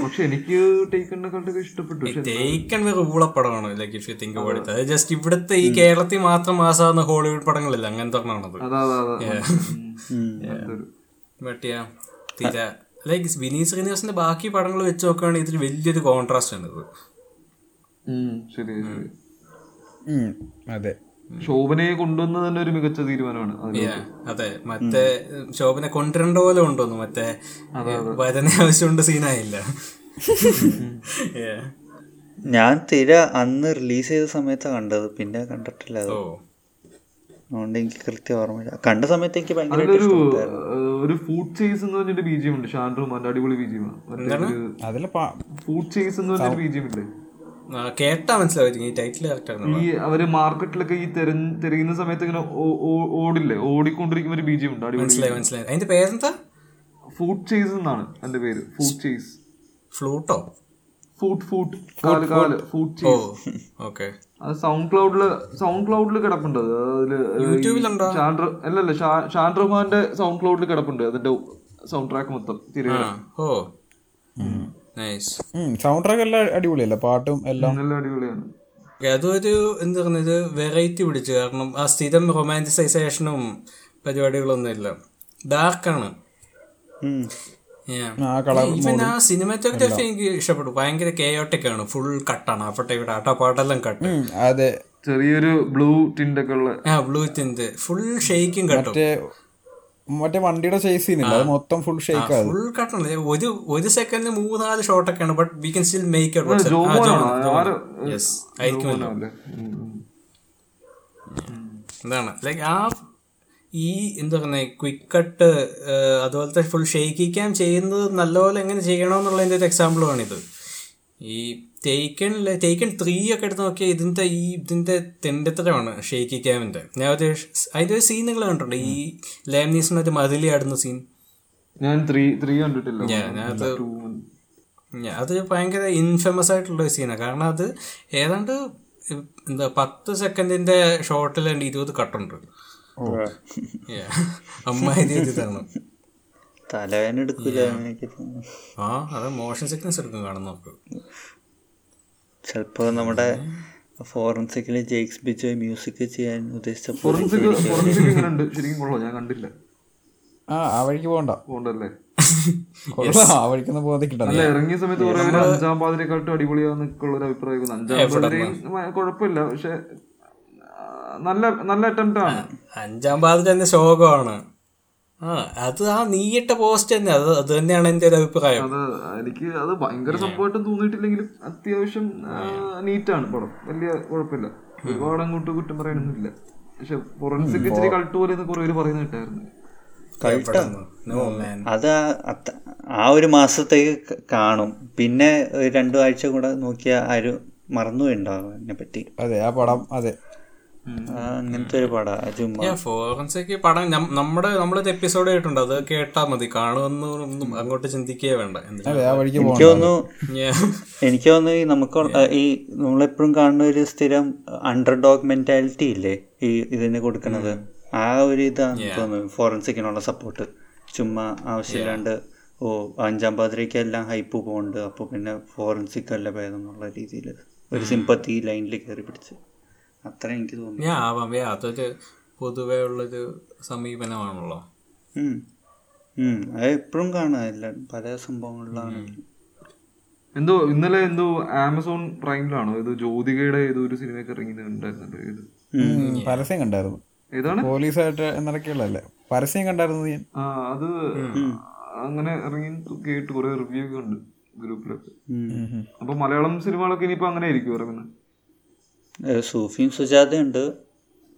പക്ഷെ എനിക്ക് ടേക്കണിനെക്കാട്ടൊക്കെ ഇഷ്ടപ്പെട്ടു പക്ഷെ ജയിക്കൺ വേറെ ഊളപ്പടമാണ് ലൈക്ക് ഇഫ് യു തിങ്ക് പഠിത്തം അത് ജസ്റ്റ് ഇവിടുത്തെ ഈ കേരളത്തിൽ മാത്രം മാസാവുന്ന ഹോളിവുഡ് പടങ്ങളില്ല അങ്ങനത്തെ ഒരെണ്ണമാണത് അതാ അതാ അതാ അതൊരു- മറ്റേ തിര ലൈക്ക് വിനീത് ശ്രീനിവാസിന്റെ ബാക്കി പടങ്ങൾ വെച്ച് നോക്കുകയാണെങ്കിൽ ഇതിൽ വലിയൊരു കോൺട്രാസ്റ്റ് ആണ് ഇത് ഉം, ശരി ശരി അതെ ശോഭനയെ കൊണ്ടുവന്നത് തന്നെ ഒരു മികച്ച തീരുമാനമാണ് അതിന് Yeah, അതെ മറ്റേ ഉം, ശോഭനെ കൊണ്ടുവരേണ്ട പോലെ കൊണ്ടുവന്നു മറ്റേ വരനെ ആവശ്യമുണ്ട് സീനായില്ല Yeah. ഞാൻ തിര അന്ന് റിലീസ് ചെയ്ത സമയത്താണ് കണ്ടത് പിന്നെ കണ്ടിട്ടില്ല അത് ഓ അതുകൊണ്ട് എനിക്ക് കൃത്യം ഓർമ്മയില്ല കണ്ട സമയത്ത് എനിക്ക് ഭയങ്കരമായിട്ട് അതിലൊരു ഇഷ്ടപ്പെട്ടു. ഏഹ്, ഒരു ഫുഡ് ചേസ് എന്ന് പറഞ്ഞൊരു ബീജിയം ഉണ്ട് ഷാൻഡ്രൂമാന്റെ അടിപൊളി ബീജിയം അതിലെ ഫുഡ് ചേസ് എന്ന് പറഞ്ഞൊരു ബീജിയം ഇല്ലേ ആ, കേട്ടാ മനസ്സിലാവും ഈ ടൈറ്റിൽ കറക്റ്റ് ആണ് ഈ അവര് മാർക്കറ്റിലൊക്കെ ഈ തെരഞ്ഞ് തിരയുന്ന സമയത്ത് ഇങ്ങനെ ഓ- ഓ- ഓടില്ലേ ഓടിക്കൊണ്ടിരിക്കുന്ന ഒരു ബീജിയം ഉണ്ട് അടിപൊളി മനസ്സിലായി മനസ്സിലായി അതിന്റെ പേരെന്താ ഫുഡ് ചേസ് എന്നാണ് എന്റെ പേര് foot chase flute foot foot കാല് കാല് ഫുഡ് ഓ ചേസ് ഓക്കെ അത് സൗണ്ട് ക്ലൗഡില് സൗണ്ട് ക്ലൗഡിൽ കിടപ്പുണ്ട് അത്. അതില് യൂട്യൂബിലുണ്ടോ ഷാൻഡ്ര അല്ലല്ല ഷാ- ഷാൻഡ്രഹ്മാന്റെ സൗണ്ട് ക്ലൗഡിൽ കിടപ്പുണ്ട് അതിന്റെ സൗണ്ട് ട്രാക്ക് മൊത്തം ആ തിരയുക ഓ നൈസ് സൗണ്ട് ട്രാക്ക് എല്ലാം അടിപൊളിയല്ല പാട്ടും എല്ലാം നല്ല അടിപൊളിയാണ് അതൊരു എന്താ പറയുന്നത് വെറൈറ്റി പിടിച്ചു കാരണം ആ സ്ഥിരം റൊമാൻറ്റിസൈസേഷനും പരിപാടികളൊന്നും ഇല്ല ഡാർക്കാണ് ഉം. ആ കളർ ഈവൻ ആ സിനിമാറ്റോഗ്രാഫി എനിക്ക് ഇഷ്ടപ്പെട്ടു ഭയങ്കര കേയോട്ടിക് ആണ് ഫുൾ കട്ടാണ് അപ്പട്ടെ ഇവിടെ ആട്ടാ പാട്ടെല്ലാം കട്ട് അതെ ചെറിയൊരു ബ്ലൂ ടിന്റ് ഒക്കെ ഉള്ള ആ ബ്ലൂ തിന്ത് ഫുൾ ഷെയ്ക്കും കട്ടും മറ്റേ മറ്റേ വണ്ടിയുടെ ചേസ് ചെയ്യുന്നില്ല അത് മൊത്തം ഫുൾ ഷേക്ക് ആകും ഫുൾ കട്ടാണ് ഒരു ഒരു സെക്കൻഡിൽ മൂന്നാല് ഷോട്ടൊക്കെയാണ് but we can still make out yes ആയിരിക്കുമല്ലോ എന്താണ് ലൈക്ക് ആ ഈ എന്താ പറയുക ക്വിക്ക് കട്ട് അതുപോലത്തെ ഫുൾ ഷെയ്ക്ക് ക്യാം ചെയ്യുന്നത് നല്ലപോലെ എങ്ങനെ ചെയ്യണമെന്നുള്ളതിൻ്റെ ഒരു എക്സാമ്പിളുമാണിത് ഈ ടേക്കണിലെ ടേക്കൺ ത്രീ ഒക്കെ എടുത്ത് നോക്കിയാൽ ഇതിൻ്റെ ഈ ഇതിൻ്റെ തെണ്ടത്തരമാണ് ഷെയ്ക്ക് ക്യാമിൻ്റെ ഞാൻ ഒരു ഷ്- അതിൻ്റെ ഒരു സീൻ നിങ്ങൾ കണ്ടിട്ടുണ്ട് ഈ ലാംനീസിന് ഒരു മതിലി ആടുന്ന സീൻ ഞാൻ ത്രീ ത്രീ കണ്ടിട്ടില്ല ഞാനത് Two one. ഞാ- അത് ഭയങ്കര ഇൻഫേമസ് ആയിട്ടുള്ള ഒരു സീനാണ് കാരണം അത് ഏതാണ്ട് എന്താ പത്ത് സെക്കൻഡിന്റെ ഷോട്ടിൽ രണ്ട് ഇരുപത് കട്ടുണ്ട് Yeah. അമ്മാതിരി ഇതാണ് തലവേദന എടുക്കില്ല എനിക്ക് തോന്നുന്നു ആ അത് മോഷൻ സിക്നസ് എടുക്കും കാണുന്ന നമുക്ക് ചിലപ്പോൾ നമ്മുടെ ഫോറൻസിക്കിൽ ജെയ്ക്സ് ബിജോയ് മ്യൂസിക് ചെയ്യാൻ ഉദ്ദേശിച്ചപ്പോൾ Forensic- forensic ഇങ്ങനെ ഉണ്ട് ശരിക്കും കൊള്ളോ ഞാൻ കണ്ടില്ല ആ ആ വഴിക്ക് പോകണ്ട പോണ്ടല്ലേ കൊള്ളാം ആ വഴിക്കൊന്ന് പോകാതെ കിട്ടാം അല്ല ഇറങ്ങിയ സമയത്ത് കുറെ പേര് അഞ്ചാം പാതിരെക്കാട്ടും അടിപൊളിയാന്നൊക്കെ ഉള്ള ഒരു അഭിപ്രായം അഞ്ചാം പാതിരയും കുഴപ്പമില്ല പക്ഷെ ആ, നല്ല നല്ല അറ്റംപ്റ്റ് ആണ് അഞ്ചാം പാദത്തിൽ തന്നെ ശോകമാണ് ആ അത് ആ നീയിട്ട പോസ്റ്റ് തന്നെ അത് അത് തന്നെയാണ് എൻ്റെ ഒരു അഭിപ്രായം അത് എനിക്ക് അത് ഭയങ്കര സംഭവമായിട്ടും തോന്നിയിട്ടില്ലെങ്കിലും അത്യാവശ്യം നീറ്റാണ് പടം വലിയ കുഴപ്പമില്ല ഒരുപാട് അങ്ങോട്ട് കുറ്റം പറയാനൊന്നുമില്ല പക്ഷെ ഫോറൻസിക് ഇച്ചിരി കൾട്ട് പോലെ എന്ന് കുറെ പേര് പറയുന്നത് കേട്ടായിരുന്നു No, man. അത് ആ- അത്ത- ആ ഒരു മാസത്തേക്ക് ക- കാണും പിന്നെ ഒരു രണ്ടു ആഴ്ച കൂടെ നോക്കിയാൽ ആരും മറന്നു പോയിണ്ടാവും അതിനെ പറ്റി അതെ ആ പടം അതെ അങ്ങനത്തെ ഒരു പടാ ചുമ്മാ ഞാൻ ഫോറൻസിക് പടം നം- നമ്മുടെ നമ്മളൊരു എപ്പിസോഡ് ആയിട്ടുണ്ട് അത് കേട്ടാ മതി കാണുമെന്ന് ഒന്നും അങ്ങോട്ട് ചിന്തിക്കേ വേണ്ട എന്തിനാ? അല്ലേ ആ വഴിക്ക് എനിക്ക് തോന്നുന്നു ഞാൻ- എനിക്ക് തോന്നുന്നു ഈ നമുക്ക് ഉള്ള- ഈ നമ്മളെപ്പോഴും കാണുന്ന ഒരു സ്ഥിരം അണ്ടർ ഡോഗ് മെന്റാലിറ്റി ഇല്ലേ ഈ ഇതിന് കൊടുക്കുന്നത് ആ ഒരു ഇതാന്ന് തോന്നുന്നു ഫോറൻസിക്കിനുള്ള സപ്പോർട്ട് ചുമ്മാ ആവശ്യമില്ലാണ്ട് ഓ അഞ്ചാം പാതിരയ്ക്ക് എല്ലാം ഹൈപ്പ് പോകുന്നുണ്ട് അപ്പോൾ പിന്നെ ഫോറൻസിക് അല്ല ഭേദം എന്നുള്ള രീതിയിൽ ഒരു സിമ്പത്തി ലൈനിൽ കയറി പിടിച്ച് അത്ര എനിക്ക് തോന്നുന്നു ഞാൻ ആവാം ഏ, അതൊരു പൊതുവേ ഉള്ളൊരു സമീപനമാണല്ലോ ഉം. ഉം. അത് എപ്പോഴും കാണാം എല്ലാം പല സംഭവങ്ങളിലാണെങ്കിലും എന്തോ ഇന്നലെ എന്തോ ആമസോൺ പ്രൈമിലാണോ ഏതോ ജ്യോതികയുടെ ഏതോ ഒരു സിനിമയൊക്കെ ഇറങ്ങിയിട്ടുണ്ടായിരുന്നല്ലോ ഏത് ഉം, പരസ്യം കണ്ടായിരുന്നു ഏതാണ് പോലീസായിട്ട് എന്നൊക്കെയുള്ളതല്ലേ പരസ്യം കണ്ടായിരുന്നു ഞാൻ ആ അത് അങ്ങനെ ഇറങ്ങി കേട്ട് കുറെ റിവ്യൂ ഒക്കെ ഉണ്ട് ഗ്രൂപ്പിലൊക്കെ ഉം. അപ്പൊ മലയാളം സിനിമകളൊക്കെ ഇനിയിപ്പോ അങ്ങനെ ആയിരിക്കും ഇറങ്ങുന്നത് ഏ, സൂഫിയും സുജാതയുണ്ട്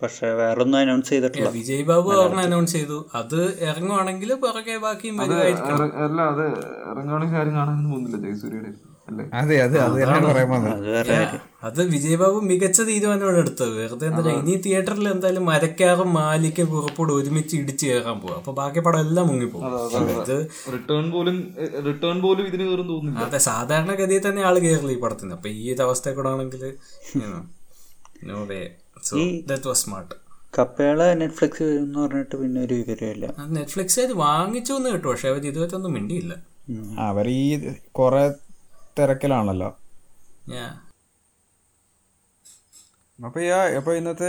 പക്ഷെ വേറൊന്നും അനൗൺസ് ചെയ്തിട്ടില്ല വിജയ് ബാബു ഒരെണ്ണം അനൗൺസ് ചെയ്തു അത് ഇറങ്ങുവാണെങ്കിൽ പുറകെ ബാക്കിയും വരുമായിരിക്കും ഇറ- അല്ല അത് ഇറങ്ങുകയാണെങ്കിൽ ആരും കാണാനൊന്നും പോകുന്നില്ല ജയസൂര്യയുടെ അല്ലേ അതെ അതെ അത് തന്നെയാണ് പറയാൻ വന്നത് അത് വേറെ ഏ, അത് വിജയ് ബാബു മികച്ച തീരുമാനമാണ് എടുത്തത് വെറുതെ എന്താ ഇനി തിയേറ്ററിൽ എന്തായാലും മരക്കാറും മാലിക്കും കുറുപ്പോട് ഒരുമിച്ച് ഇടിച്ച് കയറാൻ പോകും അപ്പൊ ബാക്കി പടം എല്ലാം മുങ്ങിപ്പോകും ഇത് റിട്ടേൺ പോലും റിട്ടേൺ പോലും ഇതിന് കയറും തോന്നുന്നില്ല അതെ സാധാരണഗതിയിൽ തന്നെ ആള് കയറില്ല ഈ പടത്തിന് അപ്പൊ ഈ ഒരു അവസ്ഥ കൂടെ ആണെങ്കിൽ no way so that was smart Kappela Netflix എന്ന് പറഞ്ഞിട്ട് പിന്നെ ഒരു വിവരമില്ല നെറ്റ്ഫ്ലിക്സ് അത് വാങ്ങിച്ചു എന്ന് കേട്ടു പക്ഷെ അവർ ഇതുവരെ ഒന്നും മിണ്ടിയില്ല അവർ ഈ കുറെ തിരക്കിലാണല്ലോ ഞാൻ അപ്പൊ ഈ ആ- അപ്പൊ ഇന്നത്തെ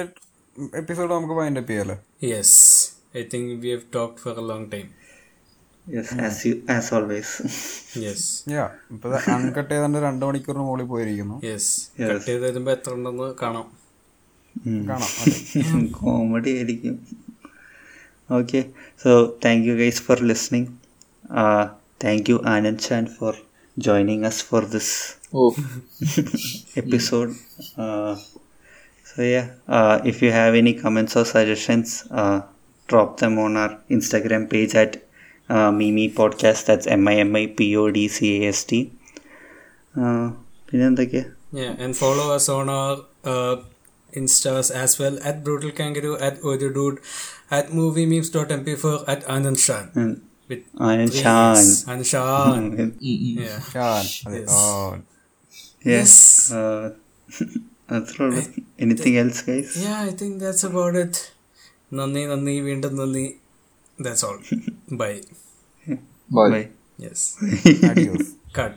എപ്പിസോഡ് നമുക്ക് വൈൻഡ് അപ്പ് ചെയ്യാലോ yes I think we have talk for a long time as always yes yeah ഇപ്പൊ അൺകട്ട് ഏതാണ്ട് രണ്ടു മണിക്കൂറിന് മുകളിൽ പോയിരിക്കുന്നു യെസ് കട്ട് ചെയ്ത് വരുമ്പോ എത്ര ഉണ്ടെന്ന് കാണാം കാണാം കോമഡി ആയിരിക്കും okay so thank you guys for listening Uh, thank you Anand Shan for joining us for this episode. Uh, so yeah, uh, if you have any comments or suggestions, uh, drop them on our Instagram page at uh, Mimi Podcast. That's M I M I P O D C A S T. Uh, പിന്നെന്തൊക്കെയാ Yeah, and follow us on our uh, Instas as well at Brutal Kangaroo, at Ojo Dude, at moviememes.mp4, at Anand Shan. With Anand three Shan As. Anand Shan. Yeah. Shan, അതെ, Yes. ഓൻ. Yes. Uh, അത്രേ ഉള്ളൂ anything else guys Yeah, I think that's about it. Nani, Nani, Vindam, Nani. That's all. Bye. Bye Yes. Adios. Cut.